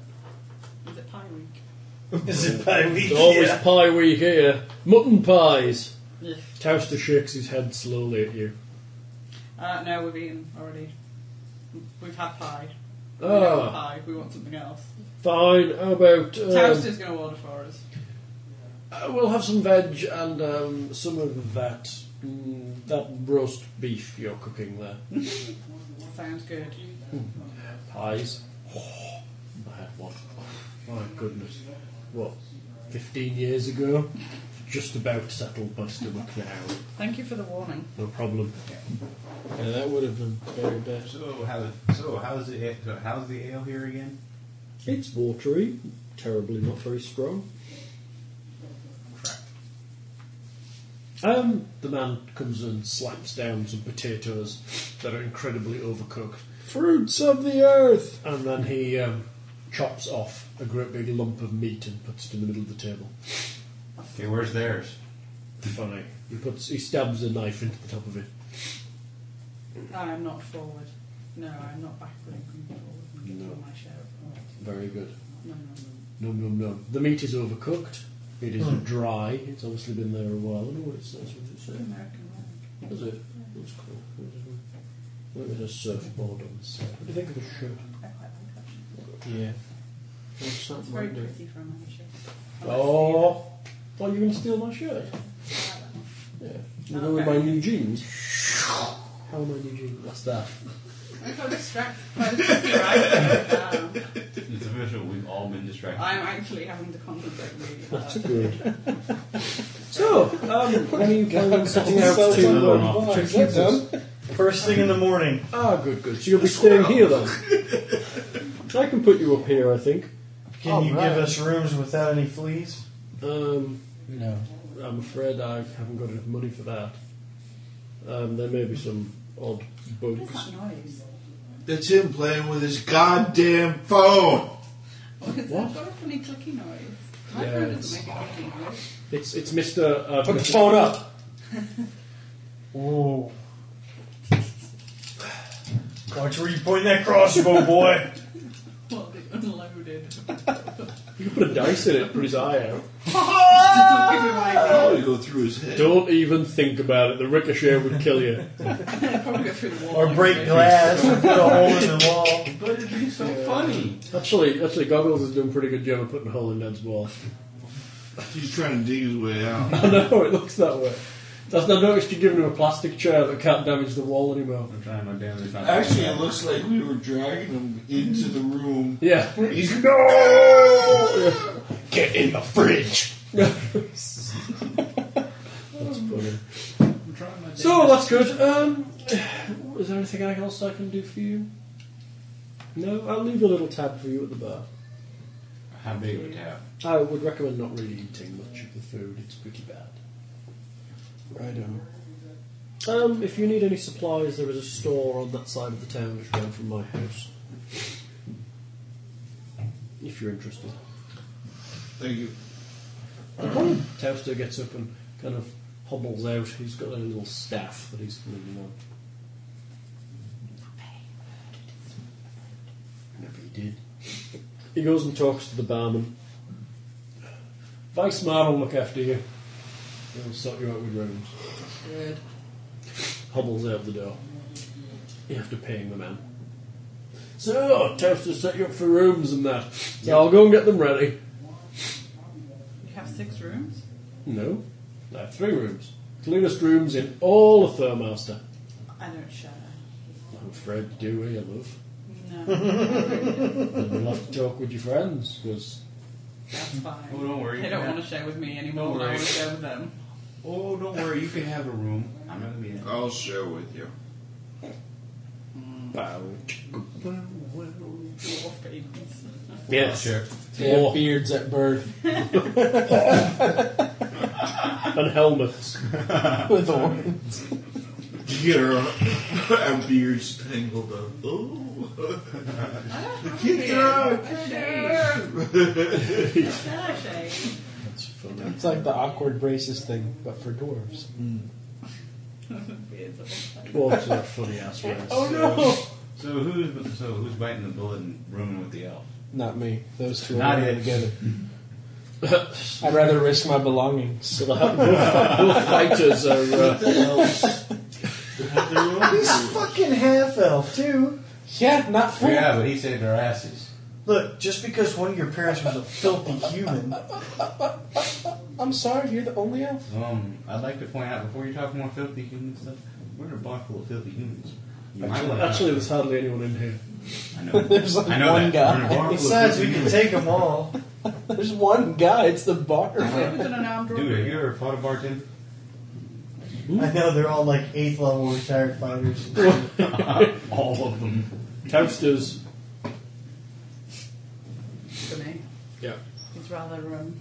Speaker 4: Is it pie week?
Speaker 6: Is it by week?
Speaker 9: It's always
Speaker 6: Yeah.
Speaker 9: pie week here. Mutton pies.
Speaker 4: Yes.
Speaker 9: Towster shakes his head slowly at you.
Speaker 4: Uh, no, we've eaten already. We've had pie. We don't want
Speaker 9: Ah,
Speaker 4: pie, we want something else.
Speaker 9: fine. How
Speaker 7: uh,
Speaker 9: about. Um,
Speaker 4: Toaster's going to order for us.
Speaker 9: Uh, we'll have some veg and um, some of that mm, that roast beef you're cooking there.
Speaker 4: Sounds good.
Speaker 9: Pies. I had one. My goodness. What? 15 years ago? Just about settled my stomach now.
Speaker 4: Thank you for the warning.
Speaker 9: No problem.
Speaker 7: yeah, that would have been very bad.
Speaker 8: So how? So how's the so how's the ale here again?
Speaker 9: It's watery. Terribly not very strong. Um, the man comes and slaps down some potatoes that are incredibly overcooked.
Speaker 7: Fruits of the earth.
Speaker 9: And then he um, chops off a great big lump of meat and puts it in the middle of the table.
Speaker 8: Okay, where's theirs?
Speaker 9: Funny. He puts he stabs a knife into the top of it.
Speaker 4: I am not forward. No, I'm not backward and coming forward and getting my share of it.
Speaker 9: Very good.
Speaker 4: No, no, no.
Speaker 9: Num num num. The meat is overcooked.
Speaker 4: Hmm.
Speaker 9: It is dry. It's obviously been there a while. I don't know what it says. What does it say?
Speaker 4: American way.
Speaker 9: Does it?
Speaker 2: That's cool. Look at a surfboard on the set. What do you think of the shirt?
Speaker 4: I quite like that.
Speaker 2: Yeah.
Speaker 4: It's very pretty for a man's shirt. I like
Speaker 2: Oh, well, you're going to steal my shirt?
Speaker 4: Steve. I like that one.
Speaker 2: Yeah. You go with my new jeans. How are my new jeans? What's that?
Speaker 4: I got distracted by the pussy right now.
Speaker 8: It's official. We've all been distracted.
Speaker 4: I'm actually having to concentrate really hard.
Speaker 2: Good. so, um, when are you planning on setting out
Speaker 6: So
Speaker 2: to
Speaker 6: done.
Speaker 2: um,
Speaker 6: Why,
Speaker 2: check
Speaker 6: is that
Speaker 2: Cupid's?
Speaker 6: done? First thing in the morning.
Speaker 2: Ah, good, good. So you'll be staying here then. I can put you up here, I think.
Speaker 6: Can you give us rooms without any fleas?
Speaker 2: Um,
Speaker 7: No.
Speaker 2: I'm afraid I haven't got enough money for that. Um, there may be some odd
Speaker 4: What is
Speaker 2: bugs.
Speaker 4: that noise?
Speaker 5: That's him playing with his goddamn phone.
Speaker 4: What is
Speaker 2: What?
Speaker 4: that? got a funny clicky noise. My
Speaker 2: Yeah,
Speaker 4: phone
Speaker 2: it's-
Speaker 4: doesn't make a clicky noise.
Speaker 2: It's it's Mr. Uh,
Speaker 7: Put the phone up.
Speaker 6: Whoa. Watch where you point that crossbow, boy.
Speaker 4: Well, it unloaded.
Speaker 2: You can put a dice in it, put his eye out.
Speaker 4: Don't give me my
Speaker 5: Probably Oh, go through his head.
Speaker 2: Don't even think about it. The ricochet would kill you.
Speaker 4: Probably go through the wall.
Speaker 6: or break glass and put a hole in the wall.
Speaker 8: But it'd be so funny.
Speaker 2: Actually, actually, Goggles is doing a pretty good job of putting a hole in Ned's wall.
Speaker 5: He's trying to dig his way out.
Speaker 2: I know it looks that way. That's I noticed you're giving him a plastic chair that can't damage the wall anymore.
Speaker 8: I'm trying my damnedest not to.
Speaker 5: Actually, it looks like we were dragging him into the room.
Speaker 2: Yeah.
Speaker 5: He's no. Get in the fridge.
Speaker 2: That's funny.
Speaker 8: Hmm. I'm trying my
Speaker 2: So that's good. Um, is there anything else I can do for you? No, I'll leave a little tab for you at the bar.
Speaker 8: damnedest- How big of a tab?
Speaker 2: I would recommend not really eating much of the food. It's pretty bad. Right on. Um, if you need any supplies, there is a store on that side of the town which ran from my house. If you're interested.
Speaker 5: Thank you.
Speaker 2: Toaster gets up and kind of hobbles out. He's got a little staff that he's leaning on. Remember he did. He goes and talks to the barman. Vice man will look after you. He'll sort you out with rooms. Hobbles out the door. You have to pay him the man. So, Toaster set you up for rooms and that. So I'll go and get them ready.
Speaker 4: You have six rooms?
Speaker 2: No. I have three rooms. Cleanest rooms in all of Thurmaster.
Speaker 4: I don't share.
Speaker 2: I'm afraid you do here, love.
Speaker 4: No,
Speaker 2: And you'll have to talk with your friends, because
Speaker 4: that's fine.
Speaker 8: Oh, don't worry.
Speaker 4: They don't
Speaker 8: Yeah.
Speaker 4: want to share with me anymore. I
Speaker 8: Don't worry.
Speaker 4: want to share with them.
Speaker 8: Oh, don't worry. You can have a room. I'm not gonna be in. it.
Speaker 5: I'll share with you.
Speaker 4: Dwarf babies.
Speaker 2: Yes.
Speaker 8: Sure.
Speaker 7: They have
Speaker 2: Oh.
Speaker 7: beards at birth
Speaker 2: And helmets.
Speaker 7: with horns.
Speaker 5: You get our, our beards tangled up. Oh. Ooh. Get her out.
Speaker 4: Share, share.
Speaker 2: That's funny.
Speaker 7: It's like the awkward braces thing, but for dwarves.
Speaker 4: Beards are all
Speaker 2: Dwarves are funny ass ways.
Speaker 7: Oh no!
Speaker 8: So who's so who's biting the bullet and rooming with the elf?
Speaker 7: Not me. Those two
Speaker 8: Not
Speaker 7: are
Speaker 8: it.
Speaker 7: together. I'd rather risk my belongings.
Speaker 2: So the ha- both, both fighters are. Uh,
Speaker 5: Have their own
Speaker 6: He's
Speaker 5: rules.
Speaker 6: fucking half elf too.
Speaker 7: Yeah, not for
Speaker 8: Yeah, but he saved our asses.
Speaker 6: Look, just because one of your parents was a filthy human,
Speaker 7: I'm sorry, you're the only elf.
Speaker 8: Um, I'd like to point out before you talk more filthy human stuff, we're in a bar full of filthy humans. You might
Speaker 2: actually,
Speaker 8: wanna-
Speaker 2: actually, there's hardly anyone in here.
Speaker 8: I know.
Speaker 7: There's like
Speaker 8: I know
Speaker 7: one
Speaker 8: that.
Speaker 7: guy.
Speaker 8: We're in a bar full of
Speaker 6: besides we can
Speaker 8: filthy humans.
Speaker 6: take them all.
Speaker 7: There's one guy. It's the bar.
Speaker 4: Have you done an armed
Speaker 8: Dude, have
Speaker 4: robbery?
Speaker 8: you ever fought a bartender?
Speaker 6: I know they're all like eighth level retired fighters.
Speaker 8: All of them.
Speaker 2: Toasters.
Speaker 4: For me.
Speaker 2: Yeah.
Speaker 4: He's rather um,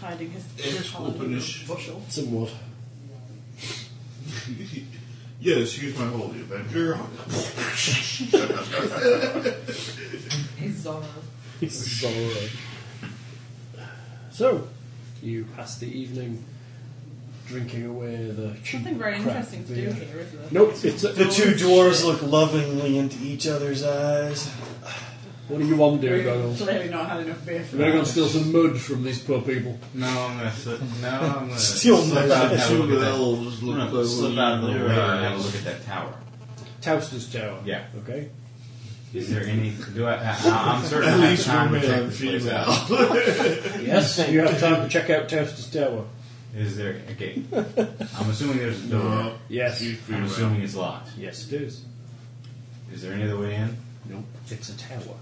Speaker 4: hiding his
Speaker 5: It's openish.
Speaker 4: bushel.
Speaker 2: Somewhat.
Speaker 5: yes, he's my holy avenger.
Speaker 4: He's Zorro.
Speaker 2: Zorro. So, you pass the evening drinking away the cheap
Speaker 4: Nothing very
Speaker 2: crap
Speaker 4: interesting to do
Speaker 2: beer.
Speaker 4: here, is there?
Speaker 2: Nope, it's a,
Speaker 6: The two dwarves look lovingly into each other's eyes.
Speaker 2: What do you want, dear
Speaker 4: We've
Speaker 2: goggles?
Speaker 4: clearly not had enough beer for
Speaker 2: I'm gonna
Speaker 4: that.
Speaker 2: go and steal some mud from these poor people.
Speaker 8: No, I'm gonna sit. No, I'm gonna
Speaker 6: Still
Speaker 8: slip
Speaker 6: not.
Speaker 8: out and have a look
Speaker 5: Two
Speaker 8: at that.
Speaker 5: elves
Speaker 8: I'm
Speaker 5: look
Speaker 8: gonna
Speaker 5: over
Speaker 8: slip out of the way
Speaker 5: your
Speaker 8: and have a
Speaker 5: eyes.
Speaker 8: look at that tower.
Speaker 2: Toaster's Tower.
Speaker 8: Yeah.
Speaker 2: Okay.
Speaker 8: Is there any? Do I? I I'm certain. I
Speaker 5: At
Speaker 8: have
Speaker 5: least
Speaker 8: time
Speaker 5: we're
Speaker 8: to
Speaker 5: male
Speaker 8: check
Speaker 5: and
Speaker 8: this place
Speaker 5: female.
Speaker 8: out.
Speaker 2: Yes. You have time to check out Toaster's Tower.
Speaker 8: Is there? Okay. I'm assuming there's a door.
Speaker 5: No.
Speaker 2: Yes.
Speaker 5: You
Speaker 8: I'm
Speaker 5: female.
Speaker 8: assuming it's locked.
Speaker 2: Yes, it is.
Speaker 8: Is there any other way in?
Speaker 2: No, it's a tower.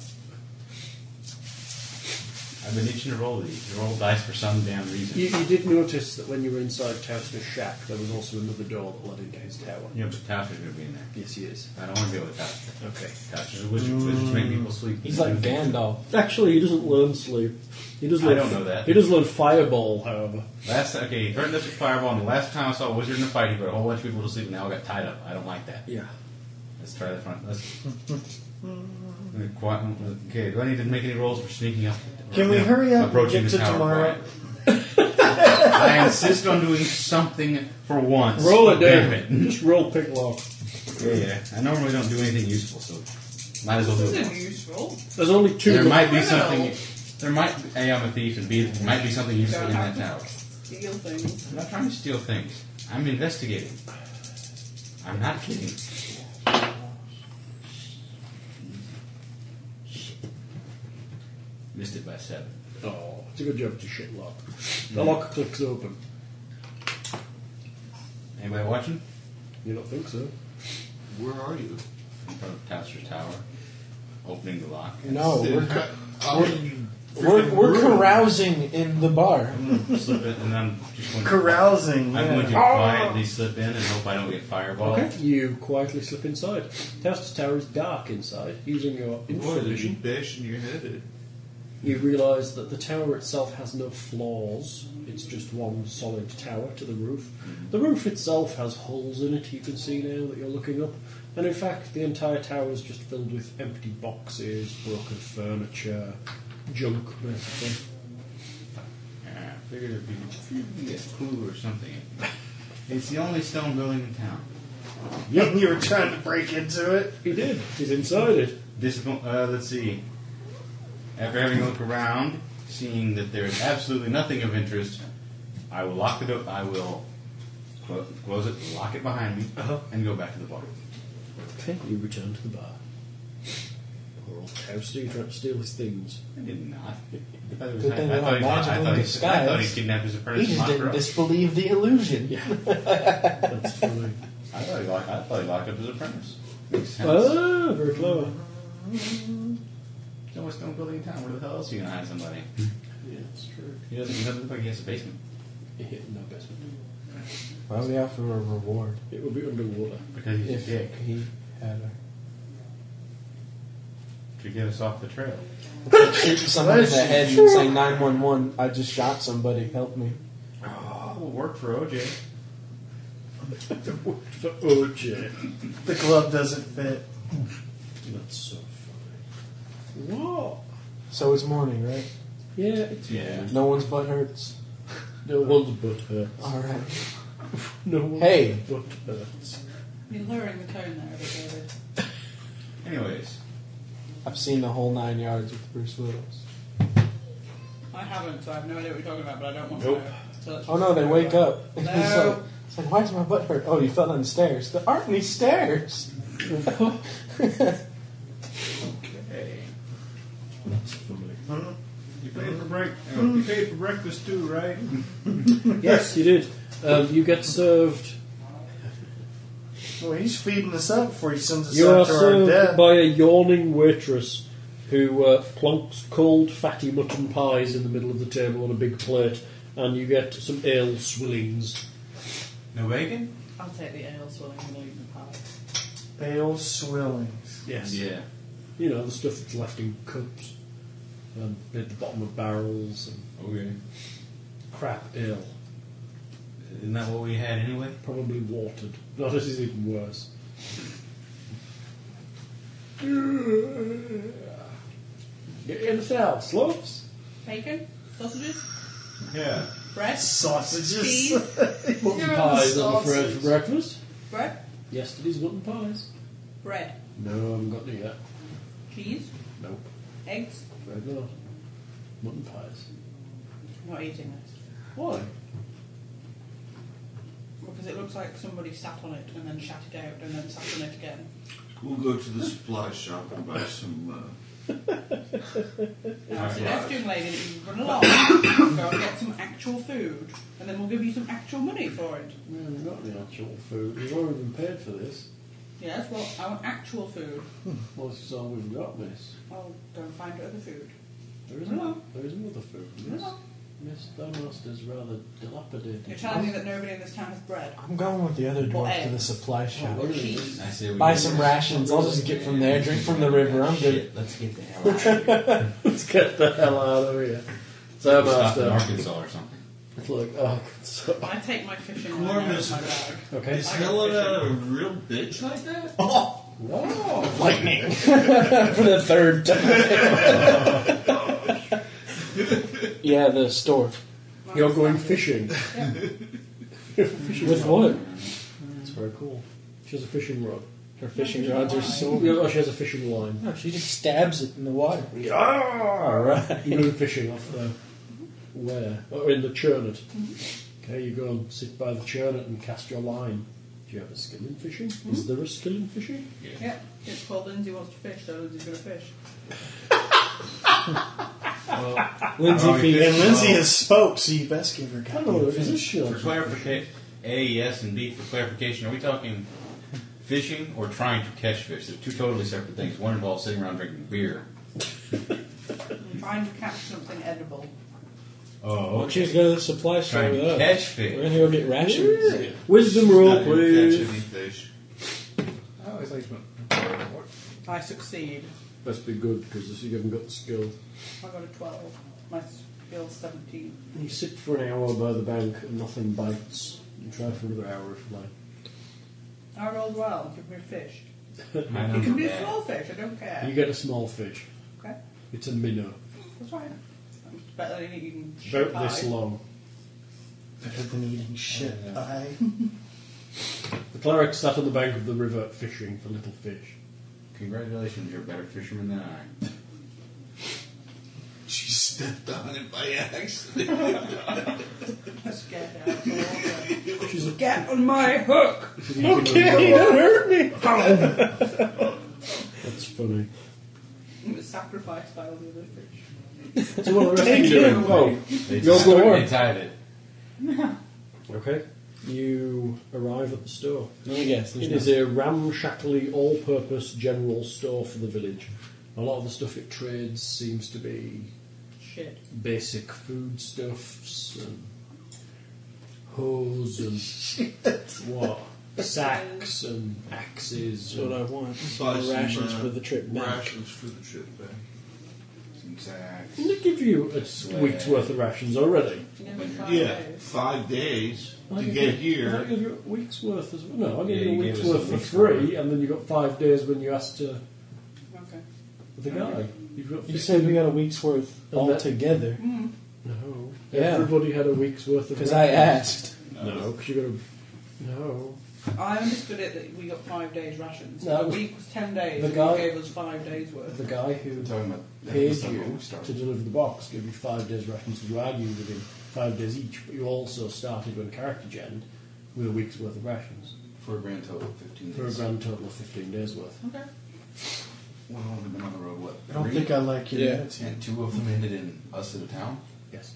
Speaker 8: I've been itching to roll these. You roll dice for some damn reason.
Speaker 2: You, you did notice that when you were inside Toaster's shack, there was also another door that led into his tower.
Speaker 8: Yeah, but Tasha's gonna be in there.
Speaker 2: Yes, he is.
Speaker 8: I don't want to deal with Tasha.
Speaker 2: Okay.
Speaker 8: Tasha's a wizard. Wizards make people sleep.
Speaker 7: He's like Gandalf.
Speaker 9: Actually, he doesn't learn sleep. He does
Speaker 8: I
Speaker 9: learn.
Speaker 8: don't know that.
Speaker 9: He does learn fireball, however.
Speaker 8: Last okay, he threatened us with fireball. And the last time I saw a wizard in a fight, he put a whole bunch of people to sleep, and they all got tied up. I don't like that.
Speaker 9: Yeah.
Speaker 8: Let's try the front. Let's. Quiet- Okay, do I need to make any rolls for sneaking up?
Speaker 6: Can we hurry up and
Speaker 8: Approaching
Speaker 6: get
Speaker 8: the
Speaker 6: to
Speaker 8: tower
Speaker 6: tomorrow?
Speaker 8: quiet. I insist on doing something for once.
Speaker 2: Roll it,
Speaker 8: Damn
Speaker 2: David. Just roll picklock.
Speaker 8: Yeah, yeah. I normally don't do anything useful, so might as well do
Speaker 4: This
Speaker 8: it.
Speaker 4: is
Speaker 8: once.
Speaker 4: unusual.
Speaker 2: There's only two.
Speaker 8: There might be
Speaker 4: Criminal.
Speaker 8: something. There might. A, I'm a thief, and B, there might be something useful in that tower.
Speaker 4: Steal things.
Speaker 8: I'm not trying to steal things. I'm investigating. I'm not kidding. Missed it by seven.
Speaker 2: Oh, it's a good job it's a shit lock. The lock clicks open.
Speaker 8: Anybody watching?
Speaker 2: You don't think so?
Speaker 5: Where are you?
Speaker 8: In front of Taster Tower, opening the lock.
Speaker 7: No,
Speaker 5: Then
Speaker 7: we're,
Speaker 5: how- how are you
Speaker 7: we're,
Speaker 5: freaking
Speaker 7: we're
Speaker 5: rude?
Speaker 7: carousing in the bar.
Speaker 8: I'm gonna slip it, and I'm just going to,
Speaker 6: Carousing.
Speaker 8: I'm going to
Speaker 6: Yeah.
Speaker 8: quietly slip in and hope I don't get fireball.
Speaker 2: You quietly slip inside. Toaster's Tower is dark inside. Using your
Speaker 5: What are you
Speaker 2: infravision,
Speaker 5: bashing your head in?
Speaker 2: you realise that the tower itself has no floors. It's just one solid tower to the roof. The roof itself has holes in it, you can see now that you're looking up. And in fact, the entire tower is just filled with empty boxes, broken furniture, junk, basically.
Speaker 8: Uh, I figured it'd be a clue or something. It's the only stone building in town.
Speaker 6: you were trying to break into it.
Speaker 2: He did. He's inside it.
Speaker 8: Disappoint. Uh, let's see. After having a look around, seeing that there is absolutely nothing of interest, I will lock the door. I will clo- close it, lock it behind me,
Speaker 2: Uh-huh.
Speaker 8: and go back to the bar.
Speaker 2: Okay, you return to the bar. Poor old Toaster, you tried to steal his things.
Speaker 8: I did not. I thought he
Speaker 7: Good thing
Speaker 8: I
Speaker 7: we're
Speaker 8: thought
Speaker 7: not
Speaker 8: he- I
Speaker 7: magical
Speaker 8: thought
Speaker 7: in
Speaker 8: he- I thought he
Speaker 7: disguise.
Speaker 8: kidnapped his apprentice.
Speaker 7: He
Speaker 8: and
Speaker 7: just
Speaker 8: locked her
Speaker 7: didn't
Speaker 8: up.
Speaker 7: disbelieve the illusion.
Speaker 2: That's funny.
Speaker 8: I thought he locked. I thought he locked up his apprentice. Makes sense.
Speaker 2: ah, very clever.
Speaker 8: It's the only stone building in town. Where the hell else are you gonna hide somebody?
Speaker 2: Yeah, it's true.
Speaker 8: He doesn't, he doesn't look like he has a basement.
Speaker 2: Yeah, no basement.
Speaker 7: Why would we offer a reward
Speaker 2: It would be underwater.
Speaker 8: Because he's
Speaker 7: if
Speaker 8: a dick.
Speaker 7: he had a
Speaker 8: To get us off the trail.
Speaker 7: shoot somebody in the head and say 911? I just shot somebody. Help me.
Speaker 8: Oh, will work for OJ.
Speaker 2: For OJ.
Speaker 6: The glove doesn't fit.
Speaker 2: That's so funny. What?
Speaker 7: So it's morning, right?
Speaker 2: Yeah, it's
Speaker 8: Yeah.
Speaker 7: No one's butt hurts.
Speaker 2: no one's but her.
Speaker 7: All right.
Speaker 2: No one's
Speaker 7: Hey.
Speaker 2: but her.
Speaker 4: You're lowering the tone there a bit, David.
Speaker 8: Anyways,
Speaker 7: I've seen the whole nine yards with Bruce Willis.
Speaker 4: I haven't, so I have no idea what you're talking about, but I don't want
Speaker 8: Nope.
Speaker 4: to know. So let's
Speaker 7: Oh
Speaker 4: just
Speaker 7: no, they
Speaker 4: go
Speaker 7: wake
Speaker 4: on.
Speaker 7: up. it's, like,
Speaker 4: No.
Speaker 7: it's like, why is my butt hurt? Oh, you fell down the stairs. There aren't any stairs.
Speaker 8: hey,
Speaker 2: That's funny.
Speaker 8: you paid for break. oh, You paid for breakfast too, right?
Speaker 2: Yes, you did. Um, you get served.
Speaker 6: Well, he's feeding us up before he sends us
Speaker 2: You are
Speaker 6: out to our
Speaker 2: served
Speaker 6: death.
Speaker 2: by a yawning waitress who uh, plonks cold, fatty mutton pies in the middle of the table on a big plate, and you get some ale swillings.
Speaker 8: No bacon.
Speaker 4: I'll take the ale swilling and leave the pie.
Speaker 6: Pale swillings.
Speaker 2: Yes.
Speaker 8: Yeah.
Speaker 2: You know, the stuff that's left in cups Um, and at the bottom of barrels and oh,
Speaker 8: Okay.
Speaker 2: crap ale.
Speaker 8: Isn't that what we had anyway?
Speaker 2: Probably watered. No, this is even worse. Get yourself, slopes.
Speaker 4: Bacon? Sausages?
Speaker 8: Yeah.
Speaker 4: Bread?
Speaker 6: Sausages.
Speaker 4: Cheese?
Speaker 2: Mutton
Speaker 6: Yeah,
Speaker 2: pies, I'm
Speaker 6: sausage.
Speaker 2: afraid, for breakfast.
Speaker 4: Bread?
Speaker 2: Yesterday's mutton pies.
Speaker 4: Bread.
Speaker 2: No, I haven't got any yet.
Speaker 4: Cheese?
Speaker 2: Nope.
Speaker 4: Eggs?
Speaker 2: Bread not. Mutton pies.
Speaker 4: Not eating this.
Speaker 2: Why?
Speaker 4: Because it looks like somebody sat on it and then shat it out and then sat on it again.
Speaker 5: We'll go to the supply shop and buy some. Uh,
Speaker 4: And I said,
Speaker 8: Alright.
Speaker 4: "Let's do, lady, that you run along, go and get some actual food, and then we'll give you some actual money for it.
Speaker 2: We haven't got any actual food. We've already been paid for this.
Speaker 4: Yes, well, I want actual food.
Speaker 2: Most is all we've got, miss.
Speaker 4: I'll go and find other food.
Speaker 2: There isn't,
Speaker 4: No.
Speaker 2: there isn't other food, miss.
Speaker 4: No.
Speaker 2: Miss Thermaster's rather dilapidated.
Speaker 4: You're telling me that nobody in this town has bread.
Speaker 7: I'm going with the other dwarf
Speaker 4: Well,
Speaker 7: to
Speaker 4: hey.
Speaker 7: the supply shop.
Speaker 2: Really?
Speaker 4: Cheese.
Speaker 8: I say we
Speaker 7: Buy
Speaker 8: go
Speaker 7: some
Speaker 8: there.
Speaker 7: rations. I'll just get from there, drink from the river. I'm good.
Speaker 8: Shit, let's get the hell out of here.
Speaker 2: Let's get the hell out of here.
Speaker 8: Stop in
Speaker 2: Thermaster.
Speaker 8: Arkansas or something.
Speaker 2: It's like, oh, it's-
Speaker 4: I take my fishing line out of my bag.
Speaker 2: okay.
Speaker 5: is Helena a real bitch like that?
Speaker 7: Lightning. For the third time. yeah, the store.
Speaker 2: You're going fishing.
Speaker 7: With what?
Speaker 2: That's very cool. She has a fishing rod.
Speaker 7: Her fishing rods are
Speaker 2: Oh,
Speaker 7: so.
Speaker 2: yeah, oh, she has a fishing line.
Speaker 7: No, she just stabs it in the water. All right.
Speaker 2: You go fishing off the where? Or in the churnet.
Speaker 6: Mm-hmm.
Speaker 2: Okay, you go and sit by the churnet and cast your line. Do you have a skill in fishing?
Speaker 6: Mm-hmm.
Speaker 2: Is there a skill in fishing?
Speaker 4: Yep, it's called Lindsay wants to fish, so Lindsay's going to fish.
Speaker 7: Lindsay
Speaker 8: Alright,
Speaker 7: Fee.
Speaker 8: good.
Speaker 6: And Lindsay has spoke, so you best give her a
Speaker 2: I don't know
Speaker 6: copy.
Speaker 2: what it Oh, is. She
Speaker 8: For clarification, A, yes, and B, for clarification, are we talking fishing or trying to catch fish? They're two totally separate things. One involves sitting around drinking beer.
Speaker 4: I'm trying to catch something edible.
Speaker 8: Oh,
Speaker 7: Well, she's going to the supply store
Speaker 8: Trying
Speaker 7: with
Speaker 8: to
Speaker 7: us.
Speaker 8: catch
Speaker 7: We're
Speaker 8: fish.
Speaker 7: going to go get rations.
Speaker 2: Wisdom roll,
Speaker 5: Not gonna catch
Speaker 2: please.
Speaker 5: any fish.
Speaker 8: I always like to-
Speaker 4: I succeed.
Speaker 2: Must be good because you haven't got the skill.
Speaker 4: I got a 12. My skill's 17.
Speaker 2: You sit for an hour by the bank and nothing bites. You try for another hour if you like.
Speaker 4: I rolled well. Give me a fish.
Speaker 8: I know
Speaker 4: It can be a
Speaker 8: that.
Speaker 4: small fish. I don't care.
Speaker 2: You get a small fish.
Speaker 4: Okay,
Speaker 2: It's a minnow,
Speaker 4: that's fine. It's better than eating shit
Speaker 2: about this
Speaker 4: pie.
Speaker 2: long.
Speaker 6: Better than eating shit. I
Speaker 2: The cleric sat on the bank of the river fishing for little fish.
Speaker 8: Congratulations, you're a better fisherman than I.
Speaker 5: She stepped on it by accident.
Speaker 4: Let's get out of the water. Get on my hook!
Speaker 2: Okay, don't hurt me. That's funny.
Speaker 4: It was sacrificed by all the other fish.
Speaker 2: So what are the rest of you doing? Oh,
Speaker 8: They
Speaker 2: You'll
Speaker 8: just-
Speaker 2: go on.
Speaker 8: They tied it.
Speaker 2: okay. You arrive at the store.
Speaker 7: Let me guess.
Speaker 2: It
Speaker 7: There's
Speaker 2: is
Speaker 7: no
Speaker 2: a ramshackly, all-purpose general store for the village. A lot of the stuff it trades seems to be
Speaker 4: Shit.
Speaker 2: basic foodstuffs and hoes and what sacks and axes.
Speaker 7: That's what
Speaker 2: And
Speaker 7: I want.
Speaker 5: Buy
Speaker 7: the
Speaker 5: some,
Speaker 7: rations
Speaker 5: uh,
Speaker 7: for the trip back.
Speaker 5: Rations for the trip back.
Speaker 8: Some sacks.
Speaker 2: didn't they give you a week's worth of rations already?
Speaker 4: You know, in five
Speaker 5: Yeah,
Speaker 4: days.
Speaker 5: five days
Speaker 2: I
Speaker 5: to
Speaker 2: think
Speaker 5: get
Speaker 2: it- I
Speaker 5: here.
Speaker 2: think it was a week's worth as well. No, I gave
Speaker 8: Yeah,
Speaker 2: you a
Speaker 8: you
Speaker 2: week's
Speaker 8: gave us a
Speaker 2: worth for
Speaker 8: week's
Speaker 2: free,
Speaker 8: worth.
Speaker 2: and then you got five days when you asked uh,
Speaker 4: Okay.
Speaker 2: the guy. You've got
Speaker 7: You said we got a week's worth
Speaker 2: And
Speaker 7: all
Speaker 2: that-
Speaker 7: together.
Speaker 8: Hmm.
Speaker 2: no.
Speaker 7: Yeah.
Speaker 2: Everybody had a week's worth of.
Speaker 7: Because I
Speaker 2: rations.
Speaker 7: asked.
Speaker 6: Oh,
Speaker 2: No, because you got a no.
Speaker 4: I understood it that we got five days rations.
Speaker 2: No, it
Speaker 4: the
Speaker 2: was-
Speaker 4: week was ten days.
Speaker 2: the
Speaker 4: and
Speaker 2: guy-
Speaker 4: you gave us five days worth.
Speaker 2: The guy who
Speaker 8: We're talking about
Speaker 2: paid
Speaker 8: that's what
Speaker 2: you
Speaker 8: we
Speaker 2: to
Speaker 8: started.
Speaker 2: deliver the box gave you five days' rations. You argued with him five days each, but you also started when character gen with a week's worth of rations
Speaker 8: For a grand total of 15
Speaker 2: for a
Speaker 8: days.
Speaker 2: grand total of fifteen days' worth.
Speaker 4: Okay.
Speaker 8: We've only been on the road, what?
Speaker 6: don't
Speaker 8: three?
Speaker 6: think I like your
Speaker 7: Yeah.
Speaker 6: attitude.
Speaker 8: And two of them ended in us at a town?
Speaker 2: Yes,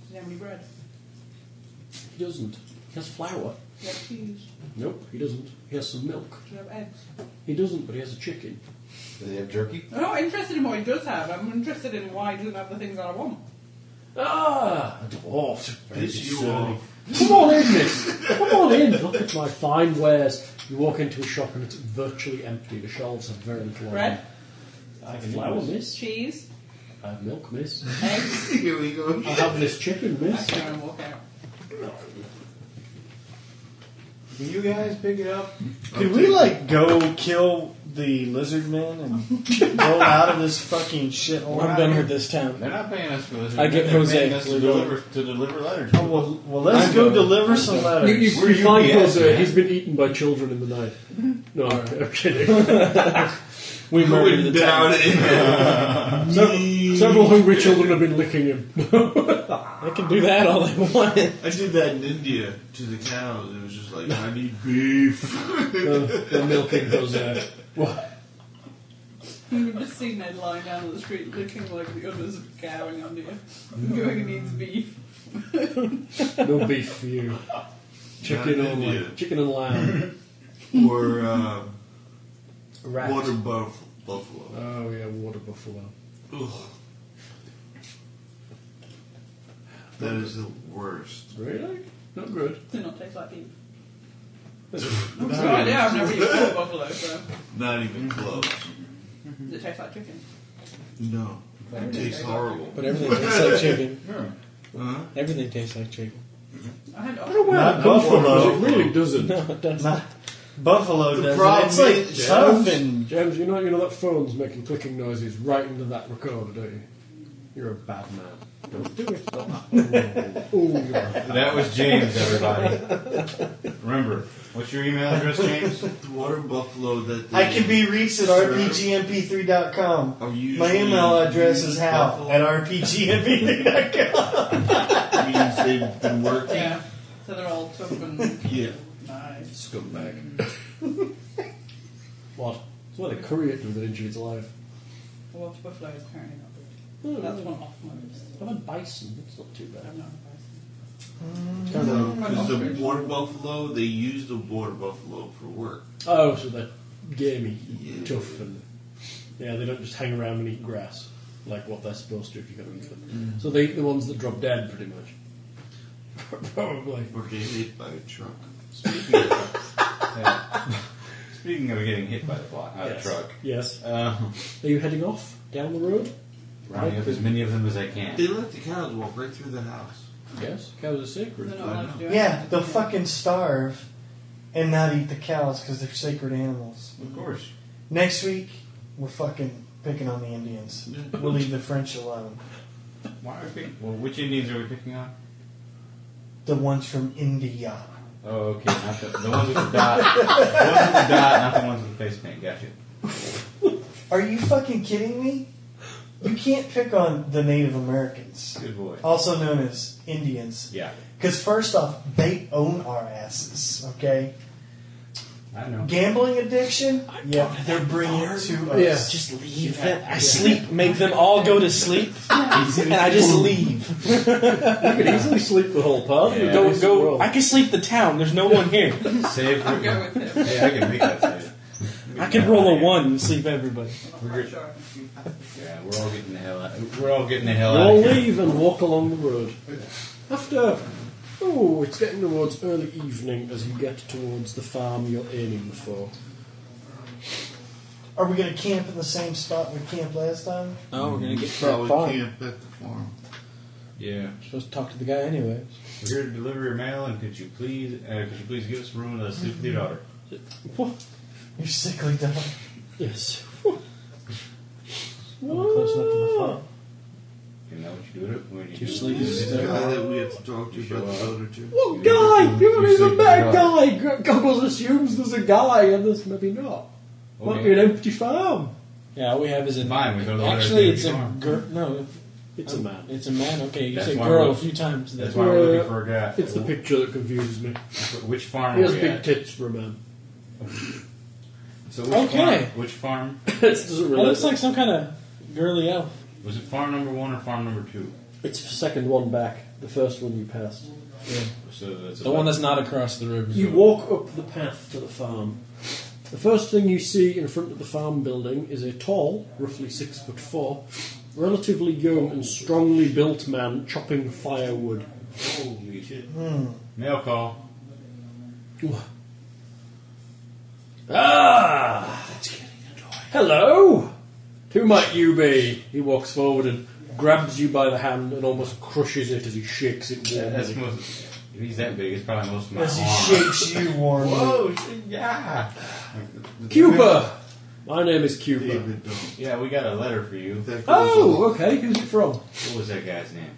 Speaker 4: Does he have any bread?
Speaker 2: he doesn't. He has flour.
Speaker 4: Do you have cheese?
Speaker 2: Nope, he doesn't. He has some milk.
Speaker 4: Do you have eggs?
Speaker 2: He doesn't, but he has a chicken.
Speaker 8: Do they have jerky?
Speaker 4: I'm not interested in what he does have. I'm interested in why he doesn't have the things that I want.
Speaker 2: Ah, a dwarf. Very
Speaker 5: Piss you
Speaker 2: discerning.
Speaker 5: off.
Speaker 2: Come on in, miss. Come on in. Look at my fine wares. You walk into a shop and it's virtually empty. The shelves have very little on
Speaker 4: Bread,
Speaker 2: them. I have flour, miss.
Speaker 4: cheese,
Speaker 2: I have milk, miss.
Speaker 4: eggs.
Speaker 5: Here we go.
Speaker 8: Uh-huh.
Speaker 2: I have this chicken,
Speaker 4: I
Speaker 2: miss.
Speaker 4: turn and walk out.
Speaker 8: Can you guys pick it up?
Speaker 6: Could we like go kill the lizard men and roll out of this fucking shithole?
Speaker 7: I'm done with this town.
Speaker 8: They're not paying us for this.
Speaker 7: I get
Speaker 8: They're
Speaker 7: Jose.
Speaker 8: paying us to
Speaker 7: We're going.
Speaker 8: deliver, to deliver letters.
Speaker 6: Oh, well, well, let's
Speaker 7: I'm
Speaker 6: go
Speaker 7: done.
Speaker 6: deliver some
Speaker 2: You,
Speaker 6: letters.
Speaker 2: you,
Speaker 8: Where
Speaker 2: you
Speaker 8: you
Speaker 2: find
Speaker 8: be
Speaker 2: Jose,
Speaker 8: at, man?
Speaker 2: uh, he's been eaten by children in the night. No, I'm kidding.
Speaker 7: We murdered the town.
Speaker 2: several, several hungry children have been licking him.
Speaker 7: They can do that all they want.
Speaker 5: I did that in India to the cows. It was just like, I need beef.
Speaker 9: the milking Jose.
Speaker 4: You would have just seen Ned lying down on the street looking like the others are cowering under you. Going needs beef.
Speaker 9: No beef for you. Chicken
Speaker 5: Not
Speaker 9: and
Speaker 5: India.
Speaker 9: lamb. Chicken and lamb.
Speaker 5: or uh,
Speaker 9: Rat.
Speaker 5: water buff- buffalo.
Speaker 9: Oh yeah, water buffalo.
Speaker 5: Ugh. That is the worst.
Speaker 9: Really? Not good.
Speaker 4: Do not taste like beef.
Speaker 5: Not
Speaker 4: So I
Speaker 5: even-
Speaker 4: yeah, I've never eaten pork buffalo, so
Speaker 5: Not even close.
Speaker 4: does it taste like chicken?
Speaker 5: No. It tastes horrible.
Speaker 7: But everything tastes like chicken.
Speaker 5: Huh?
Speaker 7: Everything tastes like chicken.
Speaker 4: I had
Speaker 6: Not
Speaker 2: Because
Speaker 6: buffalo.
Speaker 2: it really doesn't.
Speaker 7: No, it doesn't.
Speaker 6: Not buffalo
Speaker 5: The
Speaker 6: doesn't.
Speaker 5: problem
Speaker 6: It's like
Speaker 5: is-
Speaker 6: tough and
Speaker 2: James, you know, you know that phone's making clicking noises right into that recorder, don't you? You're a bad man. Don't do it. Oh, Ooh, you are.
Speaker 8: That was James, everybody. Remember, what's your email address, James?
Speaker 5: The water buffalo that
Speaker 6: I
Speaker 5: they-
Speaker 6: can be reached at rpgmp3.com.
Speaker 5: are Oh, usually
Speaker 6: My email address is
Speaker 5: used
Speaker 6: how
Speaker 5: buffalo
Speaker 6: at rpgmp3.com.
Speaker 5: means they've been working.
Speaker 4: Yeah. So they're all tough and
Speaker 5: Yeah.
Speaker 4: nice.
Speaker 5: Scumbag.
Speaker 2: What? It's what a courier do with an injured life.
Speaker 4: The water buffalo is apparently not
Speaker 2: Hmm.
Speaker 4: good. That's one off my list.
Speaker 2: I've had bison. It's not too bad.
Speaker 4: I'm not advising.
Speaker 5: No, because the water buffalo, they use the water buffalo for work.
Speaker 2: Oh, so they're gamey,
Speaker 5: Yeah.
Speaker 2: tough, and yeah, they don't just hang around and eat grass like what they're supposed to if you're going to eat them. So they eat the ones that drop dead, pretty much. Probably.
Speaker 5: Or get hit by a truck.
Speaker 8: Speaking of, yeah. Speaking of getting hit by the block, uh,
Speaker 2: Yes.
Speaker 8: truck,
Speaker 2: Yes.
Speaker 8: um,
Speaker 2: Are you heading off down the road?
Speaker 8: rounding up as many of them as I can.
Speaker 5: They let the cows walk right through the house.
Speaker 2: Yes. Cows are sacred.
Speaker 4: They're not allowed to do
Speaker 6: Yeah,
Speaker 4: anything.
Speaker 6: they'll fucking starve and not eat the cows because they're sacred animals.
Speaker 5: Mm-hmm.
Speaker 8: Of course.
Speaker 6: Next week, we're fucking picking on the Indians. We'll leave the French alone.
Speaker 8: Why are we picking? Well, which Indians are we picking on?
Speaker 6: The ones from India.
Speaker 8: Oh, okay, not the, the ones with the dot. the ones with the dot, not the ones with the face paint. Gotcha.
Speaker 6: Are you fucking kidding me? You can't pick on the Native Americans,
Speaker 8: Good boy.
Speaker 7: Oh.
Speaker 6: also known as Indians.
Speaker 8: Yeah,
Speaker 6: Because, first off, they own our asses, okay?
Speaker 8: I know.
Speaker 6: Gambling addiction? Yeah, they're bringing it to us.
Speaker 2: Yeah.
Speaker 7: Just leave them. I sleep. Make them all go to sleep, and I just leave.
Speaker 2: You could easily sleep the whole pub.
Speaker 8: Yeah.
Speaker 7: Go, go. I can sleep the town. There's no one here.
Speaker 8: Save.
Speaker 4: I'll go with him.
Speaker 8: Hey, I can make that save.
Speaker 7: I can roll a one and sleep everybody.
Speaker 4: I'm not quite sure.
Speaker 8: Yeah, we're all getting the hell out. We're all getting the hell out.
Speaker 2: We'll
Speaker 8: of here.
Speaker 2: leave and walk along the road. After, oh, it's getting towards early evening as you get towards the farm you're aiming for.
Speaker 6: Are we going to camp in the same spot we camped last time?
Speaker 7: Oh, we're gonna get
Speaker 5: Probably
Speaker 7: fine.
Speaker 5: camp at the farm.
Speaker 8: Yeah,
Speaker 7: Supposed to talk to the guy anyway.
Speaker 8: we're here to deliver your mail, and could you please, uh, could you please give us room to sleep with your daughter?
Speaker 2: What?
Speaker 6: You're sickly dog.
Speaker 2: Yes.
Speaker 7: Close enough to the phone.
Speaker 8: You know what you do it when you
Speaker 7: Too
Speaker 8: do
Speaker 7: sleepy.
Speaker 8: it.
Speaker 5: Is it the guy that we have to talk to about the other two?
Speaker 2: What
Speaker 8: You
Speaker 2: Oh, guy?
Speaker 8: sleep-
Speaker 2: You're
Speaker 8: you
Speaker 2: even
Speaker 8: sleep
Speaker 2: that
Speaker 8: with your
Speaker 2: guy. G- Goggles assumes there's a guy and there's maybe not. Might be an
Speaker 8: Okay.
Speaker 2: empty farm.
Speaker 7: Yeah, all we have is a
Speaker 8: Fine, we go to the
Speaker 7: Actually,
Speaker 8: letter
Speaker 7: it's
Speaker 8: D.
Speaker 7: a girl. No, um,
Speaker 2: It's a man.
Speaker 7: it's a man. Okay, you
Speaker 8: That's
Speaker 7: say
Speaker 8: why
Speaker 7: girl
Speaker 8: we're-
Speaker 7: a few times.
Speaker 8: That's
Speaker 7: then.
Speaker 8: why we're
Speaker 2: Yeah.
Speaker 8: looking for a guy.
Speaker 2: It's the picture that confuses me.
Speaker 8: Which farm
Speaker 2: He
Speaker 8: are
Speaker 2: has
Speaker 8: we
Speaker 2: big
Speaker 8: at?
Speaker 2: tits for a man.
Speaker 8: So which
Speaker 7: Okay.
Speaker 8: farm? Which farm?
Speaker 2: it doesn't
Speaker 7: That
Speaker 2: relate.
Speaker 7: looks like some kind of girly elf.
Speaker 8: Was it farm number one or farm number two?
Speaker 2: It's the second one back. The first one you passed.
Speaker 8: So that's
Speaker 7: The one that's not across the river.
Speaker 2: You walk up the path to the farm. The first thing you see in front of the farm building is a tall, roughly six foot four, relatively young and strongly built man chopping firewood.
Speaker 8: holy shit. Hmm. Mail call.
Speaker 2: Ah! Hello! Who might you be? He walks forward and grabs you by the hand and almost crushes it as he shakes it
Speaker 8: That- That's
Speaker 2: warmly.
Speaker 8: most. If he's that big, it's probably most of my Oh,
Speaker 6: As he
Speaker 8: arm.
Speaker 6: shakes you warmly.
Speaker 8: Whoa! shit, Yeah.
Speaker 2: Cuba! My name is Cuba.
Speaker 5: David, don't.
Speaker 8: Yeah, we got a letter for you.
Speaker 5: That goes
Speaker 2: Oh,
Speaker 5: on.
Speaker 2: okay. Who's it from?
Speaker 8: What was that guy's name?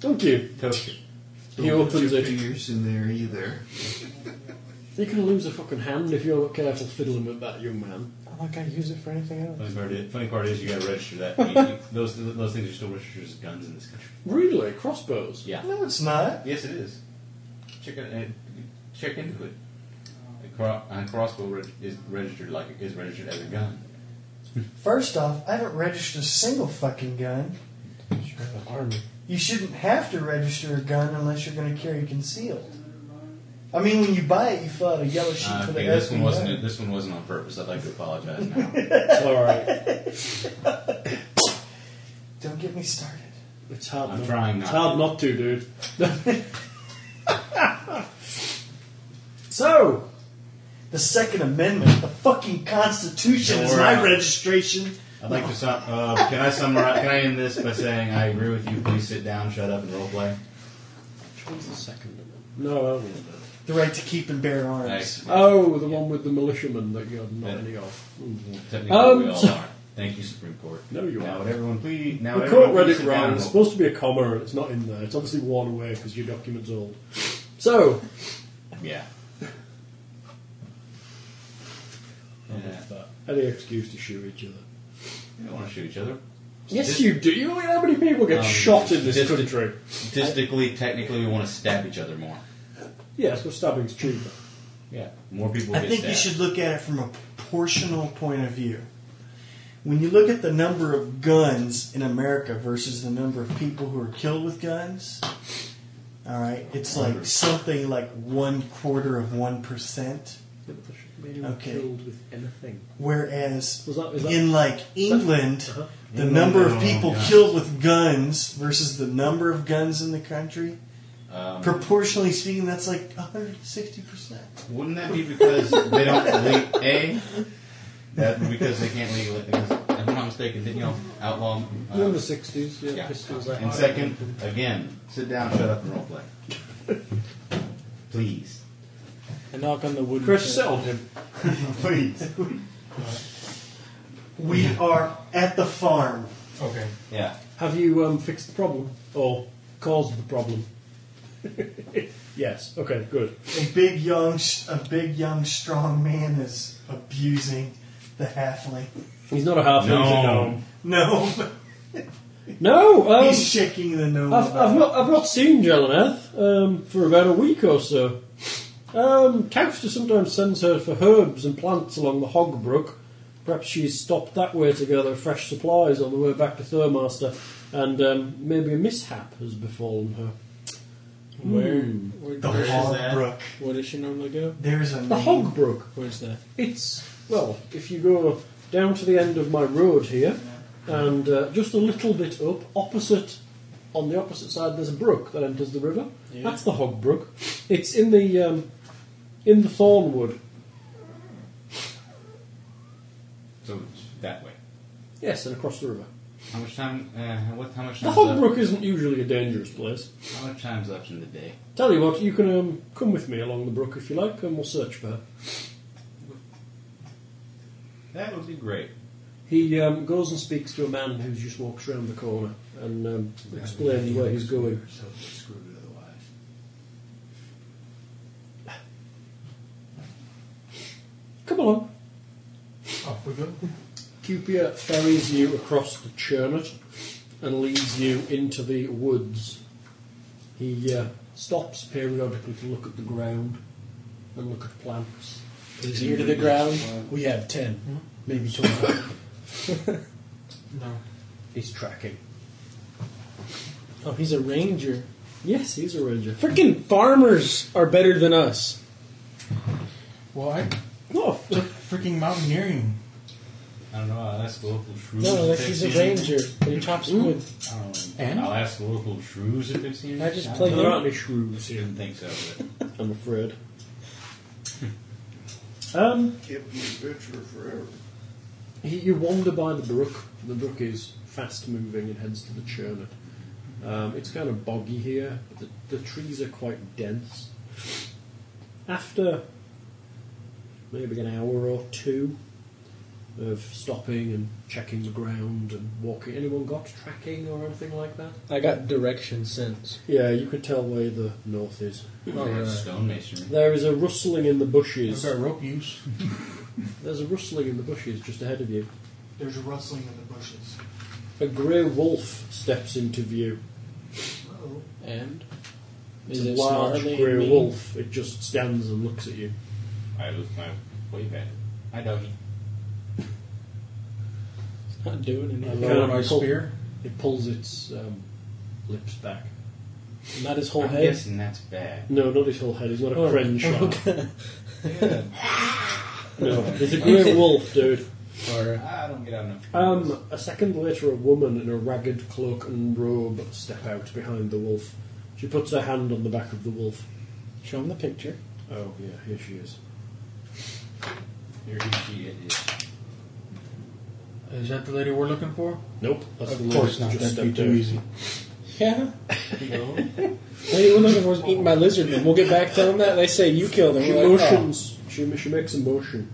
Speaker 2: Thank you.
Speaker 8: Toaster.
Speaker 5: Don't
Speaker 2: He
Speaker 5: put
Speaker 2: opens
Speaker 5: your
Speaker 2: it.
Speaker 5: fingers in there either.
Speaker 2: You can lose a fucking hand if you're not careful fiddling with that young man.
Speaker 7: I don't think I use it for anything else.
Speaker 8: Funny part is, funny part is you got to register that. You- you- those those things are still registered as guns in this country.
Speaker 2: Really? Crossbows?
Speaker 8: Yeah.
Speaker 6: No, it's not.
Speaker 8: Yes, it is. Check it. Uh, check into it. A, cro- a crossbow reg- is registered like is registered as a gun.
Speaker 6: First off, I haven't registered a single fucking gun.
Speaker 7: Sure, the army.
Speaker 6: You shouldn't have to register a gun unless you're going to carry concealed. I mean, when you buy it, you fill out a yellow sheet
Speaker 8: Uh,
Speaker 6: for the
Speaker 8: okay, this one
Speaker 6: FBI.
Speaker 8: wasn't. This one wasn't on purpose. I'd like to apologize now.
Speaker 2: It's alright.
Speaker 6: Don't get me started.
Speaker 2: It's hard
Speaker 8: I'm
Speaker 2: not,
Speaker 8: trying
Speaker 2: It's
Speaker 8: not
Speaker 2: hard not to, dude. so,
Speaker 6: The Second Amendment, the fucking Constitution,
Speaker 8: Don't
Speaker 6: is
Speaker 8: worry
Speaker 6: my
Speaker 8: about it.
Speaker 6: registration.
Speaker 8: I'd like to sum. Uh, can I summarize? Can I end this by saying I agree with you? Please sit down, shut up, and role play.
Speaker 2: what's the second one? No, I don't know.
Speaker 6: The right to keep and bear arms.
Speaker 8: Thanks.
Speaker 2: Oh, the one with the militiaman that you're not
Speaker 8: Yeah.
Speaker 2: any of.
Speaker 8: Well, Technically,
Speaker 2: Um,
Speaker 8: we all
Speaker 2: so-
Speaker 8: are. Thank you, Supreme Court.
Speaker 2: No, you
Speaker 8: now
Speaker 2: aren't.
Speaker 8: would everyone please? Now
Speaker 2: The
Speaker 8: would
Speaker 2: court
Speaker 8: everyone
Speaker 2: read
Speaker 8: please
Speaker 2: it
Speaker 8: sit down
Speaker 2: wrong.
Speaker 8: and
Speaker 2: It's
Speaker 8: roll-
Speaker 2: supposed to be a comma, and it's not in there. It's obviously worn away because your document's old. So,
Speaker 8: Yeah. Yeah.
Speaker 2: any excuse to shoot each other.
Speaker 8: You don't want to shoot each other.
Speaker 2: Yes,
Speaker 8: Statist-
Speaker 2: you do. You know how many people get
Speaker 8: Um,
Speaker 2: shot in this
Speaker 8: statistic-
Speaker 2: country?
Speaker 8: Statistically, technically, we want to stab each other more.
Speaker 2: Yes, but stabbing's cheaper.
Speaker 8: Yeah. More people
Speaker 6: I
Speaker 8: get
Speaker 6: think
Speaker 8: stabbed.
Speaker 6: you should look at it from a proportional point of view. When you look at the number of guns in America versus the number of people who are killed with guns, all right, it's like something like one quarter of one percent. Okay.
Speaker 2: Killed with anything.
Speaker 6: Whereas
Speaker 2: Was that, is that
Speaker 6: in like England,
Speaker 2: Uh-huh.
Speaker 6: the number
Speaker 8: oh,
Speaker 6: of people
Speaker 8: gosh.
Speaker 6: killed with guns versus the number of guns in the country,
Speaker 8: Um,
Speaker 6: proportionally speaking, that's like 160 percent.
Speaker 8: Wouldn't that be because they don't le A? That because they can't legally. Because, if I'm not mistaken, didn't y'all outlaw? uh,
Speaker 2: in the sixties? Yeah,
Speaker 8: yeah.
Speaker 2: pistols. are
Speaker 8: And
Speaker 2: high.
Speaker 8: second, again, sit down, shut up, and role play. Please,
Speaker 7: I knock on the wooden.
Speaker 2: Chris settled him.
Speaker 8: please.
Speaker 6: We are at the farm.
Speaker 7: Okay.
Speaker 8: Yeah.
Speaker 2: Have you um, fixed the problem or caused the problem? yes. Okay. Good.
Speaker 6: a big young, a big young, strong man is abusing the halfling.
Speaker 2: He's not a half
Speaker 8: No.
Speaker 6: No,
Speaker 2: No. Um,
Speaker 6: he's shaking the gnome.
Speaker 2: I've, I've not I've not seen Jelaneth um, for about a week or so. Um, Couster sometimes sends her for herbs and plants along the Hog Brook. Perhaps she's stopped that way to gather fresh supplies on the way back to Thurmaster, and um, maybe a mishap has befallen her.
Speaker 7: Where?
Speaker 2: Hmm.
Speaker 7: where
Speaker 6: the
Speaker 7: where is
Speaker 6: hog
Speaker 7: that?
Speaker 6: brook.
Speaker 7: Where does she normally go?
Speaker 6: There's a
Speaker 2: The
Speaker 6: name.
Speaker 2: Hog Brook.
Speaker 7: Where's that?
Speaker 2: It's well, if you go down to the end of my road here, and uh, just a little bit up, opposite, on the opposite side, there's a brook that enters the river.
Speaker 7: Yeah.
Speaker 2: That's the Hog Brook. It's in the um, in the thorn wood.
Speaker 8: So it's that way.
Speaker 2: Yes, and across the river.
Speaker 8: How much time? Uh, what? How much?
Speaker 2: The
Speaker 8: Time's
Speaker 2: Hog
Speaker 8: left?
Speaker 2: Brook isn't usually a dangerous place.
Speaker 8: How much time's left in the day?
Speaker 2: Tell you what, you can um, come with me along the brook if you like, and we'll search for her.
Speaker 8: That would be great.
Speaker 2: He um, goes and speaks to a man who just walks round the corner and um, explains where he's going.
Speaker 5: So screwed otherwise.
Speaker 2: Come along.
Speaker 7: Off we go.
Speaker 2: Cupia ferries you across the Churnet and leads you into the woods. He uh, stops periodically to look at the ground and look at plants.
Speaker 7: His ear to the ground. We have 10 maybe twelve. no.
Speaker 2: He's tracking.
Speaker 7: Oh, he's a ranger.
Speaker 2: Yes, he's a ranger.
Speaker 7: Freaking farmers are better than us.
Speaker 11: Well, I
Speaker 2: Oh,
Speaker 11: took freaking mountaineering.
Speaker 8: I don't know. I'll ask the local shrews.
Speaker 7: No,
Speaker 8: if
Speaker 7: like
Speaker 8: they've
Speaker 7: he's
Speaker 8: seen
Speaker 7: a
Speaker 8: them.
Speaker 7: ranger. But he chops wood.
Speaker 8: I don't know.
Speaker 11: And?
Speaker 8: Um, I'll ask the local shrews if they've seen
Speaker 7: I
Speaker 8: it.
Speaker 7: just
Speaker 8: don't
Speaker 7: play
Speaker 8: know.
Speaker 2: there aren't any shrews
Speaker 8: I
Speaker 2: here,
Speaker 8: didn't think so. But.
Speaker 2: I'm afraid. um,
Speaker 5: Can't be a bitcher forever.
Speaker 2: He, you wander by the brook. The brook is fast moving and heads to the churner. Um, it's kind of boggy here, but the, the trees are quite dense. After maybe an hour or two, of stopping and checking the ground and walking. Anyone got tracking or anything like that?
Speaker 9: I got direction sense.
Speaker 2: Yeah, you could tell where the north is.
Speaker 8: Stonemasonry.
Speaker 2: There is a rustling in the
Speaker 11: I've
Speaker 2: bushes.
Speaker 11: got rope use.
Speaker 2: There's a rustling in the bushes just ahead of you.
Speaker 6: There's a rustling in the bushes.
Speaker 2: A grey wolf steps into view.
Speaker 6: Oh,
Speaker 9: And
Speaker 2: It's
Speaker 9: is
Speaker 2: a
Speaker 9: it
Speaker 2: large
Speaker 9: snarly and
Speaker 2: grey
Speaker 9: mean?
Speaker 2: wolf. It just stands and looks at you.
Speaker 8: I was my wave at it. Hi, doggy.
Speaker 9: It's not doing
Speaker 2: I
Speaker 9: anything.
Speaker 2: lower
Speaker 9: Not,
Speaker 2: my spear. It pulls its um, lips back.
Speaker 9: his
Speaker 7: Oh,
Speaker 9: whole
Speaker 8: I'm
Speaker 9: head.
Speaker 8: guessing that's bad.
Speaker 2: No, not his whole head. He's not a
Speaker 9: Oh,
Speaker 2: cringe shark.
Speaker 9: okay.
Speaker 2: No, he's a grey wolf, dude.
Speaker 9: Or,
Speaker 8: I don't get out enough.
Speaker 2: Um, a second later, a woman in a ragged cloak and robe step out behind the wolf. She puts her hand on the back of the wolf.
Speaker 9: show him the picture.
Speaker 2: Oh, yeah, here she is.
Speaker 8: Here he she is.
Speaker 7: Is that the lady we're looking for?
Speaker 2: Nope, that's the
Speaker 7: Of
Speaker 2: lady
Speaker 7: course
Speaker 2: who
Speaker 7: not.
Speaker 2: just
Speaker 7: That'd be
Speaker 2: stepped
Speaker 7: too
Speaker 2: out.
Speaker 7: easy.
Speaker 9: Yeah. Lady we're looking for is eaten by lizard men. We'll get back to them that. They say you killed him.
Speaker 2: She
Speaker 9: We're like, oh.
Speaker 2: motions. She, she makes a motion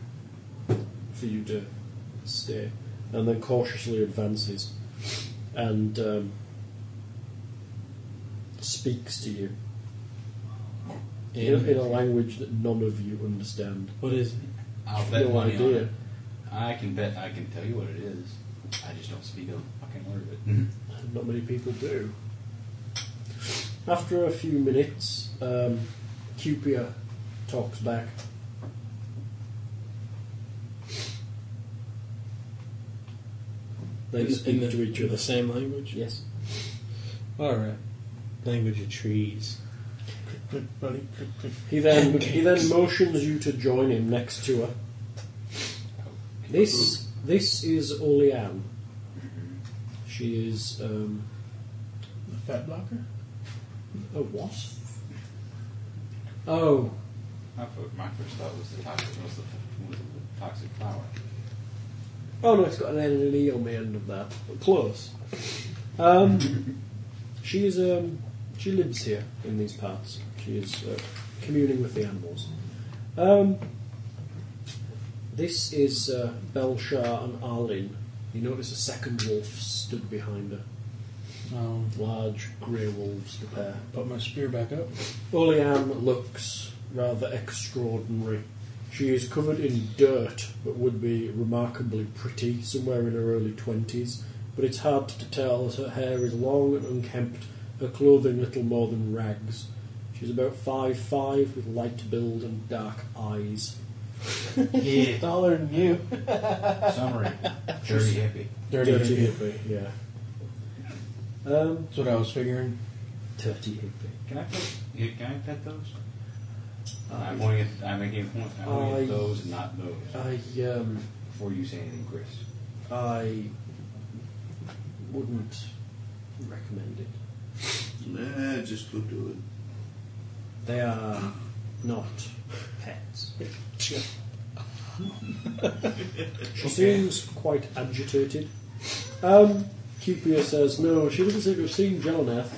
Speaker 2: for you to stay, and then cautiously advances and um, speaks to you in, in a language that none of you understand.
Speaker 9: What is it?
Speaker 8: I'll bet
Speaker 2: No
Speaker 8: money on
Speaker 2: idea.
Speaker 8: it. I can bet I can tell you what it is. I just don't speak a fucking word of it.
Speaker 2: Not many people do. After a few minutes, um, Cupia talks back. They
Speaker 9: In- in
Speaker 2: speak
Speaker 9: the-
Speaker 2: to each other.
Speaker 9: The same language?
Speaker 2: Yes.
Speaker 9: All right. Language of trees.
Speaker 2: He then he then motions you to join him next to her. This this is Oleanne. She is um,
Speaker 11: The fat blocker?
Speaker 2: a what? Oh,
Speaker 8: My, fir- my first thought was the toxic was the, was the toxic flower.
Speaker 2: Oh no, it's got an N and an E on the end of that. But close. Um, she is. Um, she lives here in these parts. She is uh, communing with the animals. Um, this is uh, Belshar and Arlin. You notice a second wolf stood behind her.
Speaker 7: Um,
Speaker 2: Large grey wolves, the pair.
Speaker 7: put my spear back up.
Speaker 2: Oleanne looks rather extraordinary. She is covered in dirt, but would be remarkably pretty, somewhere in her early twenties. But it's hard to tell as her hair is long and unkempt, her clothing little more than rags. She's about five five, with light build and dark eyes.
Speaker 8: Yeah.
Speaker 9: Taller than you.
Speaker 8: Summary. Dirty hippie.
Speaker 7: Dirty. hippie.
Speaker 2: hippie, yeah. Um,
Speaker 7: That's what I was figuring.
Speaker 2: dirty hippie.
Speaker 8: Can I pet? yeah, Can I pet those? I'm going to get. I'm making a point. I'm going
Speaker 2: Uh,
Speaker 8: to
Speaker 2: I-
Speaker 8: get those and not those
Speaker 2: I um,
Speaker 8: before you say anything, Chris.
Speaker 2: I wouldn't recommend it.
Speaker 5: Nah, just go do it.
Speaker 2: They are not pets. she seems quite agitated. Um, Cupia says no, she doesn't seem to have seen Jelaneth,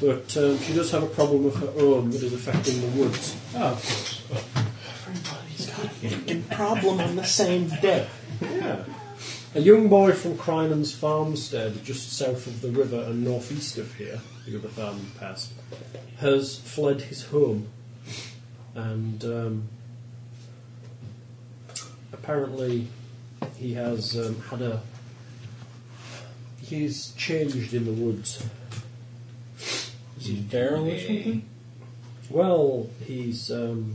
Speaker 2: but um, she does have a problem of her own that is affecting the woods.
Speaker 7: Oh, of course.
Speaker 1: Everybody's got a fucking problem on the same day.
Speaker 2: Yeah. A young boy from Crinan's farmstead, just south of the river and northeast of here, the other farm we passed, has fled his home. And um, apparently he has um, had a. He's changed in the woods.
Speaker 9: Is he feral or something?
Speaker 2: Mm. Well, he's. Um,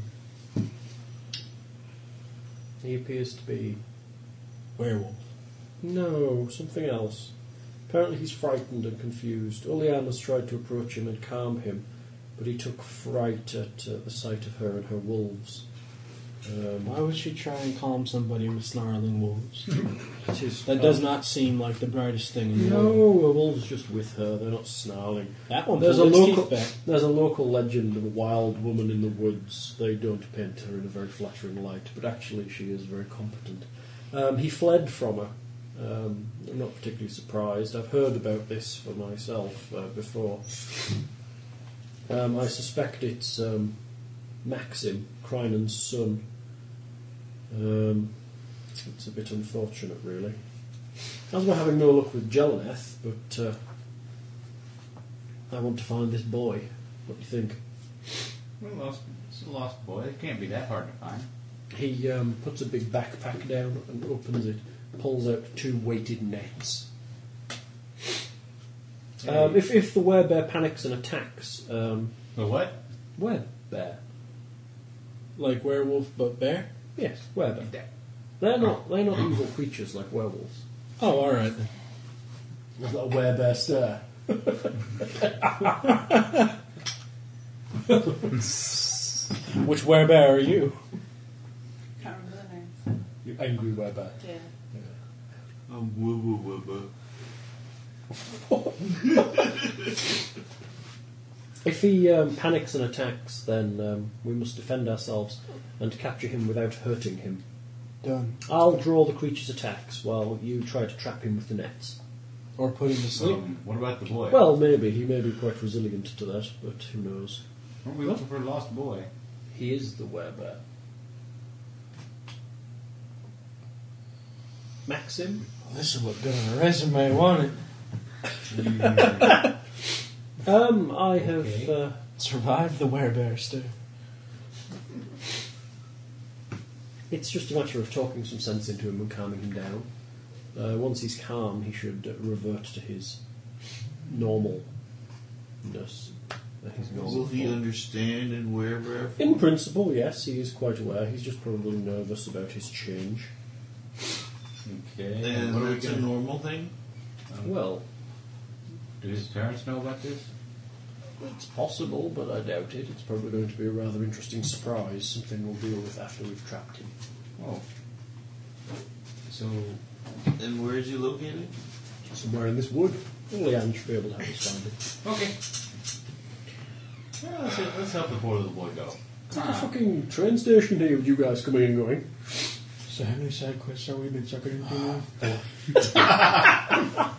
Speaker 2: he appears to be
Speaker 7: Werewolf.
Speaker 2: No, something else. Apparently he's frightened and confused. Olean has tried to approach him and calm him, but he took fright at uh, the sight of her and her wolves. Um,
Speaker 9: Why would she try and calm somebody with snarling wolves?
Speaker 2: it is,
Speaker 9: That does not seem like the brightest thing in the
Speaker 2: No,
Speaker 9: world.
Speaker 2: a wolf's just with her. They're not snarling.
Speaker 9: That one
Speaker 2: There's a
Speaker 9: pulled its
Speaker 2: local-
Speaker 9: teeth back.
Speaker 2: There's a local legend of a wild woman in the woods. They don't paint her in a very flattering light, but actually she is very competent. Um, he fled from her. Um, I'm not particularly surprised. I've heard about this for myself uh, before. Um, I suspect it's um, Maxim, Crinan's son. Um, It's a bit unfortunate, really. As we're having no luck with Jelaneth, but uh, I want to find this boy. What do you think?
Speaker 8: We lost. It's a lost boy. It can't be that hard to find.
Speaker 2: He um, puts a big backpack down and opens it, pulls out two weighted nets. Um, if, if the werebear panics and attacks, um,
Speaker 8: The what?
Speaker 2: werebear.
Speaker 3: Like werewolf, but bear?
Speaker 2: Yes, werebear. They're not, they're not evil creatures like werewolves.
Speaker 3: Oh, alright then.
Speaker 2: There's not a werebear stir.
Speaker 3: Which bear are you?
Speaker 4: Can't remember their names.
Speaker 2: You angry werebear.
Speaker 4: Yeah.
Speaker 5: Um, woo woo woo woo.
Speaker 2: If he um, panics and attacks, then um, we must defend ourselves and capture him without hurting him.
Speaker 7: Done.
Speaker 2: I'll draw the creature's attacks while you try to trap him with the nets.
Speaker 7: Or put him to sleep.
Speaker 8: Um, what about the boy?
Speaker 2: Well, maybe. He may be quite resilient to that, but who knows.
Speaker 8: Aren't we looking for a lost boy?
Speaker 2: He is the werebear. Maxim?
Speaker 7: This is what good on a resume, won't it?
Speaker 2: Um, I have.
Speaker 8: Okay.
Speaker 2: Uh,
Speaker 7: Survive the werebear too.
Speaker 2: It's just a matter of talking some sense into him and calming him down. Uh, once he's calm, he should uh, revert to his normalness. uh, His normal
Speaker 5: Will he
Speaker 2: form.
Speaker 5: understand and where where?
Speaker 2: In principle, yes, he is quite aware. He's just probably nervous about his change.
Speaker 8: Okay.
Speaker 5: And
Speaker 8: what are we
Speaker 5: that's a
Speaker 8: gonna
Speaker 5: normal thing.
Speaker 2: Well,
Speaker 8: do? His parents know about this?
Speaker 2: it's possible, but I doubt it. It's probably going to be a rather interesting surprise, something we'll deal with after we've trapped him.
Speaker 8: Oh. So
Speaker 5: And where is he located?
Speaker 2: Somewhere in this wood. Leanne should be able to help us find it.
Speaker 8: okay. Well, let's, let's help the poor little boy go.
Speaker 2: It's a fucking train station here with you guys coming and going.
Speaker 3: So how many side quests have we been sucking into now?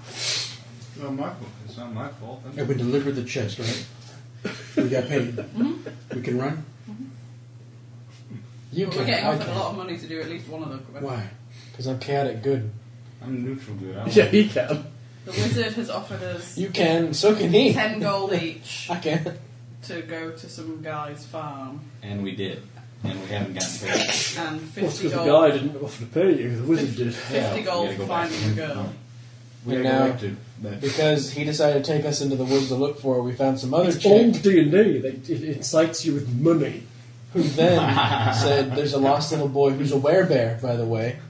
Speaker 8: It's not my fault. It's not my fault.
Speaker 3: Yeah, we delivered the chest, right? We got paid. We can run? You
Speaker 4: But
Speaker 3: can.
Speaker 4: we're getting
Speaker 3: I
Speaker 4: offered
Speaker 3: can.
Speaker 4: a lot of money to do at least one of them.
Speaker 3: Why?
Speaker 7: Because I'm chaotic good.
Speaker 8: I'm neutral good. I don't
Speaker 2: Yeah, he can.
Speaker 4: The wizard has offered us
Speaker 7: You can, so can he.
Speaker 4: ten gold each
Speaker 7: I can.
Speaker 4: to go to some guy's farm
Speaker 8: And we did. And we haven't gotten paid.
Speaker 2: Well,
Speaker 4: and
Speaker 2: it's
Speaker 4: fifty
Speaker 2: because the
Speaker 4: gold.
Speaker 2: guy didn't offer to pay you, the wizard did.
Speaker 8: Yeah,
Speaker 4: Fifty
Speaker 8: we
Speaker 4: gold
Speaker 8: gotta
Speaker 4: for
Speaker 8: go back.
Speaker 4: finding the girl.
Speaker 8: We
Speaker 7: And
Speaker 8: gotta go
Speaker 7: now-
Speaker 8: back to that.
Speaker 7: Because he decided to take us into the woods to look for her, we found some other
Speaker 2: It's
Speaker 7: chick
Speaker 2: old D&D, they, it incites you with money.
Speaker 7: who then said, There's a lost little boy who's a werebear, by the way,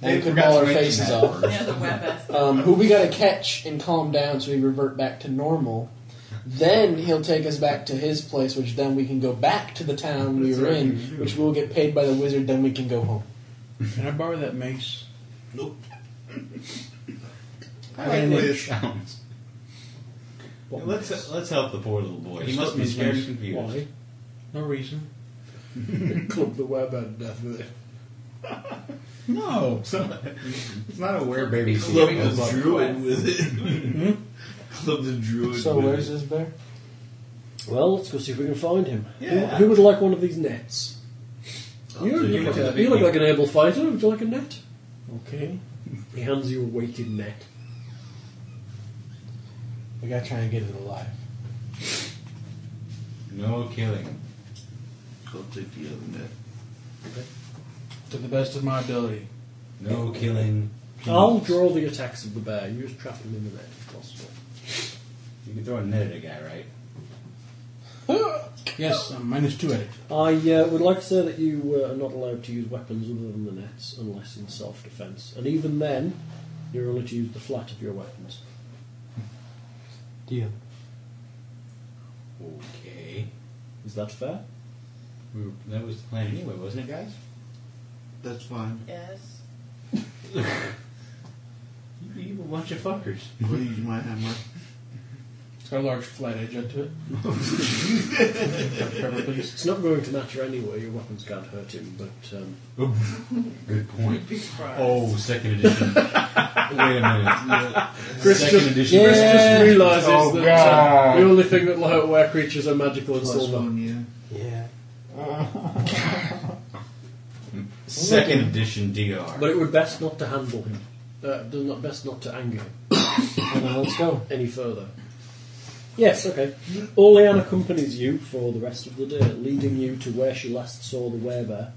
Speaker 8: They
Speaker 7: and could
Speaker 8: forgot
Speaker 7: ball
Speaker 8: to
Speaker 7: our
Speaker 8: mention
Speaker 7: faces
Speaker 8: that
Speaker 7: off.
Speaker 8: first.
Speaker 4: Yeah, the webest.
Speaker 7: Um, who we gotta catch and calm down so we revert back to normal. Then he'll take us back to his place, which then we can go back to the town we
Speaker 8: That's
Speaker 7: were
Speaker 8: what
Speaker 7: in,
Speaker 8: we do.
Speaker 7: which we'll get paid by the wizard, then we can go home.
Speaker 3: Can I borrow that mace?
Speaker 8: I like the way it sounds. Let's let's help the poor little boy. He must be scared and confused.
Speaker 2: Why?
Speaker 3: No reason.
Speaker 2: Club the werebear to death with it.
Speaker 3: No.
Speaker 8: It's not- it's not a where baby.
Speaker 5: Club
Speaker 8: thing.
Speaker 5: the druid with it.
Speaker 2: Hmm?
Speaker 5: Club the druid.
Speaker 7: So
Speaker 5: with
Speaker 7: where's
Speaker 5: it.
Speaker 7: this bear?
Speaker 2: Well, let's go see if we can find him.
Speaker 8: Yeah.
Speaker 2: Who, who would like one of these nets? you,
Speaker 8: so you
Speaker 2: look
Speaker 8: want
Speaker 2: like, a,
Speaker 8: to
Speaker 2: you look
Speaker 8: be-
Speaker 2: like an able fighter. Would you like a net?
Speaker 3: Okay.
Speaker 2: He hands you a weighted net.
Speaker 7: We gotta try and get it alive.
Speaker 8: No killing.
Speaker 5: I'll take the other net.
Speaker 3: To the best of my ability.
Speaker 8: No killing.
Speaker 2: I'll draw the attacks of the bear. You just trap him in the net if possible.
Speaker 8: You can throw a net at a guy, right?
Speaker 3: Yes, I'm Uh, minus two at it.
Speaker 2: I uh, would like to say that you uh, are not allowed to use weapons other than the nets unless in self defence. And even then, you're only to use the flat of your weapons.
Speaker 7: Deal.
Speaker 8: Okay.
Speaker 2: Is that fair?
Speaker 8: We were, that was the plan anyway, wasn't it, guys?
Speaker 5: That's fine.
Speaker 4: Yes.
Speaker 8: You evil bunch of fuckers.
Speaker 5: I'll use my hammer.
Speaker 3: It's got a large flat edge onto it. Pepper, please.
Speaker 2: It's not going to matter anyway, your weapons can't hurt him, but um,
Speaker 8: Good point.
Speaker 4: Be surprised.
Speaker 8: Oh, second edition. Wait a minute.
Speaker 2: Chris
Speaker 8: second
Speaker 2: just-
Speaker 8: edition.
Speaker 2: Chris just realises
Speaker 8: Oh,
Speaker 2: that
Speaker 8: God.
Speaker 2: uh, the only thing that will hurt where creatures are magical and
Speaker 5: Plus
Speaker 2: silver.
Speaker 5: one, yeah.
Speaker 7: Yeah.
Speaker 8: Second edition DR.
Speaker 2: But it would best not to handle him. Uh, do not best not to anger him
Speaker 9: Well, let's go.
Speaker 2: any further.
Speaker 9: Yes, okay. Orlean accompanies you for the rest of the day, leading you to where she last saw the werebear.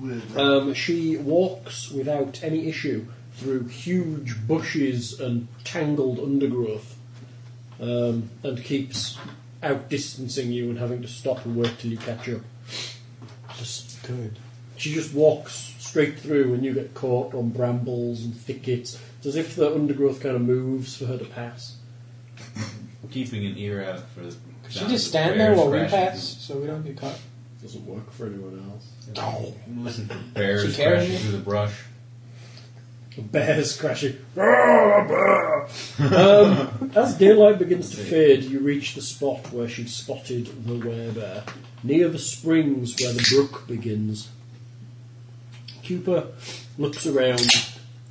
Speaker 5: With
Speaker 2: Um, she walks without any issue through huge bushes and tangled undergrowth, um, and keeps outdistancing you and having to stop and wait till you catch up.
Speaker 6: Just good.
Speaker 2: She just walks straight through, and you get caught on brambles and thickets. It's as if the undergrowth kind of moves for her to pass.
Speaker 8: keeping an ear out for.
Speaker 7: Could she just stand there while we pass so we don't get caught?
Speaker 2: Doesn't work for anyone else.
Speaker 7: No.
Speaker 8: Listen for bears
Speaker 7: She carrying
Speaker 8: crashing
Speaker 7: it?
Speaker 8: through the brush.
Speaker 2: Bears crashing. um, as daylight begins to fade, you reach the spot where she spotted the werebear, near the springs where the brook begins. Cooper looks around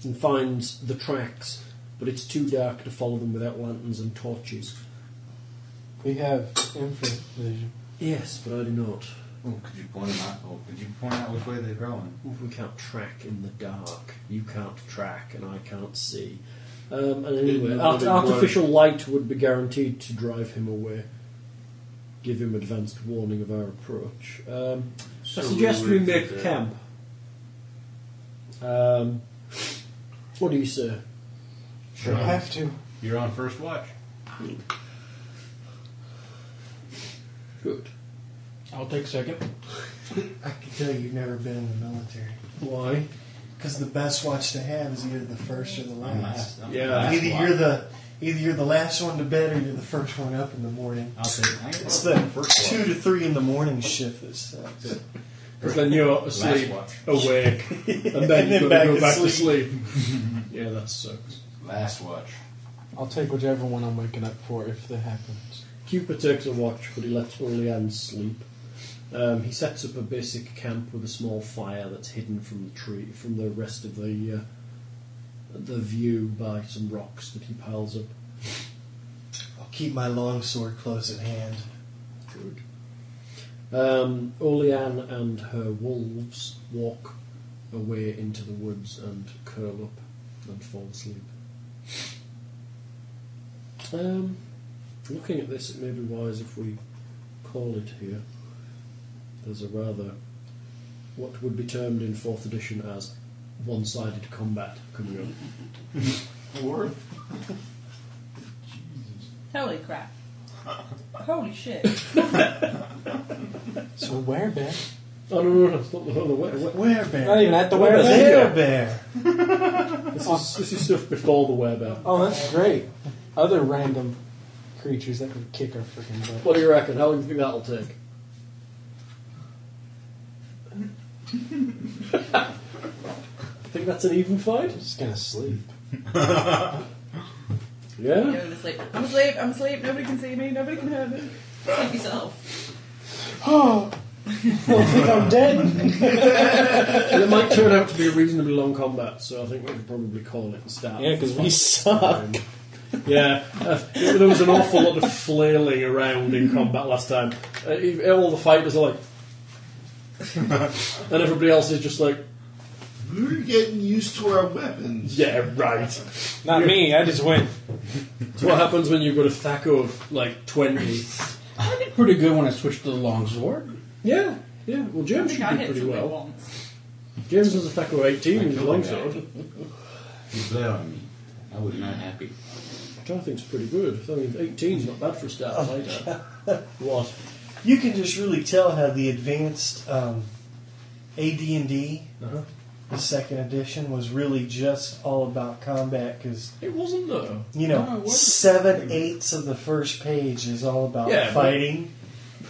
Speaker 2: and finds the tracks, but it's too dark to follow them without lanterns and torches.
Speaker 7: We have infrared vision.
Speaker 2: Yes, but I do not.
Speaker 8: Oh, could you point 'em out? Oh, could you point out which way they're going?
Speaker 2: We can't track in the dark. You can't track, and I can't see. Um, and anyway, art- artificial light would be guaranteed to drive him away, give him advanced warning of our approach. Um, I suggest we make camp. Um, what do you say?
Speaker 7: Sure. I have to.
Speaker 8: You're on first watch.
Speaker 2: Good.
Speaker 3: I'll take second.
Speaker 6: I can tell you've never been in the military.
Speaker 2: Why?
Speaker 6: Because the best watch to have is either the first or the
Speaker 8: I'm
Speaker 6: last.
Speaker 8: last. I'm
Speaker 2: Yeah.
Speaker 8: last
Speaker 6: Either
Speaker 8: watch.
Speaker 6: you're the either you're the last one to bed or you're the first one up in the morning.
Speaker 8: I'll take. I ain't
Speaker 6: It's
Speaker 8: got
Speaker 6: the
Speaker 8: first
Speaker 6: two
Speaker 8: watch.
Speaker 6: to three in the morning shift that sucks.
Speaker 2: Because then you're
Speaker 8: Last
Speaker 2: asleep,
Speaker 8: watch.
Speaker 2: awake, and then,
Speaker 6: then
Speaker 2: you've got
Speaker 6: back
Speaker 2: to go
Speaker 6: to
Speaker 2: back to sleep. yeah, that sucks.
Speaker 8: Last watch.
Speaker 7: I'll take whichever one I'm waking up for if that happens.
Speaker 2: Cooper takes a watch, but he lets Orlean sleep. Um, he sets up a basic camp with a small fire that's hidden from the tree, from the rest of the uh, the view by some rocks that he piles up.
Speaker 6: I'll keep my long sword close at hand.
Speaker 2: Good. Um, Oleanne and her wolves walk away into the woods and curl up and fall asleep. Um, looking at this, it may be wise if we call it here. There's a rather what would be termed in fourth edition as one-sided combat coming up.
Speaker 5: four.
Speaker 4: Holy crap. Holy shit.
Speaker 7: So where, Ben?
Speaker 2: Oh no, no, no! It's not the other way.
Speaker 7: Not
Speaker 6: Werebear.
Speaker 7: even at the
Speaker 6: Bear
Speaker 7: where.
Speaker 6: bear.
Speaker 2: This is, this is stuff before the werebear.
Speaker 7: Oh, that's great. Other random creatures that can kick our freaking butt.
Speaker 2: What do you reckon? How long do you think that'll take? think that's an even fight?
Speaker 7: I'm just gonna sleep.
Speaker 2: Yeah.
Speaker 4: You're asleep. I'm asleep, I'm asleep, nobody can see me, nobody can hear me. Sleep yourself.
Speaker 7: Oh, I think I'm dead.
Speaker 2: And it might turn out to be a reasonably long combat, so I think we could probably call it and start.
Speaker 7: Yeah, because we suck.
Speaker 2: Um, yeah, uh, there was an awful lot of flailing around in combat last time. Uh, ev- all the fighters are like, and everybody else is just like,
Speaker 5: We're getting used to our weapons.
Speaker 2: yeah, right.
Speaker 7: Not me. I just went.
Speaker 2: It's what happens when you've got a thack of like twenty.
Speaker 3: I did pretty good when I switched to the longsword.
Speaker 2: Yeah, yeah. Well,
Speaker 4: I
Speaker 2: James
Speaker 4: think
Speaker 2: should
Speaker 4: I
Speaker 2: do
Speaker 4: hit
Speaker 2: pretty
Speaker 4: somebody
Speaker 2: well.
Speaker 4: once.
Speaker 2: James has a tackle of 18
Speaker 8: I
Speaker 2: with his
Speaker 8: killed a
Speaker 2: longsword.
Speaker 8: guy. You bled on me. I was not happy.
Speaker 2: Which I think's pretty good. I mean, 18's not bad for a start fighter. what?
Speaker 6: You can just really tell how the advanced um, AD&D,
Speaker 2: Uh-huh.
Speaker 6: the second edition, was really just all about combat because
Speaker 2: It wasn't though.
Speaker 6: You
Speaker 3: No, it
Speaker 6: know,
Speaker 3: wasn't.
Speaker 6: seven eighths of the first page is all about
Speaker 2: Yeah, but-
Speaker 6: fighting,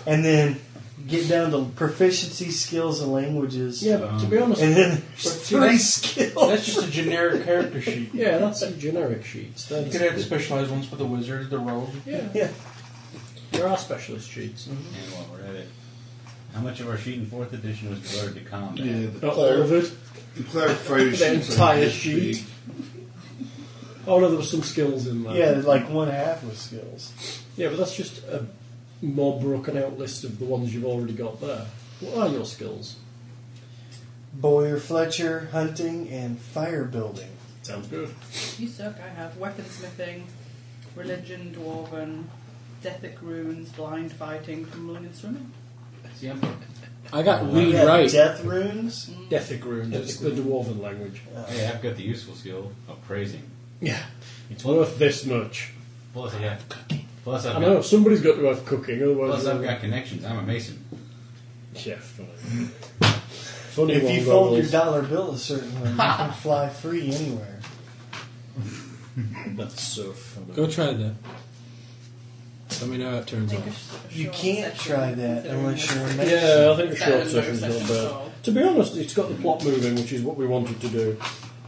Speaker 6: and then get down to proficiency skills and languages,
Speaker 2: Yeah, but to be honest,
Speaker 6: and then
Speaker 3: But
Speaker 6: there's
Speaker 3: see,
Speaker 6: three
Speaker 3: that's-
Speaker 6: skills.
Speaker 3: That's just a generic character sheet.
Speaker 2: yeah, that's some generic sheets.
Speaker 3: You could have the specialized ones for the wizards, the rogue.
Speaker 2: yeah.
Speaker 6: Yeah.
Speaker 2: there are specialist sheets.
Speaker 8: And while we're at it, how much of our sheet in fourth edition was devoted to combat?
Speaker 5: Yeah, the,
Speaker 2: Not all of it.
Speaker 5: the clarifier
Speaker 2: The
Speaker 5: sheets are
Speaker 2: entire
Speaker 5: this
Speaker 2: sheet.
Speaker 5: big.
Speaker 2: Oh no, there were some skills in there.
Speaker 6: Yeah, like one half was skills.
Speaker 2: yeah, but that's just a more broken out list of the ones you've already got there. What are your skills?
Speaker 6: Boyer Fletcher hunting and fire building.
Speaker 12: Sounds good.
Speaker 4: You suck. I have weaponsmithing, religion, dwarven, dethic runes, blind fighting, fumbling and swimming.
Speaker 8: See, I'm
Speaker 2: I got
Speaker 8: Yeah,
Speaker 2: read
Speaker 6: Yeah,
Speaker 2: right.
Speaker 6: Death runes.
Speaker 2: Dethic runes. It's the dwarven language.
Speaker 8: Hey, I've got the useful skill of praising.
Speaker 2: Yeah. It's worth this much.
Speaker 8: Plus, I have cooking. Plus, I've
Speaker 2: I know
Speaker 8: got,
Speaker 2: somebody's got to have cooking, otherwise.
Speaker 8: plus I've got connections. I'm a mason.
Speaker 2: chef. Funny
Speaker 6: If
Speaker 2: one.
Speaker 6: you fold your dollar bill a certain way, you can fly free anywhere.
Speaker 13: That's so funny.
Speaker 3: Go try that. Let me know how it turns out.
Speaker 4: Take a sh- a
Speaker 6: You
Speaker 4: short
Speaker 6: can't
Speaker 4: session,
Speaker 6: try that
Speaker 4: considering
Speaker 6: unless
Speaker 4: this
Speaker 6: you're a
Speaker 4: is
Speaker 6: mason.
Speaker 2: yeah, I think a
Speaker 4: better
Speaker 2: short
Speaker 4: than no
Speaker 2: session's not
Speaker 4: session at
Speaker 2: bad.
Speaker 4: all.
Speaker 2: To be honest, it's got the plot moving, which is what we wanted to do.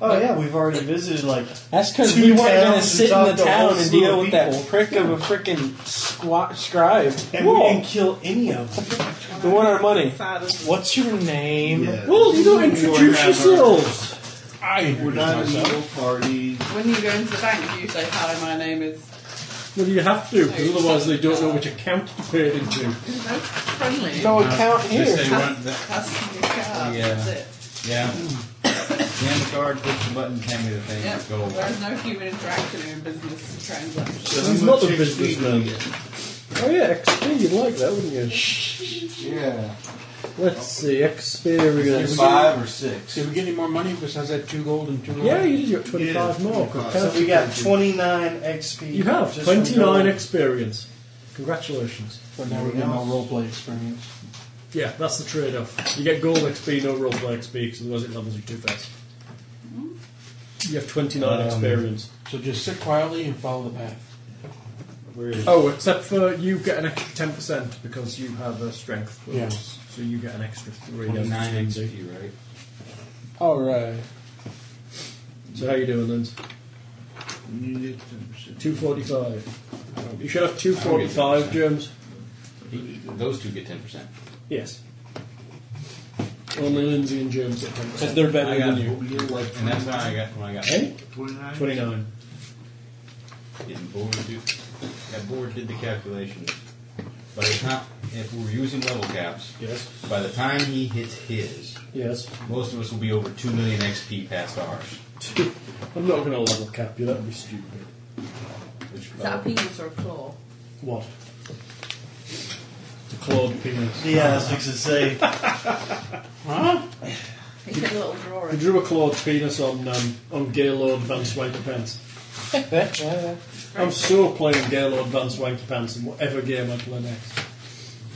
Speaker 6: Oh yeah, we've already visited like
Speaker 3: That's because
Speaker 6: Two
Speaker 3: we weren't going to
Speaker 6: towns
Speaker 3: sit in
Speaker 6: and
Speaker 3: the
Speaker 6: talk to a whole
Speaker 3: town and
Speaker 6: slew
Speaker 3: deal
Speaker 6: of
Speaker 3: with that
Speaker 6: people.
Speaker 3: prick of a freaking squat scribe.
Speaker 6: and we
Speaker 3: Whoa,
Speaker 6: didn't kill any of them.
Speaker 3: we want our money.
Speaker 4: Fathom.
Speaker 3: What's your name?
Speaker 5: Yeah.
Speaker 2: Well, you don't introduce
Speaker 5: Warhammer.
Speaker 2: yourselves.
Speaker 3: I
Speaker 5: We're not an evil party.
Speaker 4: When you go into the bank, you say, hi, my name is...
Speaker 2: Well, you have to, because otherwise they don't know which account you paid into.
Speaker 4: No, friendly.
Speaker 3: no account
Speaker 8: Just
Speaker 3: here.
Speaker 8: say
Speaker 4: Pass,
Speaker 8: one. That,
Speaker 4: pass me your card.
Speaker 8: Yeah.
Speaker 4: That's it.
Speaker 8: yeah. Scan the card, push the button, hand me the thing,
Speaker 4: Yeah.
Speaker 8: go away.
Speaker 4: There's no human interaction in a business transaction.
Speaker 5: He's
Speaker 2: not a businessman. Oh yeah, XP, you'd like that, wouldn't you?
Speaker 8: Yeah.
Speaker 2: Let's see, experience.
Speaker 8: Five or six.
Speaker 3: Did we get any more money besides that two gold and two gold?
Speaker 2: Yeah, you just got 25
Speaker 5: Yeah,
Speaker 2: more.
Speaker 5: 25.
Speaker 6: So we got 29 XP.
Speaker 2: You have
Speaker 6: just from
Speaker 2: 29
Speaker 6: going-
Speaker 2: experience. Congratulations.
Speaker 3: But now we get no roleplay experience.
Speaker 2: Yeah, that's the trade off. You get gold XP, no roleplay XP, because otherwise it levels you too fast. Hmm? You have 29 experience.
Speaker 3: So just sit quietly and follow the path.
Speaker 2: Oh, except for you get an extra 10% because you have a strength.
Speaker 3: Yeah.
Speaker 2: bonus. So you get an extra 3. as a
Speaker 8: 29
Speaker 2: strength.
Speaker 8: XP, right?
Speaker 3: All right.
Speaker 2: So how you doing, then?
Speaker 5: You did 10%.
Speaker 2: 245. You should have 245, James.
Speaker 8: He- Those two get 10%.
Speaker 2: Yes. Only Lindsay and James get 10%. Because
Speaker 8: they're
Speaker 2: they're
Speaker 8: better I
Speaker 2: better
Speaker 8: got
Speaker 2: than
Speaker 8: than
Speaker 2: you.
Speaker 5: You're like
Speaker 8: And that's how I got when I got
Speaker 5: 29?
Speaker 2: 29.
Speaker 8: Getting bored, dude. That board did the calculations. By the time, if we're using level caps,
Speaker 2: Yes.
Speaker 8: by the time he hits his,
Speaker 2: Yes.
Speaker 8: most of us will be over 2 million XP past ours.
Speaker 2: I'm not going to level cap you, that would be stupid.
Speaker 8: Which uh,
Speaker 4: Is that a penis or a claw?
Speaker 2: What? It's a clawed penis.
Speaker 6: Yeah, I was fixing to say.
Speaker 4: He did a little drawing.
Speaker 2: I drew a clawed penis on um, on Gaylord Van Swanky Pants. I'm so playing Gaylord Van Swanky Pants in whatever game I play next.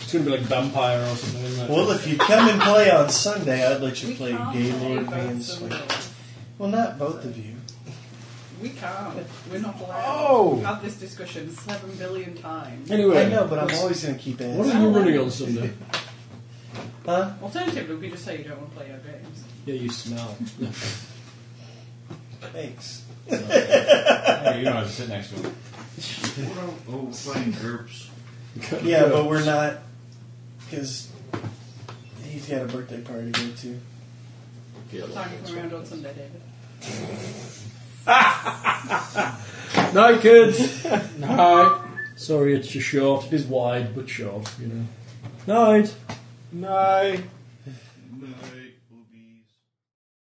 Speaker 2: It's going to be like Vampire or something, isn't it?
Speaker 6: Well, if you come and play on Sunday, I'd let you
Speaker 4: We
Speaker 6: play
Speaker 4: can't
Speaker 6: Gaylord
Speaker 4: play both
Speaker 6: Van
Speaker 4: of
Speaker 6: Swing.
Speaker 4: those.
Speaker 6: Well, not both of you.
Speaker 4: We can't. We're not allowed.
Speaker 3: Oh.
Speaker 4: We've had this discussion seven billion times.
Speaker 2: Anyway,
Speaker 6: I know, but I'm always going to keep
Speaker 2: what
Speaker 6: asking.
Speaker 2: are you running on Sunday?
Speaker 6: Huh?
Speaker 4: Alternatively, we just say you don't want to play our games.
Speaker 2: yeah, you smell.
Speaker 6: Thanks.
Speaker 8: Hey, you don't have to sit next to him.
Speaker 5: Oh, we're playing herbs.
Speaker 6: Yeah, but we're not. Because he's got a birthday party to go to.
Speaker 4: What time you come around on Sunday, David?
Speaker 2: Night, kids!
Speaker 3: Night.
Speaker 2: Sorry, it's just short. It's wide, but short, you know. Night!
Speaker 3: Night.